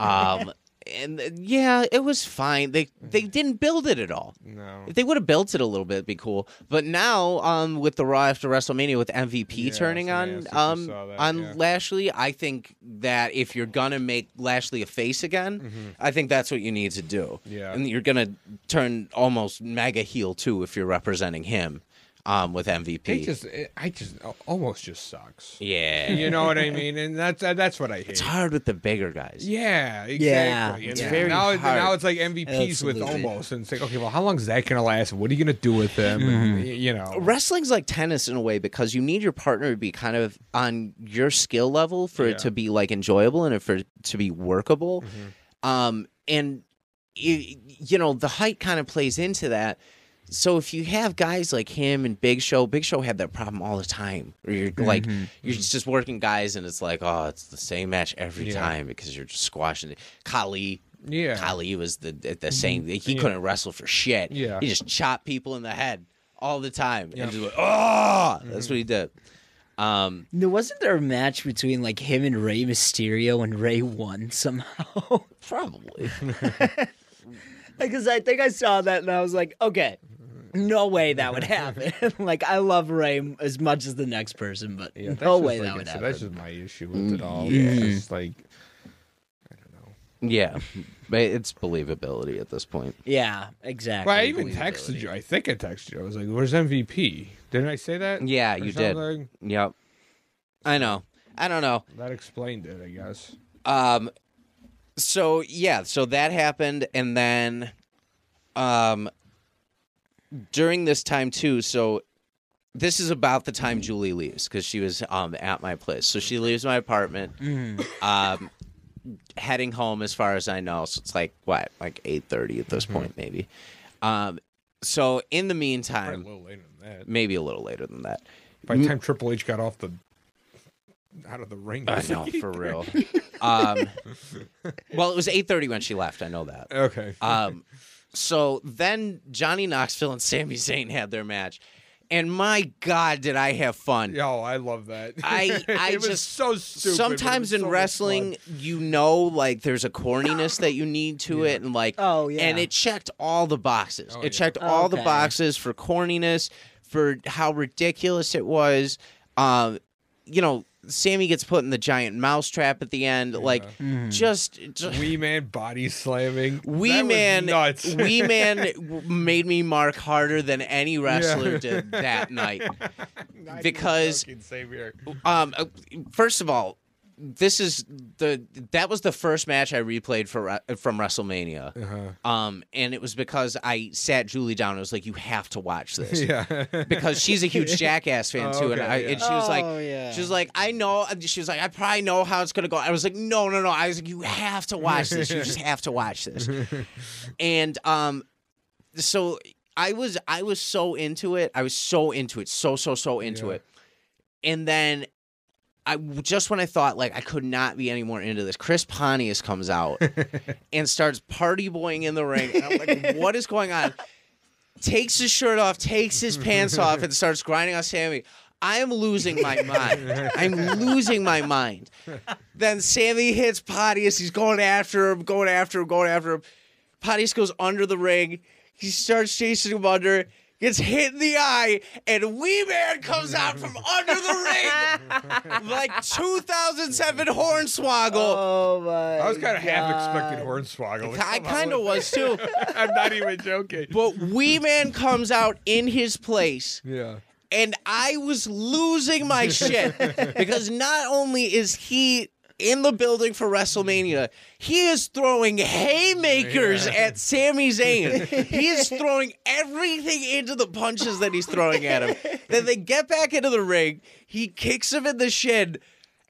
S1: Um, and uh, yeah, it was fine. They they didn't build it at all.
S3: no.
S1: If they would have built it a little bit, it'd be cool. But now, um, with the Raw after WrestleMania, with MVP
S3: Yeah,
S1: turning
S3: so, yeah,
S1: on
S3: so you
S1: um
S3: saw that,
S1: on
S3: yeah.
S1: Lashley, I think that if you're gonna make Lashley a face again, I think that's what you need to do.
S3: Mm-hmm. Yeah.
S1: and you're gonna turn almost mega heel too if you're representing him, um, with MVP.
S3: It just, it, I just almost just sucks.
S1: yeah,
S3: You know
S1: [laughs]
S3: what I mean? And that's uh, that's what I hate.
S1: it's hard with the bigger guys.
S3: Yeah, exactly. And
S2: it's
S3: then
S1: very
S3: now, it-
S1: hard.
S3: now it's like MVPs with
S2: Absolutely.
S3: almost, and it's like, okay, well, how long is that gonna last? What are you gonna do with them?
S1: Mm-hmm.
S3: And, y- you know,
S1: Wrestling's like tennis in a way because you need your partner to be kind of on your skill level for
S3: Yeah.
S1: it to be like enjoyable and for it to be workable.
S3: Mm-hmm.
S1: Um, and it, you know the height kind of plays into that. So if you have guys like him and Big Show, Big Show had that problem all the time. Where you're like
S3: Mm-hmm.
S1: you're just working guys and it's like oh it's the same match every
S3: Yeah.
S1: time because you're just squashing it. Kali
S3: yeah,
S1: Kali was the the same. He couldn't wrestle for shit.
S3: Yeah.
S1: he just chopped people in the head all the time. And just went, oh, that's what he did. Um,
S2: There wasn't there a match between like him and Rey Mysterio, and Rey won somehow. [laughs]
S1: probably.
S2: Because I think I saw that and I was like, okay, no way that
S1: [laughs]
S2: would happen. [laughs] like, I love Ray as much as the next person, but
S3: Yeah, that's
S2: no
S3: just
S2: way
S3: like
S2: that
S3: it-
S2: would
S3: so
S2: happen.
S3: That's just my issue with it all.
S1: Mm-hmm.
S3: It's just like, I don't know.
S1: yeah, but it's believability at this point.
S2: Yeah, exactly.
S3: Well, I even texted you. I think I texted you. I was like, "Where's MVP?" Didn't I say that?
S1: Yeah,
S3: Or
S1: you did.
S3: something?
S1: Yep, I know. I don't know.
S3: That explained it, I guess.
S1: Um, so yeah, so that happened, and then, um, during this time too. So this is about the time Julie leaves because she was um at my place. So she leaves my apartment, um, heading home as far as I know. So it's like what, like eight thirty at this point, maybe. Um, so in the
S3: Probably
S1: meantime,
S3: a little later than that.
S1: maybe a little later than that.
S3: By
S1: Mm-hmm.
S3: the time Triple H got off the out of the ring,
S1: I know for real. Um, well, it was eight thirty when she left. I know that.
S3: Okay. [laughs]
S1: Um, so then Johnny Knoxville and Sami Zayn had their match, and my God, did I have fun!
S3: Yo, I love that.
S1: I- I
S3: [laughs] it was
S1: just-
S3: so stupid. but it
S1: Sometimes
S3: was
S1: in
S3: so much
S1: wrestling,
S3: fun.
S1: you know, like there's a corniness that you need to it, and like,
S2: Oh, yeah.
S1: and it checked all the boxes.
S3: Oh,
S1: it
S3: yeah.
S1: checked all the
S2: Okay.
S1: boxes for corniness, for how ridiculous it was. Um, you know, Sammy gets put in the giant mouse trap at the end. Like,
S2: Mm-hmm.
S1: just, just
S3: Wee Man body slamming.
S1: Wee
S3: That was
S1: Man,
S3: nuts. [laughs]
S1: Wee Man w- made me mark harder than any wrestler
S3: Yeah.
S1: did
S3: [laughs]
S1: that night.
S3: Not even
S1: because-
S3: joking, same here.
S1: Um, uh, first of all, this is the that was the first match I replayed for Re- from WrestleMania.
S3: Uh-huh.
S1: Um, and it was because I sat Julie down. and was like, you have to watch this
S3: [laughs] [laughs] yeah.
S1: because she's a
S3: [laughs]
S1: huge Jackass fan
S3: Oh,
S1: too, and
S3: okay,
S1: I,
S3: yeah.
S1: and she was like,
S2: Oh, yeah.
S1: she was like, I know. She was like, I probably know how it's gonna go. I was like, no, no, no. I was like, you have to watch this. You just have to watch this. and um, so I was, I was so into it. I was so into it, so so so into
S3: Yeah.
S1: it. And then I just when I thought like I could not be any more into this, Chris Pontius comes out and starts party boying in the ring. And I'm like, what is going on? Takes his shirt off, takes his pants off, and starts grinding on Sammy. I am losing my mind. I'm losing my mind. Then Sammy hits Pontius. He's going after him, going after him, going after him. Pontius goes under the ring. He starts chasing him under, gets hit in the eye, and Wee Man comes out from under the ring like 2007 Hornswoggle.
S2: Oh my!
S3: I was kind of half expecting
S2: God.
S3: Hornswoggle.
S1: I
S3: Come on,
S1: kind of
S3: what-
S1: was too.
S3: [laughs] I'm not even joking.
S1: But Wee Man comes out in his place,
S3: yeah. [laughs]
S1: and I was losing my
S2: [laughs]
S1: shit because not only is he in the building for WrestleMania, he is throwing haymakers at Sami Zayn. He
S2: [laughs]
S1: is throwing everything into the punches that he's throwing at him. Then they get back into the ring, he kicks him in the shin.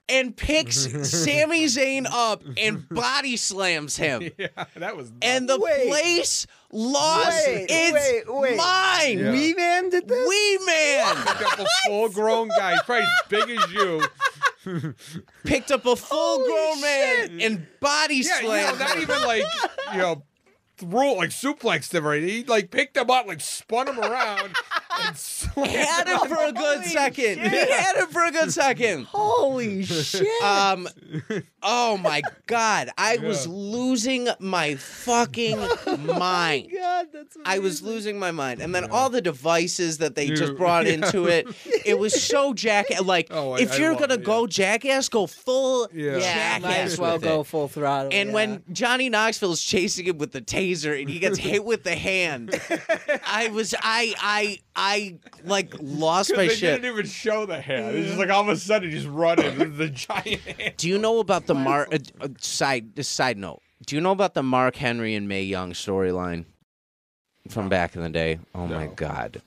S1: And
S2: [laughs]
S1: picks Sami Zayn up and body slams him
S3: Yeah, that was.
S1: and the
S2: Wait.
S1: place lost
S2: Wait,
S1: its
S2: wait, wait.
S1: mind.
S3: Yeah.
S2: Wee man did this.
S1: Wee man
S3: nuts.
S1: [laughs]
S3: a full grown guy, he's probably as big as you.
S1: picked up a full grown man and body
S3: Yeah, you know,
S1: slammed. [laughs]
S3: not
S1: him.
S3: even like, you know, threw like suplexed him right. He like picked him up, like spun
S1: [laughs]
S3: him around, and slammed
S1: had
S3: him.
S1: him
S3: [laughs]
S1: for a good second. He had him for a good second.
S2: Holy
S1: [laughs] Uh,
S2: shit!
S1: Um, oh my god, I was
S3: Yeah. Oh
S1: losing my
S3: [laughs]
S1: fucking mind.
S2: God, that's
S1: I was losing my mind. And then all the devices that they just
S3: Dude,
S1: brought
S3: [laughs] yeah.
S1: into it, it was so jackass. Like,
S3: Oh, I-
S1: if
S3: I
S1: you're
S3: love
S1: gonna
S3: it, yeah.
S1: go jackass, go full
S3: Yeah.
S2: yeah,
S1: jackass.
S2: might as well
S1: with it.
S2: go full throttle.
S1: And [laughs]
S2: yeah.
S1: when Johnny Knoxville is chasing him with the taser and he
S3: [laughs]
S1: gets hit with the hand, I was I I I like lost my
S3: They
S1: shit.
S3: didn't even show the hand. It's just like all of a sudden he's running with
S1: [laughs]
S3: the giant hand.
S1: Do you know about the Mark uh, uh, side just side note? Do you know about the Mark Henry and May Young storyline from back in the day? Oh my
S3: No.
S1: god.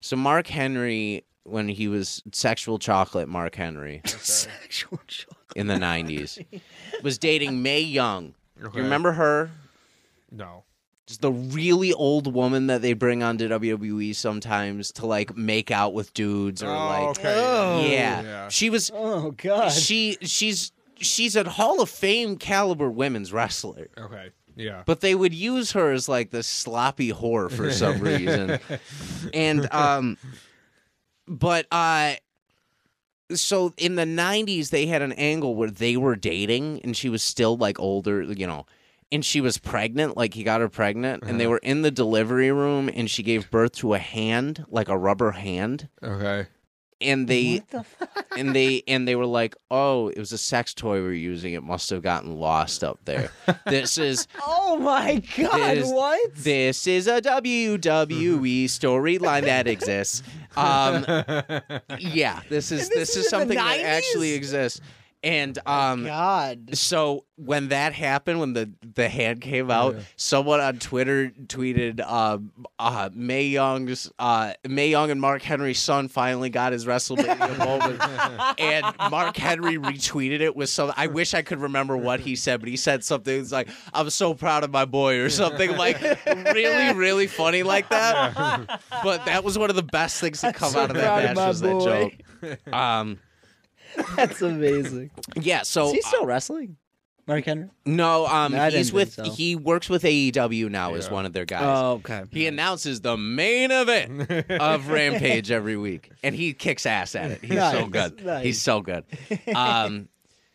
S1: So Mark Henry when he was sexual chocolate Mark Henry
S2: sexual choice.
S1: in the
S3: [laughs]
S1: 90s was dating May Young.
S3: Okay.
S1: You remember her?
S3: No.
S1: just the really old woman that they bring onto WWE E sometimes to like make out with dudes or
S3: Oh,
S1: like
S3: okay.
S1: yeah. She was
S2: Oh god.
S1: she she's she's a Hall of Fame caliber women's wrestler.
S3: Okay. Yeah.
S1: But they would use her as like this sloppy whore for some reason. and um but uh so in the 90s they had an angle where they were dating and she was still like older, you know. And she was pregnant, like he got her pregnant, and they were in the delivery room and she gave birth to a hand, like a rubber hand.
S3: Okay.
S1: And they
S2: what the fuck?
S1: and they and they were like, "Oh, it was a sex toy we were using. It must have gotten lost up there." this is
S2: Oh my god!
S1: There's-
S2: what?
S1: this is a WWE storyline that exists. Um, yeah, this is
S2: And this
S1: this,
S2: is
S1: is,
S2: in the
S1: something that
S2: 90s?
S1: actually exists. And um, [laughs]
S2: god.
S1: so when that happened, when the the hand came
S2: Oh,
S1: out, someone on Twitter tweeted, um, uh, "May Young's uh, May Young and Mark Henry's son finally got his
S2: [laughs]
S1: WrestleMania moment," and Mark Henry retweeted it with some. I wish I could remember what he said, but he said something that's like, "I'm so proud of my boy" or something like really, really funny like that. But that was one of the best things to come
S2: so
S1: out of
S2: proud
S1: that match
S2: of my
S1: was
S2: boy.
S1: that joke. Um,
S2: That's amazing.
S1: yeah, so
S2: Is he still wrestling? Mark Henry.
S1: No, um,
S2: I didn't
S1: he's
S2: think
S1: with
S2: so. Oh.
S1: he works with AEW now as
S3: Yeah.
S1: one of their guys.
S2: okay.
S1: he announces the main event
S3: [laughs]
S2: [laughs]
S1: of Rampage every week, and he kicks ass at it. He's so
S2: Nice,
S1: good.
S2: nice.
S1: He's so good. Um,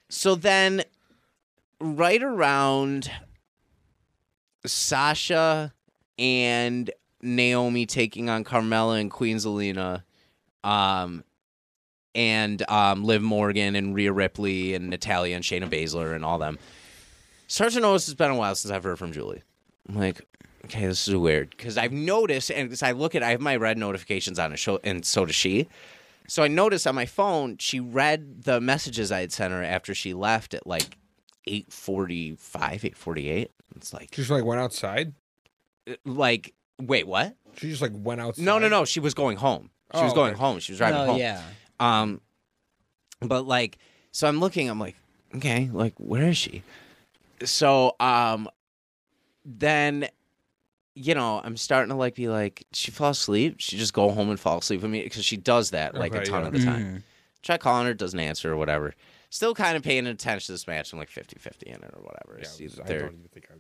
S1: so then, right around Sasha and Naomi taking on Carmella and Queen Zelina, um, and um, Liv Morgan and Rhea Ripley and Natalia and Shayna Baszler and all them. Start to notice it's been a while since I've heard from Julie. I'm like, okay, this is weird because I've noticed, and as I look at, I have my red notifications on, and, show, and so does she. So I noticed on my phone she read the messages I had sent her after she left at like eight forty five, eight forty eight. It's like,
S3: Just like went outside.
S1: like, wait, what?
S3: She just like went outside.
S1: No, no, no. She was going home. She
S3: Oh,
S1: was going
S3: okay.
S1: home. She was driving
S2: No,
S1: home.
S2: yeah.
S1: Um, but like, so I'm looking. I'm like, okay, like, where is she? So, um, then, you know, I'm starting to like be like, "Did she fall asleep. She just go home and fall asleep with me because she does that like a
S3: Okay,
S1: ton
S3: yeah.
S1: of the time. Try calling her, doesn't answer or whatever. Still kind of paying attention to this match. I'm like 50 50 in it or whatever.
S3: Yeah,
S1: It's
S3: it was-
S1: either
S3: I
S1: third-
S3: don't even think I.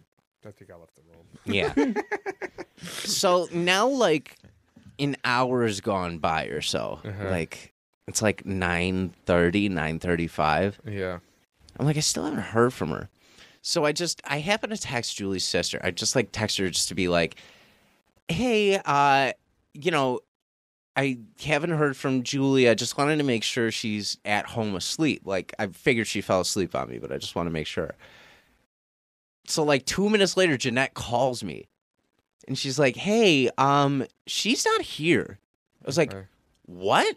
S3: I think I left the room.
S1: yeah. so now, like, an hour has gone by or so.
S3: Uh-huh.
S1: Like, it's like 9.30, 9.35.
S3: Yeah.
S1: I'm like, I still haven't heard from her. So I just, I happen to text Julie's sister. I just, like, text her just to be like, hey, uh, you know, I haven't heard from Julie. I just wanted to make sure she's at home asleep. Like, I figured she fell asleep on me, but I just want to make sure. So, like, two minutes later, Jeanette calls me and she's like, hey, um, she's not here. I was like,
S3: Okay.
S1: what?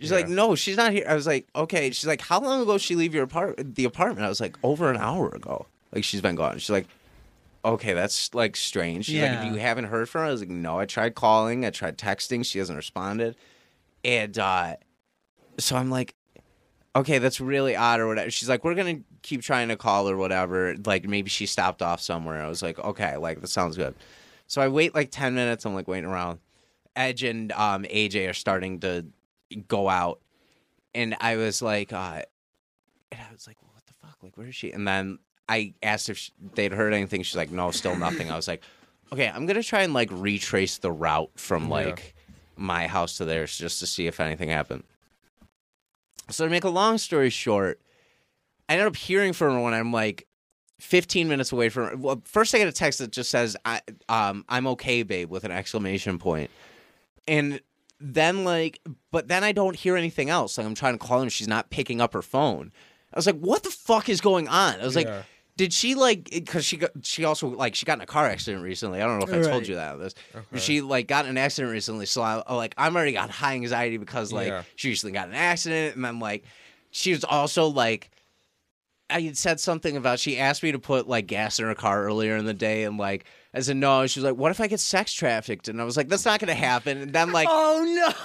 S1: She's like,
S3: Yeah.
S1: no, she's not here. I was like, okay. She's like, how long ago did she leave your apart the apartment? I was like, over an hour ago. Like she's been gone. She's like, okay, that's like strange. She's like,
S2: Yeah.
S1: if you haven't heard from her, I was like, no, I tried calling, I tried texting, she hasn't responded, and uh, so I'm like, okay, that's really odd or whatever. She's like, we're gonna keep trying to call or whatever. Like maybe she stopped off somewhere. I was like, okay, like that sounds good. So I wait like ten minutes. I'm like waiting around. Edge and um, AJ are starting to go out, and I was like, uh, and I was like, what the fuck? Like, where is she? And then I asked if she, they'd heard anything. She's like, no, still nothing. I was like, okay, I'm gonna try and like retrace the route from like my house to theirs just to see if anything happened. So to make a long story short, I ended up hearing from her when I'm like 15 minutes away from her. Well, first I get a text that just says I um I'm okay, babe, with an exclamation point. And then like but then I don't hear anything else. Like I'm trying to call her and she's not picking up her phone. I was like, what the fuck is going on? I was like,
S3: Yeah.
S1: did she like because she got she also like she got in a car accident recently i don't know if i told
S2: Right.
S1: you that this she like got in an accident recently so i I'm like i'm already on high anxiety because like
S3: Yeah.
S1: she recently got in an accident and i'm like she was also like i had said something about she asked me to put like gas in her car earlier in the day and like i said no she was like what if i get sex trafficked and i was like that's not gonna happen and then
S2: [laughs]
S1: like
S2: Oh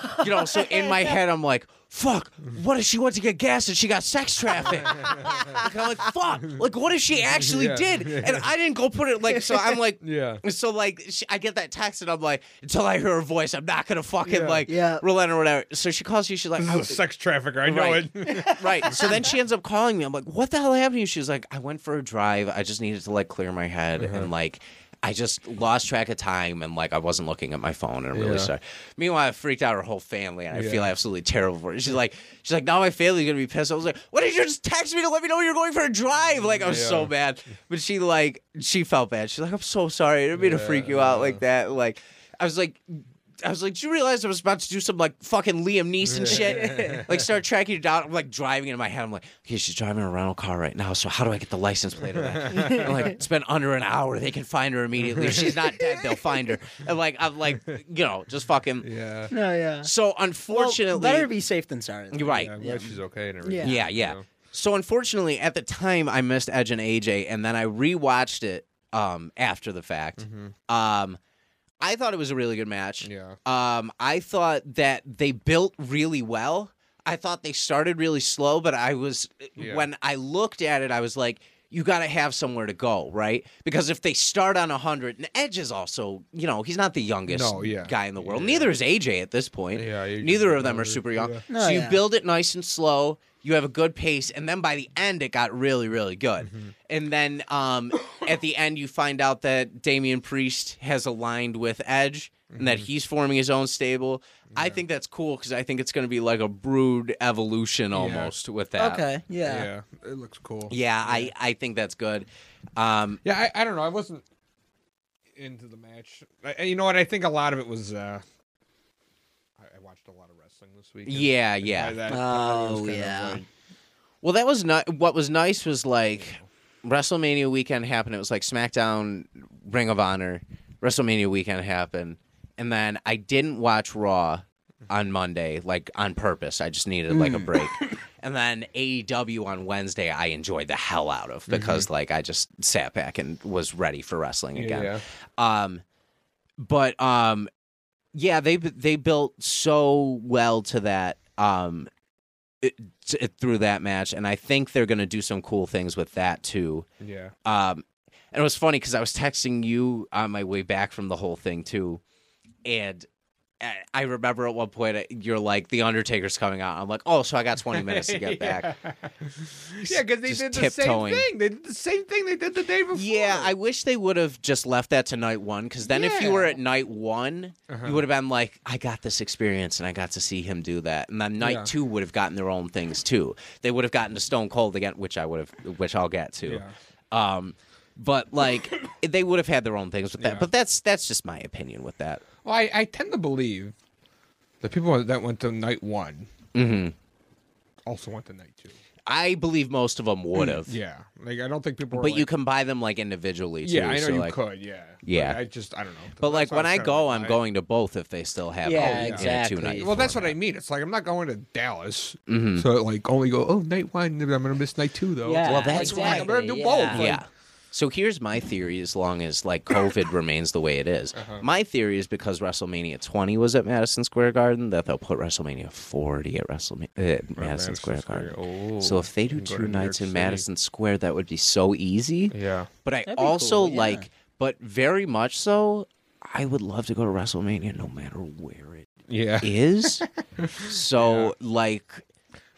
S3: [laughs]
S2: no!
S1: you know, so in my head, I'm like, fuck, what if she went to get gas and she got sex trafficked? like, I'm like, fuck, like, what if she actually
S3: Yeah.
S1: did? And I didn't go put it like, so I'm like,
S3: [laughs]
S1: [laughs]
S3: Yeah.
S1: so like, she, I get that text and I'm like, until I hear her voice, I'm not gonna fucking
S3: Yeah.
S1: like
S2: Yeah.
S1: relent or whatever. So she calls you, she's like,
S3: This
S1: I
S3: [sighs] is a
S1: was,
S3: sex trafficker. I know
S1: Right.
S3: it.
S1: right. So then
S3: [laughs]
S1: she ends up calling me. I'm like, what the hell happened to you? She's like, I went for a drive. I just needed to like clear my head
S3: Uh-huh.
S1: and like I just lost track of time and like I wasn't looking at my phone and I'm really
S3: Yeah.
S1: sorry. Meanwhile, I freaked out her whole family and I
S3: Yeah.
S1: feel absolutely terrible for it. She's like, she's like, now my family's gonna be pissed. I was like, what did you just text me to let me know you're going for a drive? Like I was so
S3: Yeah.
S1: bad. But she like she felt bad. She's like, I'm so sorry. I didn't mean to freak you out like that. Like I was like. I was like, do you realize I was about to do some like fucking Liam Neeson shit? like start tracking you down. I'm like driving in my head. I'm like, okay, she's driving a rental car right now. So how do I get the license plate of that? I'm like, it's been under an hour. They can find her immediately. If she's not dead, they'll find her. And like, I'm like, you know, just fucking.
S3: yeah.
S2: No, yeah.
S1: So unfortunately,
S2: well, better be safe than sorry.
S1: you're right.
S3: Yeah, I'm glad she's okay and everything.
S1: Yeah, yeah.
S3: You know?
S1: So unfortunately, at the time, I missed Edge and AJ, and then I rewatched it um, after the fact. Um, I thought it was a really good match.
S3: Yeah.
S1: Um, I thought that they built really well. I thought they started really slow, but I was
S3: Yeah.
S1: when I looked at it, I was like, you got to have somewhere to go, right? Because if they start on hundred, and Edge is also, you know, he's not the youngest
S3: No, yeah.
S1: guy in the world.
S3: Yeah.
S1: Neither is AJ at this point.
S3: Yeah, you-
S1: Neither of them are
S3: yeah.
S1: super young.
S2: No,
S1: so you
S2: yeah.
S1: build build it nice and slow. You have a good pace, and then by the end, it got really, really good. And then um, at the end, you find out that Damian Priest has aligned with Edge, and that he's forming his own stable. I think that's cool because I think it's going to be like a brood evolution almost with that.
S2: Okay.
S3: Yeah.
S2: Yeah.
S3: It looks cool.
S1: Yeah, I, I think that's good. Um,
S3: Yeah, I, I don't know. I wasn't. into the match. I- And you know what? I think a lot of it was. uh I, I watched a lot of wrestling this week.
S1: Yeah, yeah.
S2: Oh, yeah.
S1: Well, that was not. What was nice was like WrestleMania weekend happened. It was like SmackDown, Ring of Honor, WrestleMania weekend happened, and then I didn't watch Raw on Monday, like on purpose. I just needed like a break. And then AEW on Wednesday, I enjoyed the hell out of because like I just sat back and was ready for wrestling again.
S3: yeah.
S1: Um, but um, yeah, they they built so well to that um it, t- through that match, and I think they're gonna do some cool things with that too.
S3: Yeah.
S1: Um, and it was funny because I was texting you on my way back from the whole thing too, and. I- I remember at one point uh, you're like the Undertaker's coming out. I'm like, oh, so I got 20 minutes
S3: [laughs]
S1: to get back.
S3: Yeah, because they
S1: Just
S3: did the same
S1: tiptoeing.
S3: thing. They did the same thing they did the day before.
S1: Yeah, I wish they would have just left that to night one because then if you were
S3: Yeah.
S1: at night one,
S3: Uh-huh.
S1: you would have been like, I got this experience and I got to see him do that. And then night
S3: Yeah.
S1: two would have gotten their own things too. They would have gotten to Stone Cold again, which I would have, which I'll get to.
S3: Yeah.
S1: Um, but like [coughs] they would have had their own things with that.
S3: Yeah.
S1: But that's that's just my opinion with that.
S3: Well, I, I tend to believe the people that went to night one
S1: Mm-hmm.
S3: also went to night two.
S1: I believe most of them would have,
S3: Mm, Yeah, like I don't think people. Were
S1: but you
S3: like,
S1: can buy them like individually too.
S3: Yeah, I know
S1: so,
S3: you
S1: like-
S3: could. Yeah.
S1: Yeah.
S3: But I just I don't know.
S1: But
S3: That's
S1: like
S3: why
S1: when
S3: I
S1: I
S3: was
S1: go,
S3: kinda
S1: I'm
S3: like,
S1: going to both if they still have.
S2: Yeah,
S1: it. in a
S2: exactly.
S1: two-night
S3: Well, that's what
S1: format. Mm-hmm.
S3: I mean. It's like I'm not going to Dallas, so like only go. Oh, night one. I'm gonna miss night two though.
S2: Yeah,
S1: Well, that's
S3: Like, I'm gonna do
S2: exactly,
S3: both.
S2: yeah.
S3: like,
S1: Yeah. So here's my theory as long as like
S3: [coughs]
S1: COVID remains the way it is.
S3: Uh-huh.
S1: My theory is because WrestleMania 20 was at Madison Square Garden that they'll put WrestleMania 40 at WrestleMania Madison,
S3: Madison
S1: Square,
S3: Square.
S1: Garden.
S3: Oh.
S1: so if they do
S3: And go to
S1: two
S3: New York
S1: nights in
S3: City.
S1: Madison Square that would be so easy.
S3: Yeah.
S1: But I
S2: be
S1: also
S2: cool, yeah.
S1: like but very much so I would love to go to WrestleMania no matter where it
S3: Yeah. [laughs]
S1: is. so like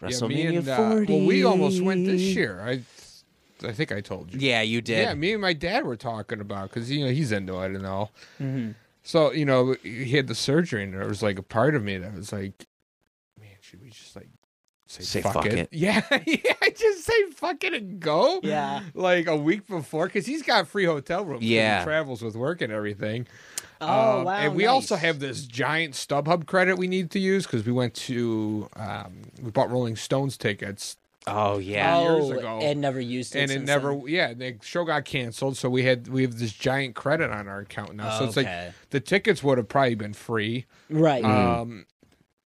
S3: Yeah,
S1: WrestleMania
S3: me and, uh,
S1: 40.
S3: Well, we almost went this year. I, I think I told you.
S1: Yeah, you did.
S3: Yeah, me and my dad were talking about because you know he's into it and all.
S1: Mm-hmm.
S3: So you know he had the surgery and there was like a part of me that was like, man, should we just like say,
S1: Say fuck it.
S3: [laughs] Yeah, yeah, just say fuck it and go.
S2: Yeah.
S3: like a week before because he's got free hotel rooms. 'cause
S1: Yeah.
S3: he travels with work and everything.
S2: Oh
S3: Um,
S2: wow.
S3: And we also
S2: nice.
S3: have this giant StubHub credit we need to use because we went to um, we bought Rolling Stones tickets
S1: Oh yeah.
S2: oh,
S3: years ago.
S2: and never used it.
S3: and it
S2: since
S3: never
S2: then.
S3: yeah the show got canceled so we had we have this giant credit on our account now so it's
S2: Okay.
S3: like the tickets would have probably been free
S2: right. Mm.
S3: um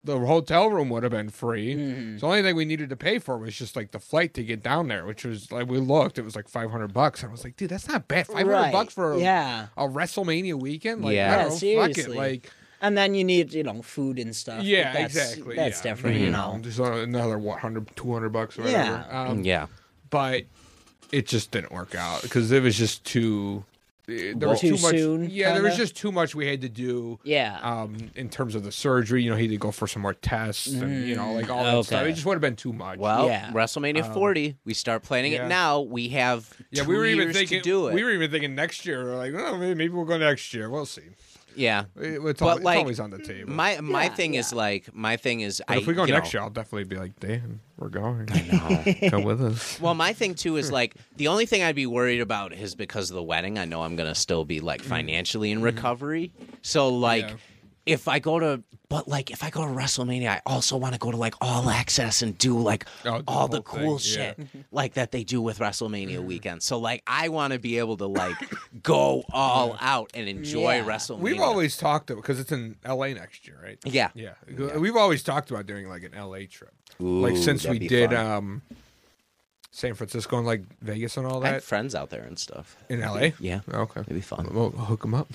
S3: the hotel room would have been free
S2: Mm-hmm.
S3: so the only thing we needed to pay for was just like the flight to get down there which was like we looked it was like 500 bucks and i was like dude that's not bad 500
S2: Right.
S3: bucks for a,
S2: yeah,
S3: a wrestlemania weekend like
S1: Yeah.
S3: I
S1: Yeah,
S3: don't know, fuck
S2: seriously.
S3: it like
S2: and then you need you know food and stuff. but
S3: yeah
S2: that's,
S3: exactly
S2: That's
S3: yeah. Mm-hmm.
S2: different, you know.
S3: just another what, 100 200 bucks or
S2: Yeah.
S3: whatever um,
S1: Yeah.
S3: but it just didn't work out because it was just too eh, there was
S2: Too
S3: too, much
S2: soon,
S3: yeah there was
S2: kinda?
S3: just too much we had to do
S2: Yeah.
S3: um in terms of the surgery you know he had to go for some more tests and you know like all that
S2: okay.
S3: stuff it just would have been too much
S1: Mm, Well,
S2: Yeah.
S1: WrestleMania 40, we start planning
S3: Um, yeah.
S1: it now. We have
S3: yeah
S1: two
S3: we were
S1: years
S3: even thinking
S1: to do it.
S3: we were even thinking next year we're like oh, maybe we'll go next year we'll see
S1: yeah.
S3: It-
S1: But,
S3: it's, al- it's
S1: like,
S3: always on the table
S1: My my
S2: Yeah,
S1: thing is
S2: yeah.
S1: like my thing is
S3: but
S1: I
S3: if we go
S1: you
S3: next
S1: know,
S3: year i'll definitely be like damn we're going
S1: no.
S3: come with
S1: [laughs]
S3: us
S1: well, my thing too is like the only thing I'd be worried about is because of the wedding. I know I'm gonna still be like financially in recovery. So like,
S3: Mm-hmm. Yeah.
S1: if I go to, but like if I go to WrestleMania, I also want to go to like All Access and do like
S3: Oh, do the
S1: all the,
S3: whole
S1: cool
S3: thing, yeah. Mm-hmm.
S1: shit like that they do with WrestleMania weekend. So like I want to be able to like go all out and enjoy
S2: Yeah.
S1: WrestleMania.
S3: we've always talked about because it's in la next year right
S1: yeah.
S3: Yeah. We've always talked about doing like an LA trip. like
S1: Ooh,
S3: since we
S1: that'd be
S3: did
S1: fun.
S3: um San Francisco and like Vegas and all
S1: I had
S3: that
S1: friends out there and stuff.
S3: in LA.
S1: Yeah,
S3: Okay.
S1: it'd be
S3: [laughs]
S1: fun.
S3: We'll we'll hook them up.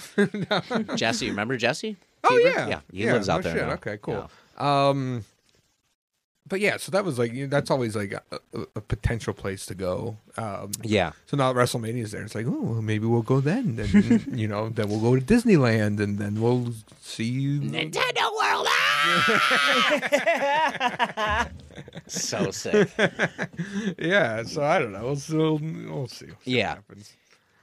S1: Jesse, remember Jesse?
S3: oh
S1: Fever?
S3: yeah.
S1: yeah, he lives out
S3: no
S1: there.
S3: shit.
S1: now.
S3: Okay, cool.
S1: Yeah.
S3: Um but yeah, so that was like you- that's always like a, a- a potential place to go. Um,
S1: Yeah.
S3: so now WrestleMania is there. It's like, oh, well, maybe we'll go then. Then [laughs] you know, then we'll go to Disneyland, and then we'll see you.
S1: Nintendo World. ah! [laughs] so sick.
S3: Yeah. So I don't know. We'll, we'll, we'll see. We'll see what
S1: Yeah.
S3: happens.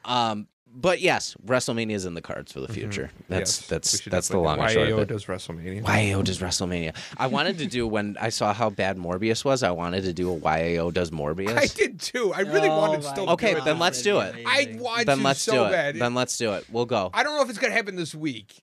S1: Um, but yes, WrestleMania is in the cards for the future. That's
S3: Mm-hmm. Yes, we
S1: that's
S3: should
S1: that's the
S3: definitely
S1: long
S3: do
S1: and short of
S3: YAO
S1: it.
S3: does WrestleMania.
S1: YAO does WrestleMania. I wanted to do when I saw how bad Morbius was. I wanted to do a YAO does Morbius.
S3: I did too. I really
S2: Oh
S3: wanted to
S2: my
S3: still.
S1: Okay,
S3: do it.
S1: then let's do it.
S3: I want
S1: then
S3: to
S1: let's
S3: so
S1: do it.
S3: bad.
S1: Then let's do it. We'll go.
S3: I don't know if it's gonna happen this week.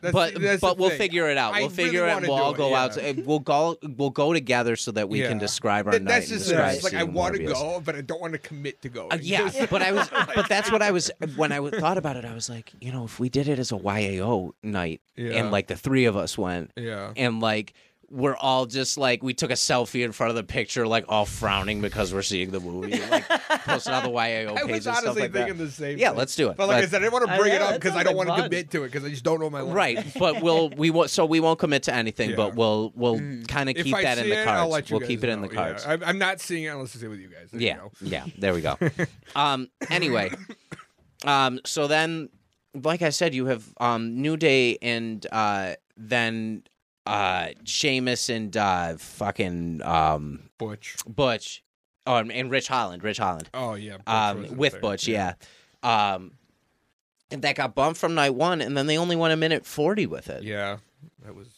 S3: That's
S1: but
S3: the- that's the
S1: but we'll
S3: thing.
S1: figure it out.
S3: I
S1: We'll
S3: really
S1: figure it.
S3: wanna
S1: We'll
S3: do
S1: all
S3: it,
S1: go
S3: yeah.
S1: out. To, we'll go. We'll go together so that we
S3: Yeah.
S1: can describe our
S3: That-
S1: night.
S3: that's
S1: and
S3: just it.
S1: describe
S3: It's like I
S1: seeing
S3: want to
S1: Morbius.
S3: go, but I don't want to commit to go.
S1: [laughs] Uh, yeah, but I
S3: [laughs]
S1: was,
S3: Oh
S1: but that's what I was when I w- thought about it. I was like, you know, if we did it as a YAO night,
S3: Yeah.
S1: and like the three of us went,
S3: yeah.
S1: and like we're all just like we took a selfie in front of the picture, like all frowning because we're seeing the movie, and,
S3: [laughs]
S1: like posted on the YAO
S3: I
S1: page
S3: was
S1: and stuff
S3: honestly
S1: like that.
S3: thinking the same.
S1: Yeah,
S3: thing.
S1: let's do it.
S3: But like I
S1: Let's-
S3: said, I didn't want to
S2: I-
S3: bring it
S2: yeah,
S3: up
S2: that
S3: because I
S2: sounds
S3: don't
S2: like
S3: want to
S2: fun.
S3: commit to it because I just don't know my life.
S1: Right, but
S3: [laughs]
S1: we'll we won't. So we won't commit to anything, but
S3: Yeah.
S1: we'll we'll kind of
S3: If
S1: keep
S3: I
S1: that in
S3: see
S1: the
S3: it,
S1: cards.
S3: I'll let you
S1: we'll keep
S3: guys
S1: it in the
S3: know. Yeah.
S1: cards.
S3: I'm, I'm not seeing it unless it's with you guys. There you
S1: Yeah,
S3: go.
S1: yeah. There we
S3: [laughs]
S1: go. um. Anyway, um. So then, like I said, you have um New Day and uh then uh Sheamus and uh fucking um
S3: Butch.
S1: Butch, oh and, and Rich Holland, Rich Holland,
S3: Oh yeah. Butch was
S1: um
S3: up
S1: with
S3: there.
S1: Butch, yeah. Um, and that got bumped from night one, and then they only went a minute forty with it.
S3: Yeah. That was.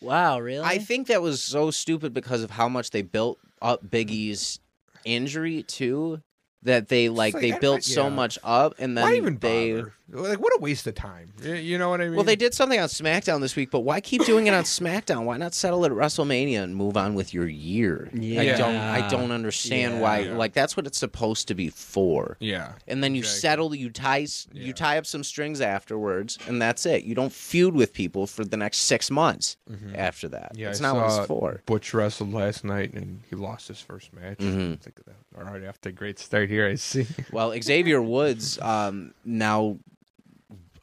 S2: Wow, really?
S1: I think that was so stupid because of how much they built up Biggie's injury too. That they like,
S3: like,
S1: they
S3: I- I-
S1: built so
S3: yeah.
S1: much up, and then
S3: Why even
S1: they
S3: bother? Like, what a waste of time. Y- You know what I mean?
S1: well they did something on SmackDown this week. But why keep doing it
S3: [laughs]
S1: on SmackDown? Why not settle at WrestleMania and move on with your year? I don't I
S2: Yeah.
S1: don't understand
S2: Yeah.
S1: why.
S3: Yeah.
S1: Like that's what it's supposed to be for.
S3: Yeah.
S1: And then you
S3: Exactly.
S1: settle, you tie, s
S3: Yeah.
S1: you tie up some strings afterwards, and that's it. You don't feud with people for the next six months after that.
S3: Mm-hmm. Yeah,
S1: it's
S3: I
S1: not what
S3: saw
S1: it's for.
S3: Butch wrestled last night and he lost his first match.
S1: Mhm.
S3: It's like, All right, after a great start here,
S1: [laughs]
S3: I see.
S1: Well, Xavier Woods um, now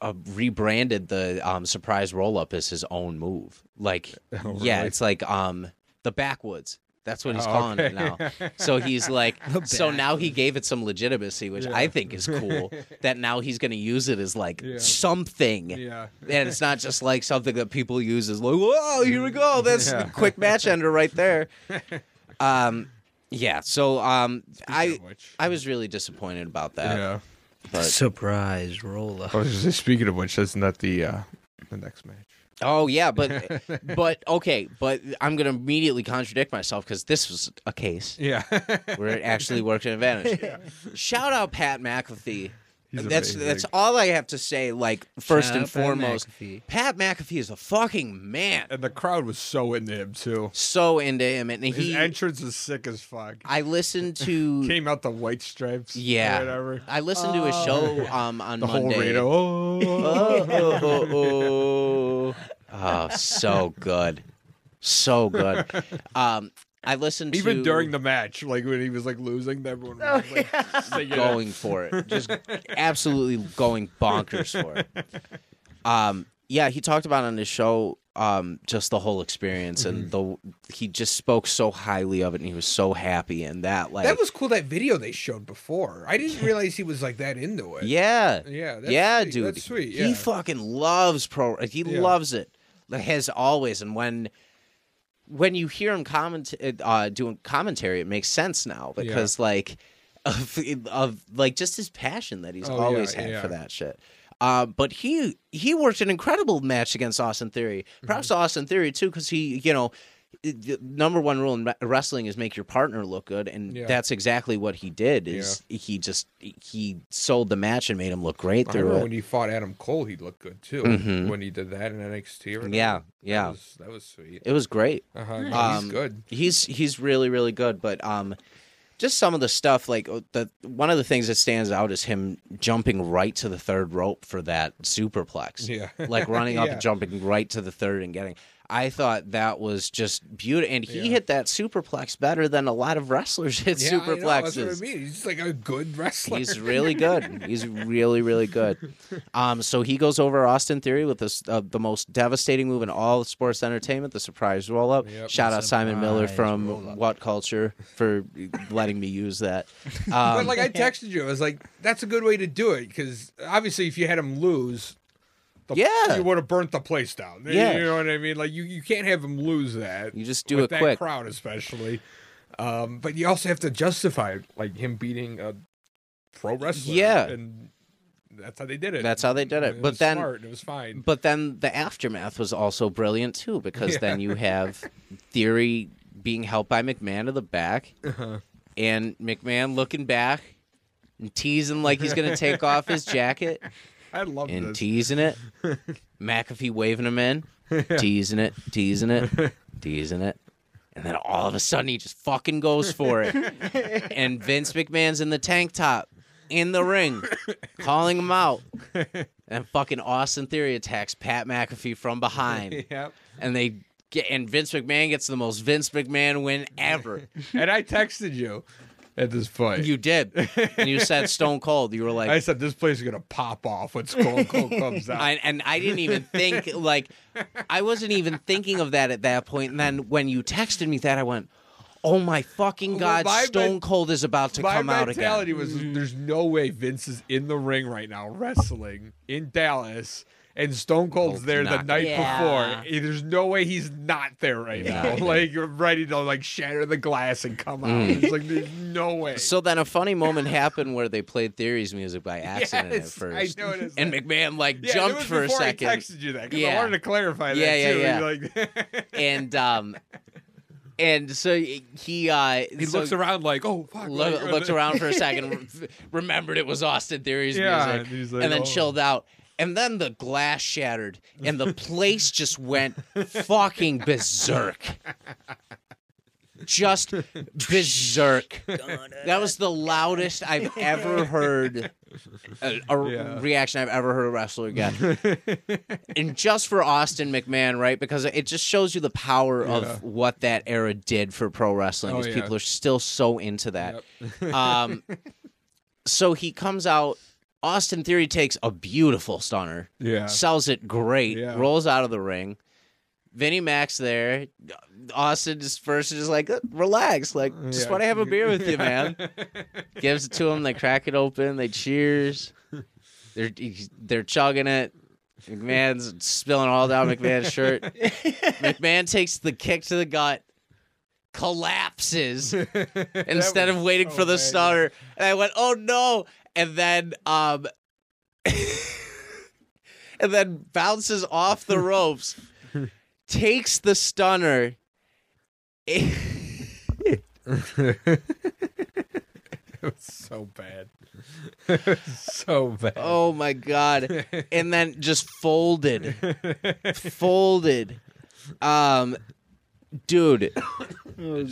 S1: uh, rebranded the um, surprise roll up as his own move. Like,
S3: [laughs] Oh,
S1: yeah,
S3: really?
S1: it's like um, the backwoods. That's what he's
S3: Oh,
S1: calling it now.
S3: okay.
S1: So he's
S3: [laughs]
S1: like, so now he gave it some legitimacy, which I think is
S3: [laughs]
S1: cool. that now he's going to use it as like
S3: Yeah.
S1: something.
S3: yeah.
S1: And it's not just like something that people use as like, whoa, here we go. That's
S3: Yeah.
S1: the quick match ender right
S3: [laughs]
S1: there. Um, yeah. So um, I
S3: Speaking of which-
S1: I uh, was really disappointed about that.
S3: yeah.
S1: But
S2: surprise roll [laughs] up.
S3: I was just saying, speaking of which, that's not the uh, the next match.
S1: oh yeah, but
S3: [laughs]
S1: but okay, but I'm gonna immediately contradict myself because this was a case
S3: Yeah.
S1: where it actually worked an
S3: [laughs]
S1: advantage. Shout out Pat McAfee.
S3: He's
S1: that's
S3: amazing.
S1: that's all I have to say. Like first
S2: Shout
S1: and
S2: out Pat
S1: foremost,
S2: McAfee.
S1: Pat McAfee is a fucking man.
S3: [laughs] and the crowd was so into him too.
S1: So into him, and
S3: His
S1: he.
S3: entrance is sick as fuck.
S1: I listened
S3: [laughs]
S1: to
S3: Came out the white stripes. or
S1: Mm. Yeah.
S3: whatever. Oh.
S1: I listened to his show um, on
S3: The
S1: Monday.
S3: whole
S1: [laughs]
S3: radio. Oh. [laughs]
S1: Oh, oh, oh, oh. [laughs] Oh, so good, so good. Um, I listened
S3: Even
S1: to
S3: during the match, like when he was like losing, everyone was like singing it.
S1: going for it, just absolutely going bonkers for it. Um, yeah, he talked about on his show um, just the whole experience, and
S3: Mm-hmm.
S1: the he just spoke so highly of it, and he was so happy, and that like
S3: That was cool. That video they showed before.
S1: [laughs]
S3: I didn't realize he was like that into it.
S1: Yeah.
S3: Yeah, that's
S1: yeah,
S3: sweet.
S1: dude.
S3: That's sweet,
S1: He
S3: yeah.
S1: fucking loves pro. like, He
S3: Yeah.
S1: loves it. Like, has always. And when when you hear him comment uh, doing commentary, it makes sense now because like of of like just his passion that he's
S3: Oh, yeah,
S1: always had
S3: yeah.
S1: for that shit. Uh, but he he worked an incredible match against Austin Theory.
S3: Mm-hmm.
S1: Props to Austin Theory too, because he you know. The number one rule in wrestling is make your partner look good, and
S3: Yeah.
S1: that's exactly what he did. Is he just he sold the match and made him look great
S3: I
S1: through
S3: remember
S1: it?
S3: when he fought Adam Cole, he looked good too.
S1: Mhm.
S3: When he did that in NXT, or whatever.
S1: Yeah,
S3: that
S1: yeah.
S3: was, that was sweet.
S1: It was great.
S3: Uh-huh.
S1: Um,
S3: he's good.
S1: He's he's really really good, but um, just some of the stuff like uh, the one of the things that stands out is him jumping right to the third rope for that superplex.
S3: Yeah.
S1: [laughs] like running up
S3: Yeah.
S1: and jumping right to the third and getting. I thought that was just beautiful, and he
S3: Yeah.
S1: hit that superplex better than a lot of wrestlers hit
S3: Yeah, I know, That's what I
S1: superplexes.
S3: mean. He's like a good wrestler.
S1: He's really
S2: [laughs]
S1: good. He's really, really good. Um, so he goes over Austin Theory with this, uh, the most devastating move in all of sports entertainment, the surprise roll up.
S3: Yep.
S1: Shout out Simon Miller
S2: Surprise
S1: from
S2: roll-up.
S1: What Culture for letting me use that. Um,
S3: but like I texted you, I was like, "That's a good way to do it," because obviously, if you had him lose, the,
S1: Yeah.
S3: you would have burnt the place down. You-
S1: Yeah.
S3: you know what I mean. Like you, you can't have him lose that.
S1: You just do
S3: with
S1: it
S3: that
S1: quick.
S3: crowd, especially. Um, but you also have to justify like him beating a pro wrestler.
S1: Yeah.
S3: and that's how they did it.
S1: That's how they did it.
S3: it
S1: But
S3: was
S1: then-
S3: smart, and it was fine.
S1: But then the aftermath was also brilliant too, because then you have Theory being helped by McMahon to the back,
S2: Uh-huh.
S1: and McMahon looking back and teasing like he's going to take off his jacket
S3: I love
S1: and
S3: this.
S1: teasing it. McAfee waving him in, teasing it, teasing it, teasing it. And then all of a sudden he just fucking goes for it. and Vince McMahon's in the tank top in the ring calling him out. And fucking Austin Theory attacks Pat McAfee from
S3: [laughs]
S1: behind.
S3: [laughs] Yep.
S1: And they get and Vince McMahon gets the most Vince McMahon win ever.
S3: And I texted you at this fight.
S1: You did. And you said Stone Cold. You were like
S3: I said this place is gonna pop off when
S1: [laughs]
S3: Stone Cold comes out.
S1: I, and I didn't even think like I wasn't even thinking of that at that point. And then when you texted me that, I went, "Oh my fucking
S3: Well,
S1: god,
S3: my
S1: Stone
S3: men-
S1: Cold is about to
S3: My
S1: come out again."
S3: mentality was there's no way Vince is in the ring right now wrestling in Dallas. And Stone Cold's
S1: Cold's
S3: there the
S1: not-
S3: night
S2: Yeah.
S3: before. Eh, There's no way he's not there right now. [laughs] Like you're ready to like shatter the glass and come out. It's like there's no way.
S1: Mm. So then a funny moment happened where they played Theory's music by accident at
S3: Yes,
S1: first,
S3: I noticed
S1: and
S3: that.
S1: McMahon like
S3: Yeah, it
S1: jumped
S3: was
S1: for a
S3: before
S1: second.
S3: I texted you that 'cause
S1: Yeah.
S3: I wanted to clarify that
S1: Yeah, yeah,
S3: too.
S1: yeah.
S3: Like, [laughs]
S1: and um and so he uh
S3: he
S1: so
S3: looks around like, oh fuck.
S1: loo-
S3: like-
S1: looked around for a
S3: [laughs]
S1: second re- remembered it was austin theory's
S3: Yeah,
S1: music
S3: and he's like,
S1: and then
S3: "Oh."
S1: chilled out and then the glass shattered and the place just went fucking berserk just berserk that [laughs] was the loudest i've
S3: [laughs]
S1: ever heard a, a
S3: Yeah.
S1: reaction i've ever heard a wrestler
S3: [laughs]
S1: get and just for Austin McMahon, right? Because it just shows you the power
S3: Yeah.
S1: of what that era did for pro wrestling.
S3: Oh,
S1: is
S3: yeah.
S1: People are still so into that. [laughs] um, so he comes out. Austin Theory takes a beautiful stunner,
S3: [laughs] Yeah.
S1: sells it great,
S3: Yeah.
S1: rolls out of the ring. Vinnie Mac's there. Austin is first is just like, "Uh, relax, like just
S3: Yeah.
S1: want to have a beer with you,
S3: [laughs]
S1: man. Gives it to him. They crack it open. They cheers. They're he's- they're chugging it. McMahon's spilling all down McMahon's
S3: [laughs]
S1: shirt. McMahon takes the kick to the gut, collapses
S3: [laughs]
S1: instead of waiting for the
S3: bad.
S1: starter. And I went, "Oh no!" And then um, [laughs] and then bounces off the ropes, takes the stunner.
S3: It was so bad. [laughs] It was so bad.
S1: Oh my god. And then just folded. folded. Um dude.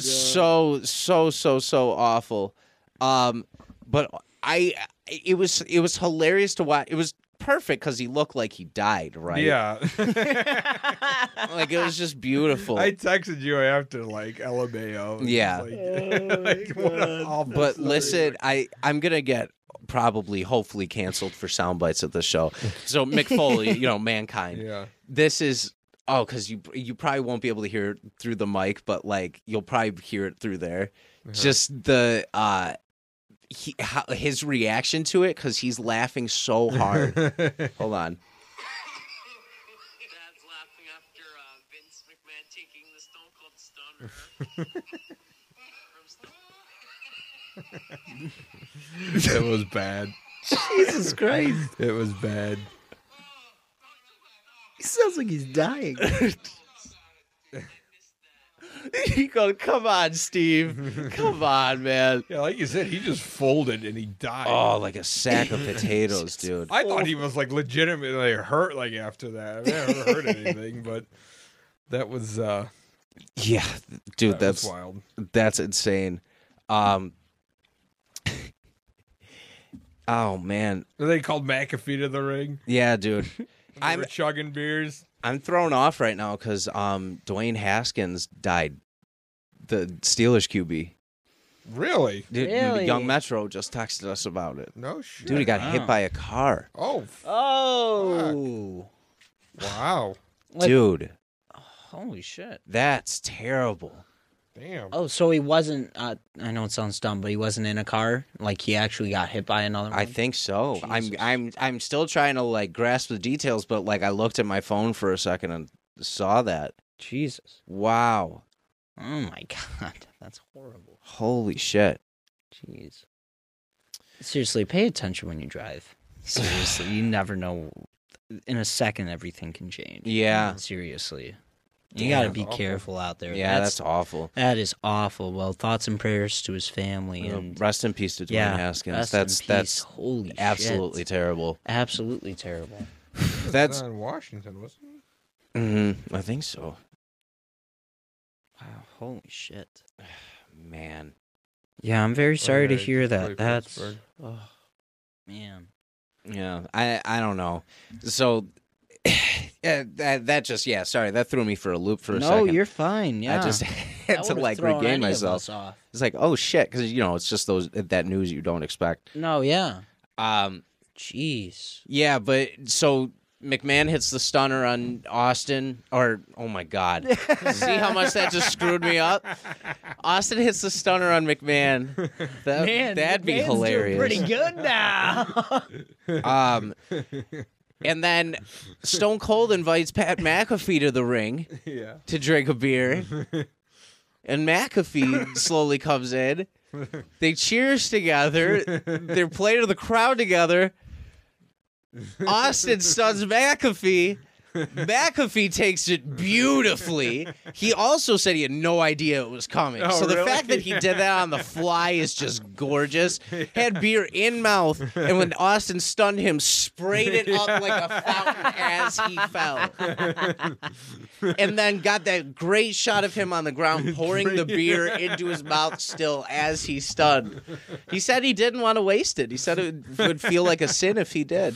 S1: so so so so awful. Um but I it was it was hilarious to watch. It was perfect cuz he looked like he died, right?
S3: Yeah. [laughs]
S1: Like it was just beautiful.
S3: I texted you after like LMAO.
S1: Yeah.
S3: [laughs] Like,
S2: Oh,
S3: what an awful
S1: but
S3: story.
S1: listen, I I'm gonna get probably hopefully canceled for sound bites at the show. So Mick Foley, you know, mankind.
S3: Yeah.
S1: this is oh because you you probably won't be able to hear it through the mic but like you'll probably hear it through there
S3: Uh-huh.
S1: just the uh he, how, his reaction to it because he's laughing so
S3: [laughs]
S1: hard hold on [laughs]
S5: Dad's laughing after uh, Vince McMahon taking the Stone Cold Stunner. From Stone
S3: It was bad.
S2: Jesus Christ.
S3: It was bad.
S2: He sounds like he's dying.
S1: he goes come on steve
S3: [laughs]
S1: come on man
S3: Yeah, like you said, he just folded and he died.
S1: oh like a sack of
S3: [laughs]
S1: potatoes dude
S3: I thought he was like legitimately hurt like after that. I, mean, I never
S1: [laughs]
S3: heard anything, but that was uh
S1: yeah dude
S3: that was
S1: that's
S3: wild.
S1: That's insane.
S3: [laughs]
S1: Um Oh man.
S3: They called McAfee to the ring.
S1: Yeah, dude.
S3: They
S1: I'm
S3: were chugging beers.
S1: I'm thrown off right now cuz um Dwayne Haskins died. The Steelers QB.
S3: Really?
S1: Dude,
S2: Really?
S1: Young Metro just texted us about it.
S3: No shit.
S1: Dude, he got
S2: Wow.
S1: hit by a car.
S3: Oh, f-
S2: Oh.
S3: wow.
S2: What-
S1: Dude,
S2: Holy shit.
S1: that's terrible.
S3: Damn.
S2: Oh, so he wasn't. Uh, I know it sounds dumb, but he wasn't in a car. Like he actually got hit by another.
S1: I
S2: one?
S1: think so. I'm
S2: Uh-huh. Jesus.
S1: I'm I'm still trying to like grasp the details, but like I looked at my phone for a second and saw that.
S2: Jesus.
S1: Wow.
S2: Oh my [laughs] god, that's horrible.
S1: Holy shit.
S2: Jeez. Seriously, pay attention when you drive. Seriously, you never know. In a second, everything can change.
S1: Yeah.
S2: Seriously.
S1: Damn,
S2: You got to
S1: that's
S2: be
S3: awful.
S2: careful out there.
S1: Yeah, that's, awful.
S2: that is awful. Well, thoughts and prayers to his family and
S1: Rest in peace to Dwayne
S2: yeah,
S1: Oh, Haskins.
S2: rest in
S1: That's
S2: peace.
S1: that's
S2: holy
S1: absolutely
S2: shit.
S1: terrible.
S2: absolutely terrible.
S1: That's
S3: in Washington, wasn't it?
S1: hmm I think so.
S2: Wow, holy shit.
S1: Man,
S2: Yeah, I'm very sorry to
S3: yeah,
S2: hear
S3: it's
S2: that.
S3: probably
S2: That's
S3: Pittsburgh.
S2: oh, man.
S1: yeah, I I don't know. So [sighs] yeah, that that just yeah. Sorry, that threw me for a loop for a
S2: no,
S1: 2nd
S2: you're fine. Yeah,
S1: I just [laughs] had to like regain myself.
S2: Off.
S1: It's like oh shit, because you know it's just those that news you don't expect.
S2: No, yeah.
S1: Um,
S2: Jeez.
S1: yeah, but so McMahon hits the stunner on Austin, or oh my
S2: [laughs]
S1: god, see how much that just screwed me up. Austin hits the stunner on McMahon. That, that'd be hilarious.
S2: Pretty good now.
S1: Um, and then Stone Cold invites Pat McAfee to the ring [laughs]
S3: Yeah.
S1: to drink a beer, and McAfee slowly comes in. They cheers together. They're playing to the crowd together. Austin stuns McAfee. McAfee takes it beautifully. He also said he had no idea it was coming.
S3: Oh,
S1: so the
S3: really?
S1: fact that he did that on the fly is just gorgeous. Had beer in mouth, and when Austin stunned him, sprayed it up like a fountain as he fell. And then got that great shot of him on the
S3: [laughs]
S1: ground pouring the beer into his mouth still as he stunned. He said he didn't want to waste it. He said it would feel like a sin if he did.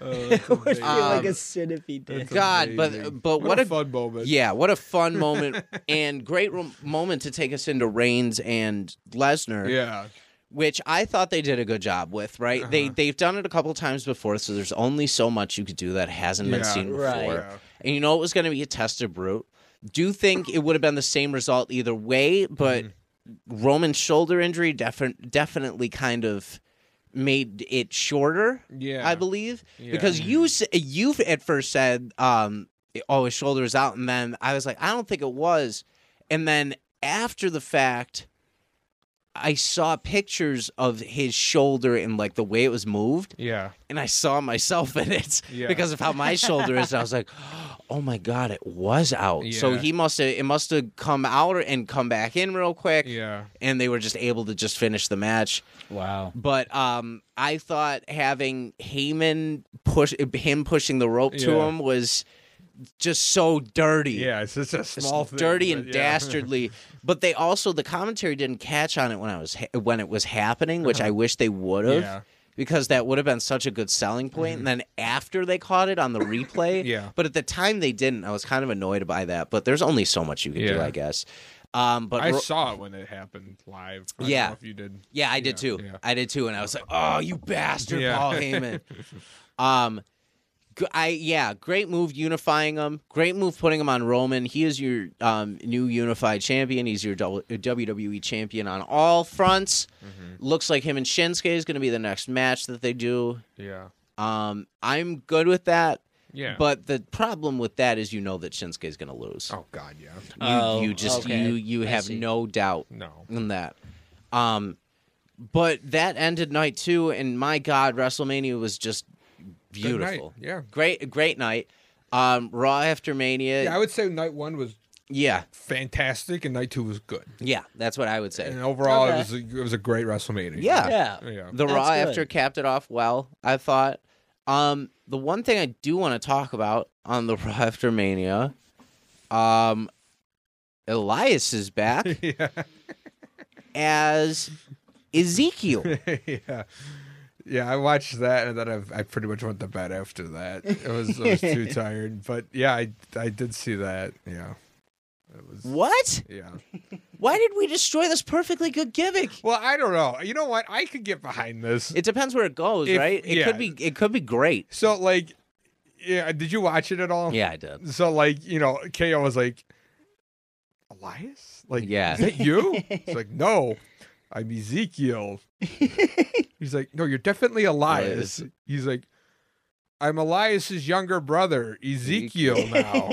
S3: Oh, that's amazing.
S1: like a
S2: sin if he did.
S3: That's
S1: God, but-
S3: amazing.
S1: but
S3: what,
S1: what
S3: a,
S1: a-
S3: fun moment.
S1: Yeah, what a fun
S3: [laughs]
S1: moment and great rom- moment to take us into Reigns and Lesnar,
S3: Yeah.
S1: which I thought they did a good job with. Right? They
S3: Uh-huh.
S1: they've done it a couple times before, so there's only so much you could do that hasn't been
S3: Yeah,
S1: seen before.
S2: right.
S3: Yeah.
S1: And you know it was going to be a test of brute. Do think it would have been the same result either way, but
S3: Mm-hmm.
S1: Roman's shoulder injury defi- definitely kind of made it shorter.
S3: Yeah.
S1: I believe
S3: Yeah.
S1: because you s- you at first said um oh his shoulder is out and then I was like I don't think it was and then after the fact I saw pictures of his shoulder and like the way it was moved
S3: Yeah.
S1: and I saw myself [laughs] in it
S3: Yeah.
S1: because of how my shoulder is I was like [gasps] oh my god it was out so
S3: Yeah.
S1: he must have it must have come out and come back in real quick
S3: Yeah.
S1: and they were just able to just finish the match
S2: Wow.
S1: but um, I thought having Heyman push him pushing the rope to
S3: Yeah.
S1: him was just so dirty.
S3: Yeah. It's just a
S1: It's
S3: small thing.
S1: dirty
S3: but
S1: and
S3: yeah.
S1: dastardly. But they also the commentary didn't catch on it when I was ha- when it was happening, which I wish they would have.
S3: Uh-huh. Yeah. Mm-hmm.
S1: Because that would have been such a good selling point. And then after they caught it on the replay,
S3: [laughs] Yeah.
S1: But at the time they didn't. I was kind of annoyed by that. But there's only so much you can do,
S3: Yeah.
S1: I guess. Um, but
S3: [laughs] I
S1: Ro-
S3: saw it when it happened live. I don't
S1: Yeah.
S3: know if you did.
S1: Yeah, I did
S3: Yeah,
S1: too.
S3: yeah.
S1: I did too, and I was like, "Oh, you bastard,
S3: Yeah.
S1: Paul Heyman."
S3: [laughs]
S1: um, g- I yeah, great move unifying him. Great move putting him on Roman. He is your um, new unified champion. He's your double- WWE champion on all fronts.
S3: Mm-hmm.
S1: Looks like him and Shinsuke is going to be the next match that they do.
S3: Yeah.
S1: Um, I'm good with that.
S3: Yeah.
S1: But the problem with that is, you know that Shinsuke is going to lose.
S3: oh God, yeah.
S1: You,
S2: Oh,
S1: you just
S2: okay.
S1: you you
S2: I
S1: have
S2: see.
S1: no doubt
S3: No.
S1: than that. Um, but that ended night two, and my God, WrestleMania was just
S3: Good night.
S1: beautiful.
S3: Yeah.
S1: Great, great night. Um, Raw after Mania.
S3: Yeah, I would say night one was
S1: yeah,
S3: fantastic and night two was good.
S1: yeah, that's what I would say.
S3: And overall,
S2: Okay.
S3: it was a, it was a great WrestleMania.
S1: Yeah.
S2: Yeah.
S3: Yeah.
S1: The
S2: That's
S1: Raw
S2: good.
S1: after capped it off well, I thought. Um, the one thing I do want to talk about on the [laughs] Raw after Mania, um, Elias is
S3: [laughs]
S1: back
S3: yeah.
S1: as Ezekiel.
S3: [laughs] yeah. Yeah, I watched that and then I, I pretty much went to bed after that. It was I was too tired, but yeah, I I did see that. Yeah, it was.
S1: What?
S3: Yeah.
S1: Why did we destroy this perfectly good gimmick?
S3: Well, I don't know. You know what? I could get behind this.
S1: It depends where it goes,
S3: If-
S1: right? It
S3: yeah.
S1: could be it could be great.
S3: So like, yeah. Did you watch it at all?
S1: Yeah, I did.
S3: So like, you know, KO was like, Elias, like,
S1: Yeah.
S3: is that you?
S1: [laughs]
S3: It's like, no, I'm Ezekiel. He's like, no, you're definitely Elias.
S1: Elias.
S3: He's like, I'm Elias's younger brother, Ezekiel now.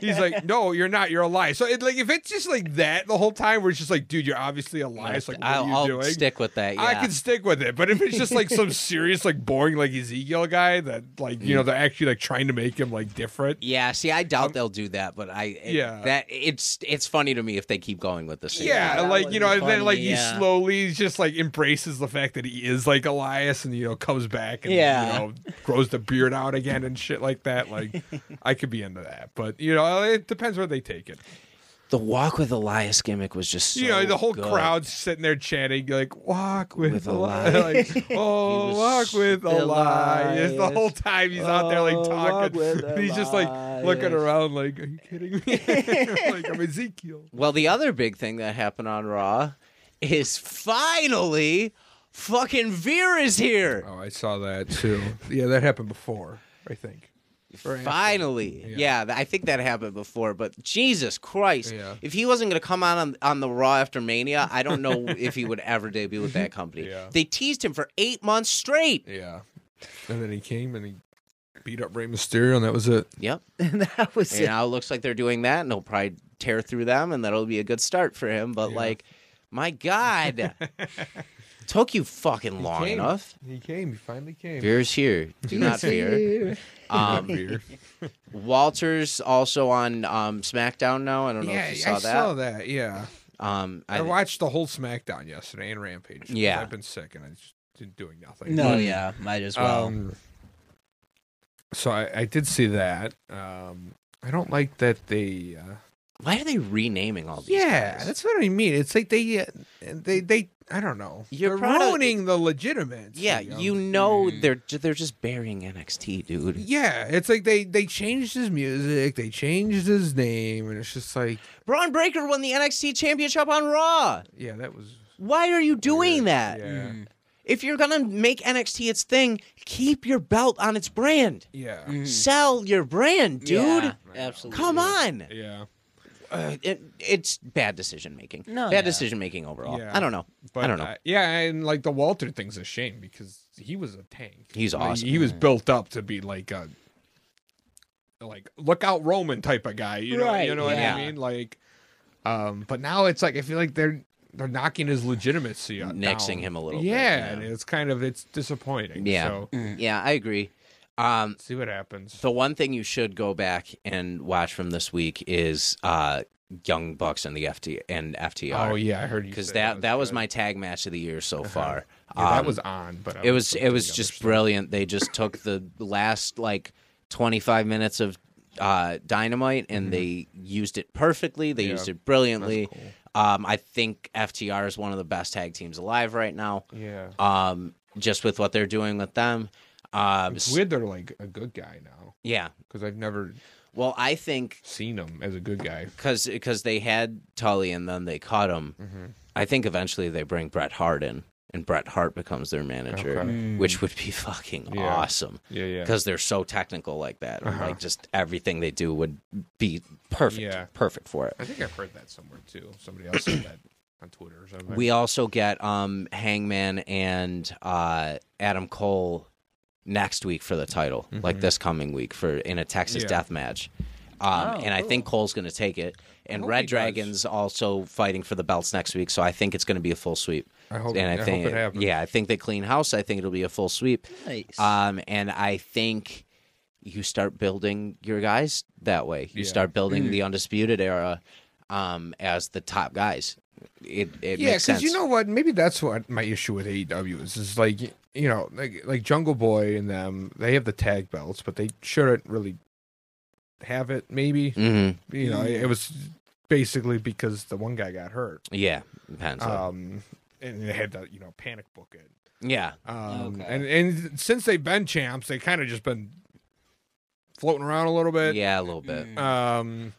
S3: [laughs] He's like, no, you're not. You're Elias. So it, like, if it's just like that the whole time, where it's just like, dude, you're obviously Elias. Like, what
S1: I'll,
S3: are you
S1: I'll
S3: doing?
S1: stick with that. Yeah.
S3: I can stick with it. But if it's just
S1: [laughs]
S3: like some serious, like boring, like Ezekiel guy that, like,
S1: Mm.
S3: you know, they're actually like trying to make him like different.
S1: yeah, see, I doubt they'll do that, but I it-
S3: Um, Yeah.
S1: that it's it's funny to me if they keep going with this.
S3: Yeah,
S2: that
S3: like you know,
S2: would've
S3: and
S2: been
S3: then like
S2: funny, yeah.
S3: he slowly just like embraces the fact that he is like Elias, and you know, comes back and
S2: Yeah.
S3: you know, grows the beard out again and shit like that. Like, I could be into that, but you know, uh, it depends where they take it.
S1: the walk with Elias gimmick was just so
S3: you know, the whole
S1: good.
S3: crowd's sitting there chanting like "Walk with,
S1: With
S3: Elias," [laughs] like
S1: [laughs] He
S3: "Oh,
S1: was
S3: walk with Elias." The
S1: Elias.
S3: whole time he's out there like
S1: Oh, walk
S3: talking,
S1: with
S3: [laughs] he's just like looking
S1: Elias.
S3: around, like "Are you kidding me?" [laughs] like
S1: [laughs]
S3: I'm Ezekiel.
S1: Well, the other big thing that happened on Raw is finally fucking Vera's here.
S3: Oh, I saw that too. yeah, that happened before, I think. Or after.
S1: Finally. Yeah. th- I think that happened before, but Jesus Christ.
S3: Yeah.
S1: If he wasn't going to come out on, on the Raw after Mania, I don't
S3: [laughs]
S1: know if he would ever debut with that company.
S3: Yeah.
S1: They teased him for eight months straight.
S3: Yeah, and then he came and he beat up Rey Mysterio, and that was it.
S1: Yep.
S2: that was
S1: And now it looks like they're doing that, and he'll probably tear through them, and that'll be a good start for him. But,
S3: Yeah.
S1: like, my
S3: [laughs]
S1: God. Took you fucking long
S3: came.
S1: enough.
S3: He came. He finally came.
S1: Beer's here. Do not fear.
S3: [laughs]
S1: Um,
S3: Beer.
S1: Walter's also on um, SmackDown now. I don't know
S3: yeah,
S1: if you saw
S3: I
S1: that.
S3: saw that. Yeah.
S1: Um, I,
S3: I, watched the whole SmackDown yesterday and Rampage. 'cause
S1: Yeah.
S3: I've been sick and I just been doing nothing.
S2: it. No, yeah, might as well.
S3: Um, so I, I did see that. Um, I don't like that they. Uh,
S1: why are they renaming all these?
S3: yeah,
S1: guys?
S3: that's what I mean. It's like they, uh, they, they. I don't know.
S1: You're
S3: they're
S1: proud of-
S3: ruining the legitimate.
S1: yeah.
S3: thing of-
S1: You know they're ju- they're just burying NXT, dude.
S3: Yeah, it's like they they changed his music, they changed his name, and it's just like,
S1: Braun Breaker won the NXT Championship on Raw.
S3: yeah, that was
S1: Why are you doing that?
S3: yeah,
S1: If you're gonna make NXT its thing, keep your belt on its brand.
S3: yeah,
S1: Hmm. Mm-hmm. Sell your brand, dude.
S2: Yeah, absolutely.
S1: Come on.
S3: yeah.
S1: Uh, it, it's bad decision making.
S2: No,
S1: bad
S2: yeah.
S1: decision making overall.
S3: Yeah.
S1: I don't know.
S3: But
S1: I don't know.
S3: uh, yeah, and like the Walter thing's a shame because he was a tank.
S1: He's
S3: Like,
S1: awesome.
S3: He was built up to be like a like look out Roman type of guy. You know,
S2: Right,
S3: you know
S1: yeah.
S3: what I mean? Like, um, but now it's like I feel like they're they're knocking his legitimacy, out-
S1: Nixing
S3: down.
S1: him a little bit, Hmm.
S3: Yeah,
S1: yeah.
S3: and it's kind of it's disappointing.
S1: Yeah.
S3: So
S1: Yeah, I agree. Um,
S3: see what happens.
S1: the one thing you should go back and watch from this week is uh, Young Bucks and the FT and
S3: Oh
S1: FTR
S3: yeah, I heard you
S1: because
S3: say
S1: that that was,
S3: good. Uh-huh.
S1: my tag match of the year so far.
S3: Yeah, that
S1: Um,
S3: was on, but I
S1: it was it
S3: doing
S1: was
S3: other
S1: just
S3: stuff.
S1: brilliant. They
S3: [laughs]
S1: just took the last like twenty five minutes of uh, Dynamite and they used it perfectly. They
S3: Mm-hmm. Yeah,
S1: used it brilliantly.
S3: cool.
S1: Um, I think FTR is one of the best tag teams alive right now.
S3: yeah.
S1: Um, just with what they're doing with them. Um,
S3: It's
S1: s-
S3: weird they're like a good guy now
S1: yeah.
S3: because I've never
S1: Well, I think
S3: seen him as a good guy.
S1: because they had Tully and then they caught him.
S3: Mm-hmm.
S1: I think eventually they bring Bret Hart in, and Bret Hart becomes their manager,
S3: Okay.
S1: which would be [laughs] fucking
S3: Yeah.
S1: awesome
S3: Yeah, yeah.
S1: because they're so technical like that.
S3: Uh-huh.
S1: Like just everything they do would be perfect,
S3: Yeah.
S1: perfect for it.
S3: I think I've heard that somewhere too. Somebody else said that on Twitter or something.
S1: We also get um, Hangman and uh, Adam Cole next week for the title, like this coming week for in a Texas
S3: Mm-hmm. Yeah.
S1: death match. Um,
S2: Oh,
S1: and I think
S2: cool.
S1: Cole's going to take it. And
S3: hope he
S1: Red
S3: does.
S1: Dragon's also fighting for the belts next week, so I think it's going to be a full sweep.
S3: I hope-
S1: and
S3: I hope it happens.
S1: yeah, I think they clean house. I think it'll be a full sweep.
S2: nice.
S1: Um, and I think you start building your guys that way. You
S3: Yeah. Mm.
S1: start building the undisputed era um, as the top guys. It, it
S3: yeah,
S1: makes sense.
S3: you know what? Maybe that's what my issue with AEW is. Is like you know, like like Jungle Boy and them. They have the tag belts, but they shouldn't really have it. Maybe
S1: hmm
S3: you know, it was basically because the one guy got hurt.
S1: Yeah, depends.
S3: Um, and they had to you know panic book it.
S1: yeah,
S3: Um,
S2: Okay.
S3: and and since they've been champs, they kind of just been floating around a little bit.
S1: yeah, a little bit.
S3: Um.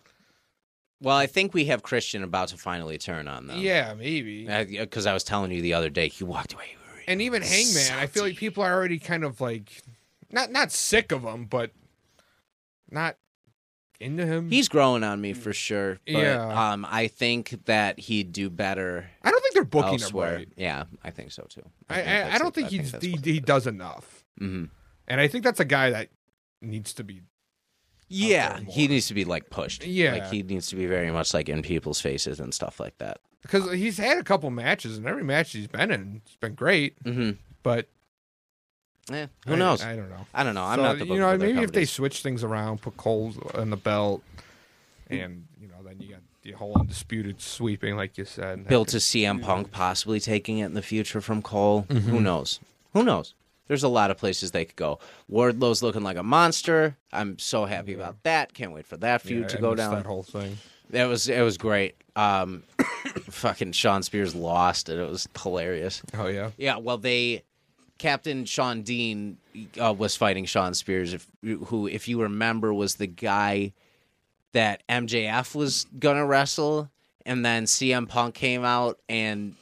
S1: Well, I think we have Christian about to finally turn on them.
S3: Yeah, maybe.
S1: because I was telling you the other day, he walked away.
S3: And even Hangman, I feel like
S1: salty.
S3: people are already kind of like, not not sick of him, but not into him.
S1: He's growing on me for sure. But,
S3: Yeah.
S1: Um, I think that he'd do better
S3: I don't think they're booking
S1: elsewhere.
S3: him right.
S1: Yeah, I think so too.
S3: I I, I don't think, he's, he he does enough.
S1: hmm
S3: And I think that's a guy that needs to be.
S1: Yeah,
S3: there more.
S1: he needs to be like pushed.
S3: Yeah.
S1: like he needs to be very much like in people's faces and stuff like that.
S3: Because he's had a couple matches, and every match he's been in, it's been great.
S1: hmm
S3: But
S1: Yeah, who
S3: I-
S1: knows?
S3: I
S1: I,
S3: don't know.
S1: don't know. I'm
S3: So,
S1: not the
S3: you know, maybe if they switch things around, put Cole on the belt, and you know, then you got the whole undisputed sweeping, like you said.
S1: built
S3: [laughs]
S1: to CM Punk possibly taking it in the future from Cole.
S3: Mm-hmm.
S1: Who knows? Who knows? There's a lot of places they could go. Wardlow's looking like a monster. I'm so happy about that. Can't wait for that
S3: Yeah,
S1: feud to
S3: I
S1: go
S3: missed
S1: down.
S3: that whole thing.
S1: That was it was great. Um, [coughs] fucking Sean Spears lost it. It was hilarious.
S3: Oh yeah,
S1: Yeah, well they Captain Sean Dean uh, was fighting Sean Spears, if, who, if you remember, was the guy that MJF was gonna wrestle, and then CM Punk came out and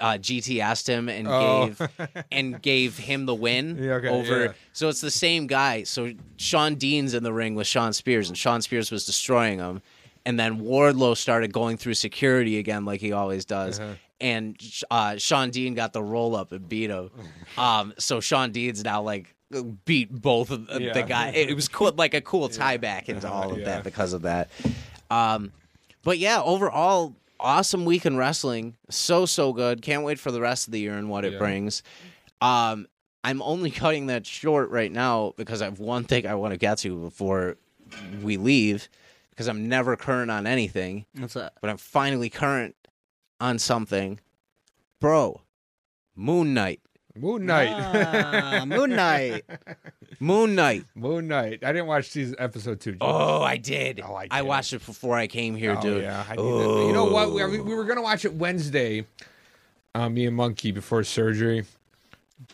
S1: uh, GTS'd him and
S3: Oh.
S1: gave and gave him the win
S3: [laughs] Yeah, okay,
S1: over.
S3: yeah.
S1: So it's the same guy. So Sean Dean's in the ring with Sean Spears, and Sean Spears was destroying him. And then Wardlow started going through security again, like he always does.
S3: Uh-huh.
S1: And uh, Sean Dean got the roll up and beat
S3: [laughs]
S1: him. Um, so Sean Dean's now like beat both of the,
S3: Yeah.
S1: the guy. It, it was cool, like a
S3: [laughs]
S1: cool tie back into all of
S3: Yeah.
S1: that because of that. Um, but yeah, overall, awesome week in wrestling. So so good. Can't wait for the rest of the year and what it
S3: Yeah.
S1: brings. Um, I'm only [laughs] cutting that short right now because I have one thing I want to get to before we leave because I'm never current on anything,
S2: What's up?
S1: but I'm finally current on something. Bro, Moon Knight.
S3: Moon Knight.
S2: Ah, Moon Knight.
S1: Moon Knight.
S3: [laughs] Moon Knight. I didn't watch season episode two. Jim.
S1: Oh, I did.
S3: Oh, I
S1: I
S3: did.
S1: watched it before I came here,
S3: Oh,
S1: dude.
S3: yeah. I need that. You know what? We, we
S1: Ooh.
S3: we were gonna watch it Wednesday, uh, me and Monkey before surgery,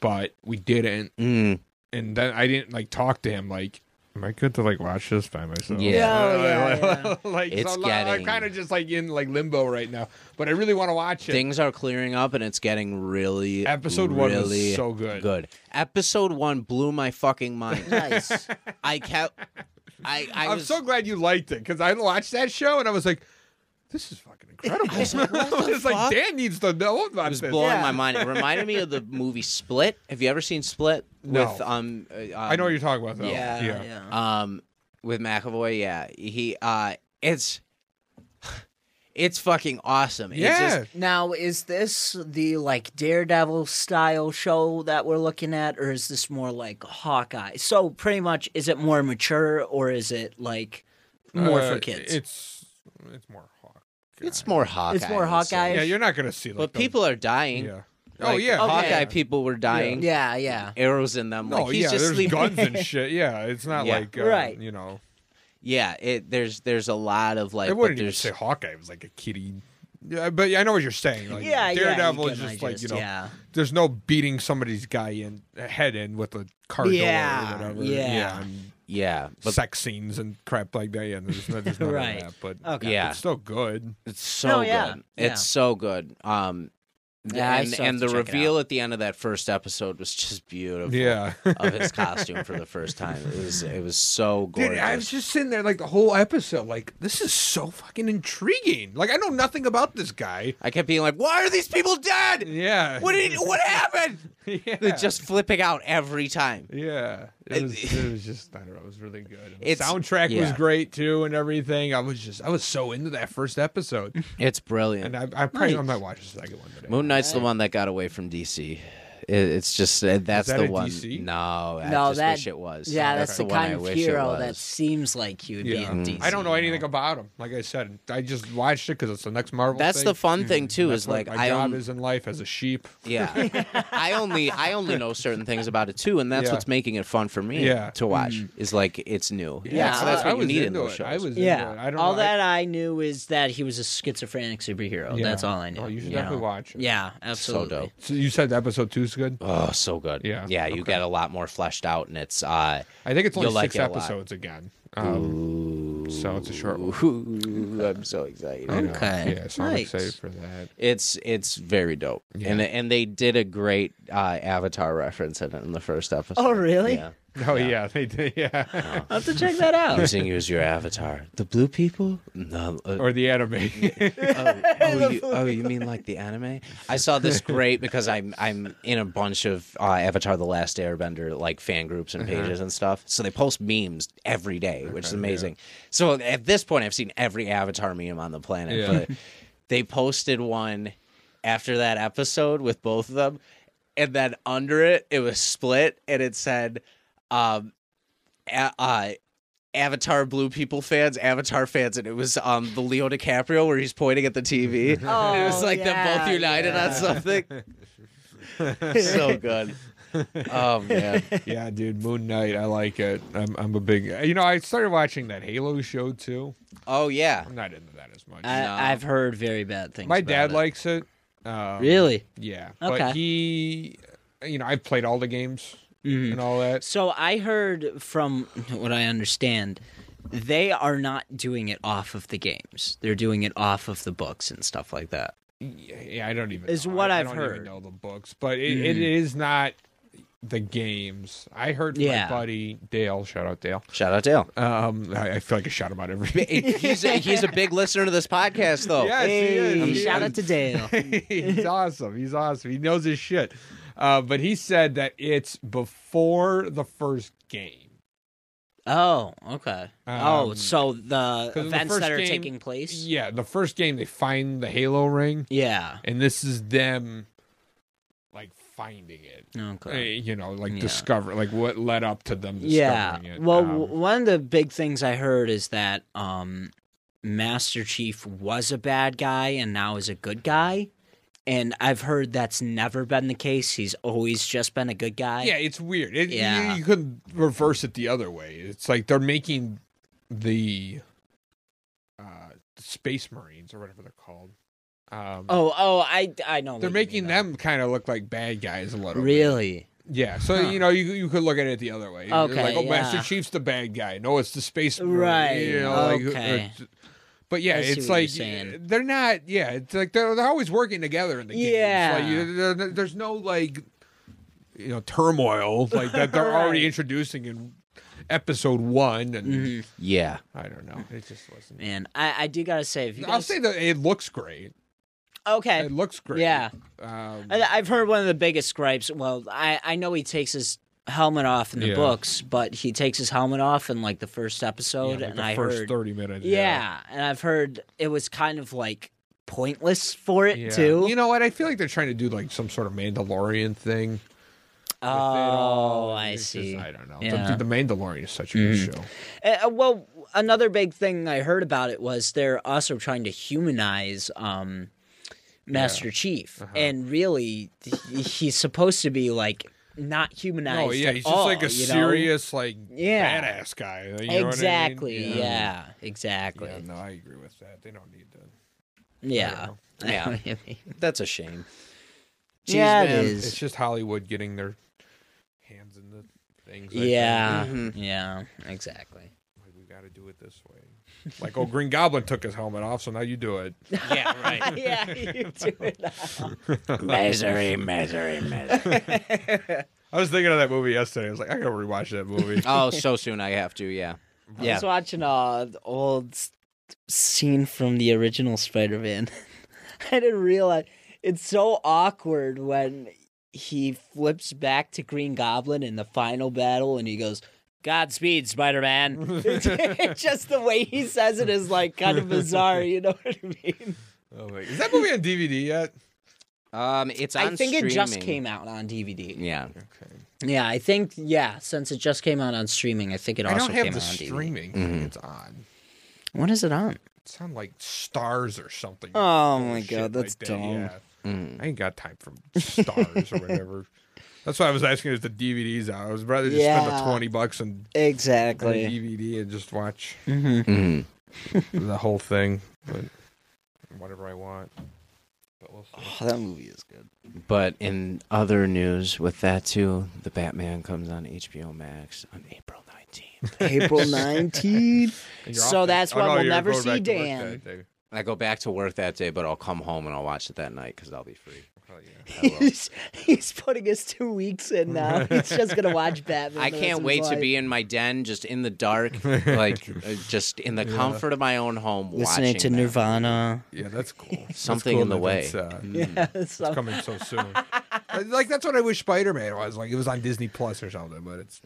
S3: but we didn't.
S1: Mm.
S3: And then I didn't like talk to him. Like, am I good to like watch this by myself?
S1: Yeah. Yeah,
S3: [laughs]
S2: oh, yeah,
S3: like,
S1: It's
S3: so I'm, not- I'm
S1: getting-
S3: kind of just like in like limbo right now, but I really want to watch it.
S1: Things are clearing up and it's getting really
S3: Episode one was
S1: really
S3: so good.
S1: Good. Episode one blew my fucking
S2: [laughs]
S1: mind.
S2: Nice.
S1: I kept I I
S3: I'm
S1: was
S3: so glad you liked it because I watched that show and I was like, this is fucking incredible.
S1: was
S3: [laughs]
S1: like, what the
S3: it's like
S1: fuck?
S3: Dan needs to know about
S1: it was
S3: this.
S1: blowing
S2: Yeah.
S1: my mind. It reminded me of the movie Split. Have you ever seen Split
S3: No.
S1: with um, uh, um
S3: I know what you're talking about though.
S2: yeah, Oh, yeah.
S1: um with McAvoy, yeah. He uh it's it's fucking awesome. It's
S3: Yeah.
S1: just-
S2: Now, is this the like Daredevil style show that we're looking at, or is this more like Hawkeye? So, pretty much, is it more mature, or is it like more
S3: Uh,
S2: for kids?
S3: It's it's more hawk.
S1: it's more Hawkeye.
S2: It's more
S1: I would say.
S2: Hawkeye.
S3: Yeah, you're not gonna see. Like,
S1: But
S3: the-
S1: people are dying.
S3: Yeah. oh
S1: Like,
S3: yeah.
S1: Hawkeye
S2: yeah.
S1: people were dying.
S2: yeah, yeah.
S1: Arrows in them.
S3: Oh
S1: Like he's
S3: yeah.
S1: just
S3: There's
S1: sleeping.
S3: guns and shit. Yeah. It's not
S1: Yeah.
S3: like uh,
S2: Right.
S3: You know.
S1: Yeah, it there's there's a lot of like
S3: I
S1: but
S3: wouldn't even
S1: there's
S3: say Hawkeye was like a kitty. Yeah, but I know what you're saying. Like,
S2: yeah,
S3: Daredevil
S2: yeah,
S3: is
S2: you can
S3: just like you know,
S2: digest, yeah.
S3: there's no beating somebody's guy in head in with a car door
S2: Yeah,
S3: or whatever.
S2: yeah.
S3: and
S1: yeah, but
S3: sex scenes and crap like that. Yeah, there's, no-
S2: [laughs]
S3: there's none
S2: Right.
S3: of that. But
S2: Okay.
S1: yeah,
S3: it's still good.
S1: it's so
S2: No,
S1: good.
S2: Oh, yeah, yeah.
S1: It's so good. Um
S2: Yeah, I
S1: and,
S2: still have
S1: and
S2: to
S1: the
S2: check it
S1: reveal at the end of that first episode was just beautiful. [laughs]
S3: Yeah.
S1: of
S3: [laughs]
S1: his costume for the first time. It was it was so gorgeous.
S3: Dude, I was just sitting there like the whole episode, like this is so fucking intriguing. Like I know nothing about this guy.
S1: I kept being like, "Why are these people dead?
S3: Yeah.
S1: What
S3: [laughs]
S1: did what happened?"
S3: yeah.
S1: They're just flipping out every time.
S3: Yeah. It was, it was just I don't know, it was really good. The
S1: It's-
S3: soundtrack was
S1: yeah.
S3: great too and everything. I was just I was so into that first episode.
S1: It's
S3: And uh,
S1: brilliant.
S3: I, I probably I
S2: Nice.
S3: might watch the second one today.
S1: Moon Knight's the one that got away from DC. It, it's just uh, that's
S3: that
S1: the
S3: a
S1: one.
S3: DC?
S1: No, I
S2: No,
S1: just
S2: that-
S1: wish it was.
S2: Yeah, that's,
S1: the,
S2: the
S1: one
S2: kind
S1: I
S2: of
S1: wish it
S2: hero
S1: was. Mm-hmm.
S2: that seems like he would
S3: Yeah.
S2: be in DC.
S3: I don't know anything about him. Like I said, I just watched it because it's the next Marvel.
S1: That's
S3: thing.
S1: the fun thing too.
S3: That's
S1: Is like
S3: what my
S1: I um,
S3: job
S1: only
S3: is in life as a sheep.
S1: [laughs]
S3: [laughs]
S1: yeah, I only I only know certain things about it too, and that's
S3: Yeah.
S1: what's making it fun for me
S3: Yeah. Mm.
S1: to watch. Is like it's new.
S2: Yeah,
S1: that's, that's what
S2: I-
S3: I
S1: you
S3: was
S1: need in
S3: into
S1: those
S3: it.
S1: shows.
S3: I was
S2: Yeah,
S3: into it. I don't
S2: all
S3: know. I-
S2: that I knew is that he was a schizophrenic superhero.
S3: Yeah.
S2: That's all I knew.
S3: Oh, you should definitely
S2: know?
S3: watch it.
S2: Yeah,
S1: so
S2: absolutely.
S1: dope.
S3: So you said episode two's good.
S1: Oh, so good.
S3: Yeah,
S1: yeah. You get a lot more fleshed out, and it's uh,
S3: I think it's only
S1: You'll like
S3: six
S1: it a lot.
S3: episodes again. Um, So it's a short one.
S1: Ooh, I'm so excited.
S3: I know.
S2: Okay.
S3: Yeah, so I'm
S2: Nice.
S3: excited for that.
S1: It's it's very dope, and and they did a great uh, Avatar reference in it in the first episode.
S2: Oh, really?
S1: Yeah.
S3: Oh yeah, they did. Yeah,
S2: I'll have to check that
S3: [laughs]
S2: out.
S1: Using you as your avatar. The blue people? No. uh,
S3: or the anime.
S1: oh, oh, you, oh, you mean like the anime? I saw this great because I'm I'm in a bunch of uh, Avatar: The Last Airbender like fan groups and pages and stuff. So they post memes every day, which is amazing. So at this point, I've seen every Avatar meme on the planet,
S3: Yeah.
S1: but they posted one after that episode with both of them, and then under it, it was split, and it said. Um, a- uh, Avatar blue people fans, Avatar fans, and it was um the Leo DiCaprio where he's pointing at the TV.
S2: Oh,
S1: [laughs] it was like them both
S2: yeah,
S1: united on
S2: [laughs]
S1: something. so good. Oh man.
S3: yeah, dude, Moon Knight. I like it. I'm, I'm a big. You know, I started watching that Halo show too.
S1: Oh yeah.
S3: I'm not into that as much.
S2: I,
S1: No.
S2: I've heard very bad things.
S3: My
S2: about
S3: dad
S2: it.
S3: likes it. Um,
S2: really.
S3: Yeah,
S2: Okay.
S3: but he, you know, I've played all the games
S2: Mhm.
S3: and all that.
S2: So I heard from [laughs] what I understand, they are not doing it off of the games. They're doing it off of the books and stuff like that.
S3: Yeah, I don't even.
S2: Is
S3: know.
S2: what
S3: I,
S2: I've
S3: I don't
S2: heard. Mm.
S3: Even know the books, but it, it is not the games. I heard from
S2: Yeah.
S3: my buddy Dale. Shout out Dale.
S1: Shout out Dale.
S3: Um, I, I feel like I shout him out
S2: [laughs]
S3: every day.
S1: He's a, he's a big listener to this podcast though.
S3: [laughs] Yes, he is.
S2: Hey,
S3: He
S2: shout
S3: is. [laughs]
S2: out to Dale.
S3: he's awesome. He's awesome. He knows his shit. Uh, but he said that it's before the first game.
S2: [laughs] Oh, okay. oh,
S3: Um,
S2: so the
S3: 'cause in the
S2: events
S3: first
S2: that are
S3: game-
S2: taking place.
S3: Yeah, the first game they find the Halo ring,
S2: Yeah.
S3: and this is them like finding it. Uh,
S2: Okay.
S3: You know, like
S2: Yeah.
S3: discover like what led up to them
S2: Yeah.
S3: discovering it.
S2: Well,
S3: Um,
S2: w- one of the big things I heard is that um, Master Chief was a bad guy and now is a good guy. And I've heard that's never been the case. He's always just been a good guy.
S3: yeah, it's weird. It,
S2: Yeah.
S3: you, you could reverse it the other way. It's like they're making the uh, Space Marines or whatever they're called. Um,
S2: Oh, oh, I, I know. what
S3: they're
S2: you
S3: making
S2: mean,
S3: them kind of look like bad guys a
S2: though.
S3: little. bit.
S2: really.
S3: Yeah. So
S2: Huh.
S3: you know you you could look at it the other way. You're
S2: Okay,
S3: Like oh, Master
S2: yeah.
S3: Chief's the bad guy. No, it's the space. Marine,
S2: Right,
S3: You know, like,
S2: okay.
S3: uh, but yeah,
S2: I see
S3: it's
S2: what you're
S3: like
S2: saying.
S3: they're not. Yeah, it's like they're, they're always working together in the games.
S2: Yeah.
S3: Like, you- there- there- there's no like you know turmoil like that
S2: [laughs]
S3: they're already
S2: Right.
S3: introducing in episode one and
S2: Mhm.
S1: Yeah.
S3: I don't know. It just wasn't.
S2: Man, I, I do gotta say, if you guys,
S3: I'll say that it looks great.
S2: okay,
S3: It looks great.
S2: Yeah.
S3: Um,
S2: I- I've heard one of the biggest gripes. Well, I, I know he takes his helmet off in the
S3: Yeah.
S2: books, but he takes his helmet off in like the first
S3: yeah,
S2: episode,
S3: like
S2: and
S3: the
S2: I
S3: first
S2: heard,
S3: thirty minutes.
S2: yeah. and I've heard it was kind of like pointless for it
S3: Yeah.
S2: too.
S3: You know what? I feel like they're trying to do like some sort of Mandalorian thing. with
S2: oh,
S3: it all.
S2: I
S3: It's just-
S2: see.
S3: I don't know.
S2: Yeah.
S3: The, the Mandalorian is such a good show.
S2: Uh, well, another big thing I heard about it was they're also trying to humanize um, Master Chief,
S3: Uh-huh.
S2: and really, he- he's supposed to be like not humanized.
S3: Oh yeah,
S2: at
S3: he's just
S2: all,
S3: like a
S2: you know?
S3: serious, like
S2: Yeah.
S3: badass guy. You know what I mean?
S2: exactly. yeah. Exactly.
S3: Yeah, no, I agree with that. They don't need to.
S2: Yeah.
S1: Yeah.
S2: [laughs]
S1: That's a shame. Jeez,
S2: yeah, it
S1: man.
S3: It's
S2: is.
S3: just Hollywood getting their hands in the things. I think.
S2: Yeah.
S1: Mhm.
S3: Mm-hmm.
S2: Yeah. Exactly.
S3: Like, we got to do it this way. Like, oh, Green Goblin took his helmet off, so now you do it.
S1: Yeah, right.
S2: [laughs] yeah, you
S3: [laughs]
S2: do it.
S1: misery, misery, misery.
S3: I was thinking of that movie yesterday. I was like, I gotta rewatch that
S2: [laughs]
S3: movie.
S1: Oh, so soon I have to, yeah.
S2: I
S1: Yeah.
S2: was watching uh, the old s- scene from the original Spider-Man. [laughs] I didn't realize it's so awkward when he flips back to Green Goblin in the final battle, and he goes.
S3: [laughs]
S2: Godspeed, Spider-Man. [laughs] Just the way he says it is like kind of bizarre. You know what I mean?
S3: Oh, wait. Is that movie on DVD yet?
S1: Um it's on
S2: I think it just
S1: streaming.
S2: came out on DVD.
S1: Yeah.
S3: Okay.
S2: Yeah, I think yeah. Since it just came out on streaming, I think it
S3: I
S2: also
S3: don't have
S2: came
S3: the
S2: out on DVD.
S3: streaming.
S2: Mm-hmm.
S3: It's on.
S2: When is it on?
S3: It's on like stars or something.
S2: Oh
S3: Holy
S2: my
S3: shit,
S2: God,
S3: like
S2: that's
S3: that,
S2: dumb.
S3: yeah.
S1: Mm-hmm.
S3: I ain't got time for stars or
S2: [laughs]
S3: whatever. That's why I was asking if the DVD's out. I was rather just spend
S2: Yeah.
S3: the twenty bucks on on a
S2: Exactly.
S3: DVD and just
S2: [laughs]
S3: watch
S1: Mhm.
S3: the whole thing, but whatever I want. But we'll see.
S2: [laughs] Oh, that movie is good.
S1: But in other news, with that too, the Batman comes on HBO Max on April 9th. [laughs] 19th.
S2: [laughs] April 19th.
S3: You're
S2: So
S3: off that-
S2: that's
S3: oh,
S2: why
S3: no,
S2: we'll
S3: you're
S2: never
S3: going
S2: see
S3: back to work
S2: Dan.
S3: that day.
S1: I go back to work that day, but I'll come home and I'll watch it that night because I'll be free.
S3: Oh, yeah.
S1: I, will.
S2: He's, he's putting his two weeks in [laughs] now. He's just gonna watch Batman.
S1: I
S2: the rest of
S1: can't
S2: his
S1: wait to
S2: life.
S1: be in my den, just in the [laughs] dark, like uh, just in the comfort of my own home,
S2: listening
S1: watching
S2: to
S1: that.
S2: [laughs] Nirvana.
S3: Yeah, that's cool. That's
S1: Something
S3: cool
S1: in the
S3: that
S1: way.
S3: that's, uh,
S2: Yeah, so-
S3: coming so soon. like that's what I wish Spider Man was. Like it was on Disney Plus or something, but it's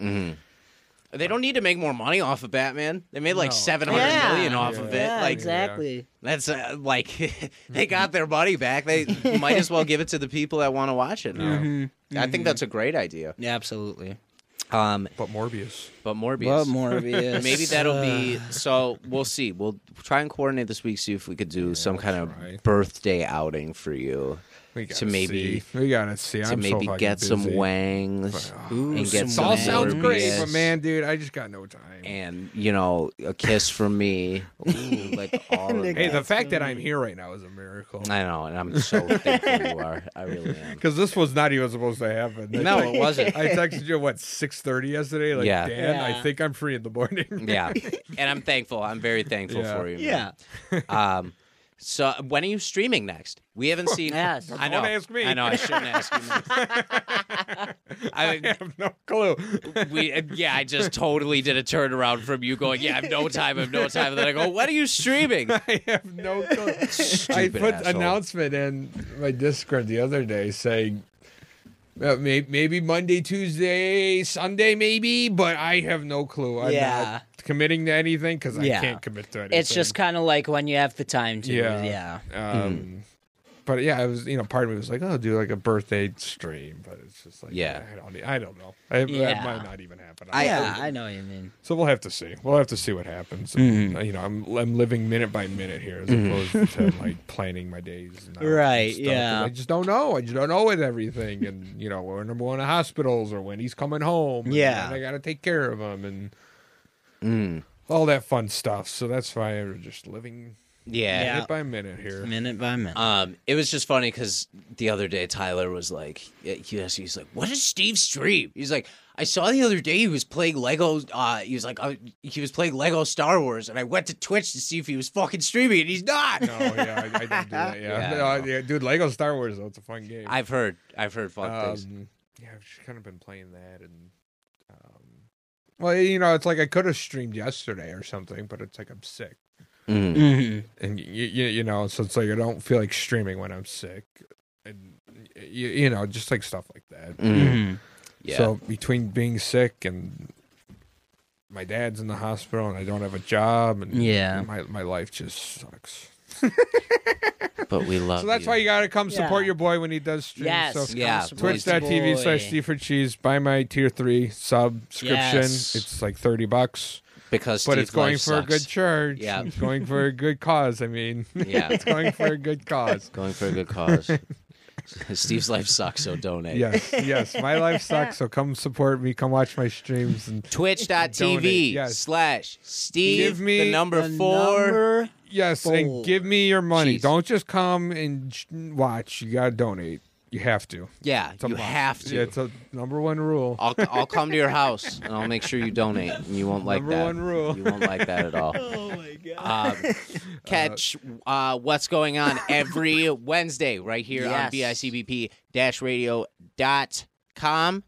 S1: They don't need to make more money off of Batman. They made like
S3: No.
S1: seven hundred million
S2: Yeah.
S1: off of it.
S2: Yeah,
S1: like
S2: exactly.
S1: that's uh, like [laughs] they got their money back.
S2: [laughs]
S1: They might as well give it to the people that want to watch it. Now. I think that's a great idea.
S2: Yeah, absolutely.
S1: Mm-hmm. Um,
S3: but Morbius.
S1: but Morbius. [laughs]
S2: Love Morbius.
S1: Maybe that'll be
S3: Uh.
S1: so. We'll see. We'll try and coordinate this week. See if we could do some kind of
S3: try.
S1: birthday outing for you
S3: We
S1: To
S3: gotta
S1: maybe-
S3: see. we gotta see.
S1: to
S3: I'm so
S1: maybe
S3: fucking
S1: get some
S3: busy. uh,
S1: wangs
S2: Ooh,
S1: and get
S2: some
S3: It
S1: some
S3: all sounds great,
S1: Morbius
S3: but man, dude, I just got no time.
S1: and you know a kiss from
S3: [laughs]
S1: me. Ooh, like [laughs] all of
S2: And
S3: hey, the
S1: that.
S3: fact that I'm here right now is a miracle.
S1: I know, and I'm so thankful you are. I really am.
S3: Because this was not even supposed to happen.
S1: [laughs] No, it wasn't.
S3: I texted you at what six thirty yesterday. Like,
S1: Yeah.
S3: Dan,
S2: Yeah.
S3: I think I'm free in the morning. [laughs]
S1: Yeah, and I'm thankful. I'm very thankful
S3: Yeah.
S1: for you. man.
S2: [laughs] Yeah.
S1: Um, so when are you streaming next? We haven't seen.
S2: Yes.
S1: I know.
S3: Don't ask me.
S1: I know. I shouldn't ask you.
S3: I
S1: I,
S3: have no clue.
S1: we yeah. I just totally did a turnaround from you going. Yeah, I have no time. I have no time. And then I go. When are you
S3: [laughs]
S1: streaming?
S3: I have no
S2: [laughs]
S3: clue. I
S1: Stupid
S3: put
S1: asshole.
S3: announcement in my Discord the other day saying uh, may- maybe Monday, Tuesday, Sunday, maybe, but I have no clue. I'm
S2: Yeah.
S3: not committing to anything because
S2: Yeah.
S3: I can't commit to anything.
S2: It's just Mm. kind of like when you have the time to.
S3: Yeah.
S2: Yeah.
S3: Um, But yeah, I was you know part of me was like, oh, do like a birthday stream, but it's just like
S1: Yeah.
S3: I don't e, I don't know. I,
S2: Yeah.
S3: That might not even happen.
S1: I-
S2: yeah, I know what you mean.
S3: So we'll have to see. We'll have to see what happens. And, uh,
S2: Mm-hmm.
S3: you know, I'm I'm living minute by minute here as opposed
S2: [laughs]
S3: to like planning my days. And hours and
S2: Right,
S3: stuff.
S2: yeah.
S3: I just don't know. I just don't know with everything, and you know, when I'm going to hospitals or when he's coming home. and
S2: Yeah. Mm.
S3: when I got to take care of him and all that fun stuff. So that's why I'm just living
S1: Yeah.
S3: minute by minute here.
S2: Minute by minute.
S1: Um, it was just funny because the other day Tyler was like, he asked, he's like, "What is Steve stream?" He's like, "I saw the other day he was playing Lego. Uh, he was like, uh, he was playing Lego Star Wars, and I went to Twitch to see if he was fucking streaming, and he's not."
S3: No, yeah, I, I don't do
S2: [laughs]
S3: that. Yeah,
S1: Yeah,
S3: No,
S1: I
S3: I- yeah, dude, Lego Star Wars though, it's a fun game.
S1: I've heard, I've heard fuck things.
S3: Um, yeah, I've just kind of been playing that, and um, well, you know, it's like I could have streamed yesterday or something, but it's like I'm sick,
S1: Mm.
S2: Mhm.
S3: and you, you, you know, so it's like I don't feel like streaming when I'm sick, and you, you know, just like stuff like that.
S1: Mm.
S2: Mhm.
S1: Yeah.
S3: So between being sick and my dad's in the hospital, and I don't have a job, and
S2: Yeah.
S3: my my life just sucks.
S1: but we love.
S3: So that's why you gotta come support
S2: Yeah.
S3: your boy when he does stream.
S2: Yes.
S3: So
S1: Yeah,
S2: come support
S1: please
S2: the
S3: twitch.tv
S2: boy.
S3: slash Steve for cheese buy my tier 3 subscription
S2: Yes.
S3: it's like 30 bucks
S1: because
S3: but
S1: Steve's
S3: it's going
S1: life
S3: for a good
S1: sucks.
S3: charge
S1: Yeah.
S3: it's going for a good cause
S1: [laughs]
S3: i mean
S1: yeah,
S3: [laughs] it's going for a good cause
S1: going for a good cause. [laughs] Steve's life sucks, so donate.
S3: yes yes my life sucks so come support me come watch my streams and
S1: Twitch.tv
S3: Donate, yes.
S1: slash Steve,
S3: Give me
S1: the number
S2: The
S1: four. [laughs]
S2: number-
S3: yes
S2: Four.
S3: and give me your money
S1: Jeez.
S3: don't just come and sh- watch you gotta donate you have to
S1: Yeah,
S3: It's a
S1: you
S3: must.
S1: have to.
S3: yeah, it's a number one rule
S1: I'll I'll come to your house and I'll make sure you donate. And you won't like
S3: Number
S1: that.
S3: one rule.
S1: You won't like that at
S3: [laughs]
S1: all.
S2: Oh
S1: [laughs]
S2: my god.
S1: Um, catch uh, what's going on
S2: [laughs]
S1: every Wednesday right here
S2: Yes.
S1: on bicbp-radio.com.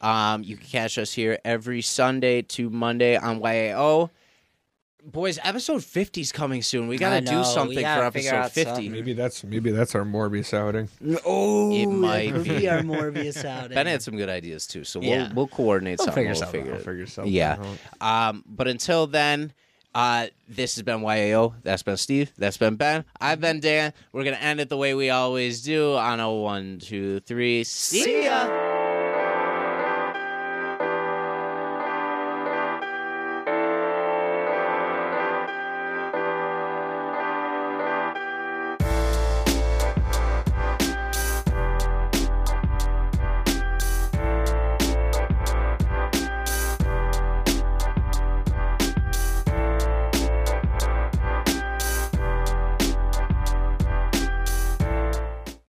S1: Um, you can catch us here every Sunday to Monday on YAO. Boys, episode 50 is coming soon. We gotta
S2: I know,
S1: do
S2: we
S1: something for
S2: gotta figure
S1: episode
S2: out
S1: 50.
S2: something.
S3: maybe that's maybe that's our morbius outing
S2: Oh,
S1: It
S2: that
S1: might
S2: could
S1: be.
S2: our Morbius out.
S1: Ben had some good ideas too, so we'll
S2: Yeah.
S1: we'll coordinate something.
S2: figure
S1: we'll
S2: something
S1: figure
S3: I'll
S1: it.
S3: figure something
S1: Yeah.
S3: out.
S1: Um, but until then, uh, this has been YAO. That's been Steve. That's been Ben. I've been Dan. We're going to end it the way we always do on a one, two, three. See ya.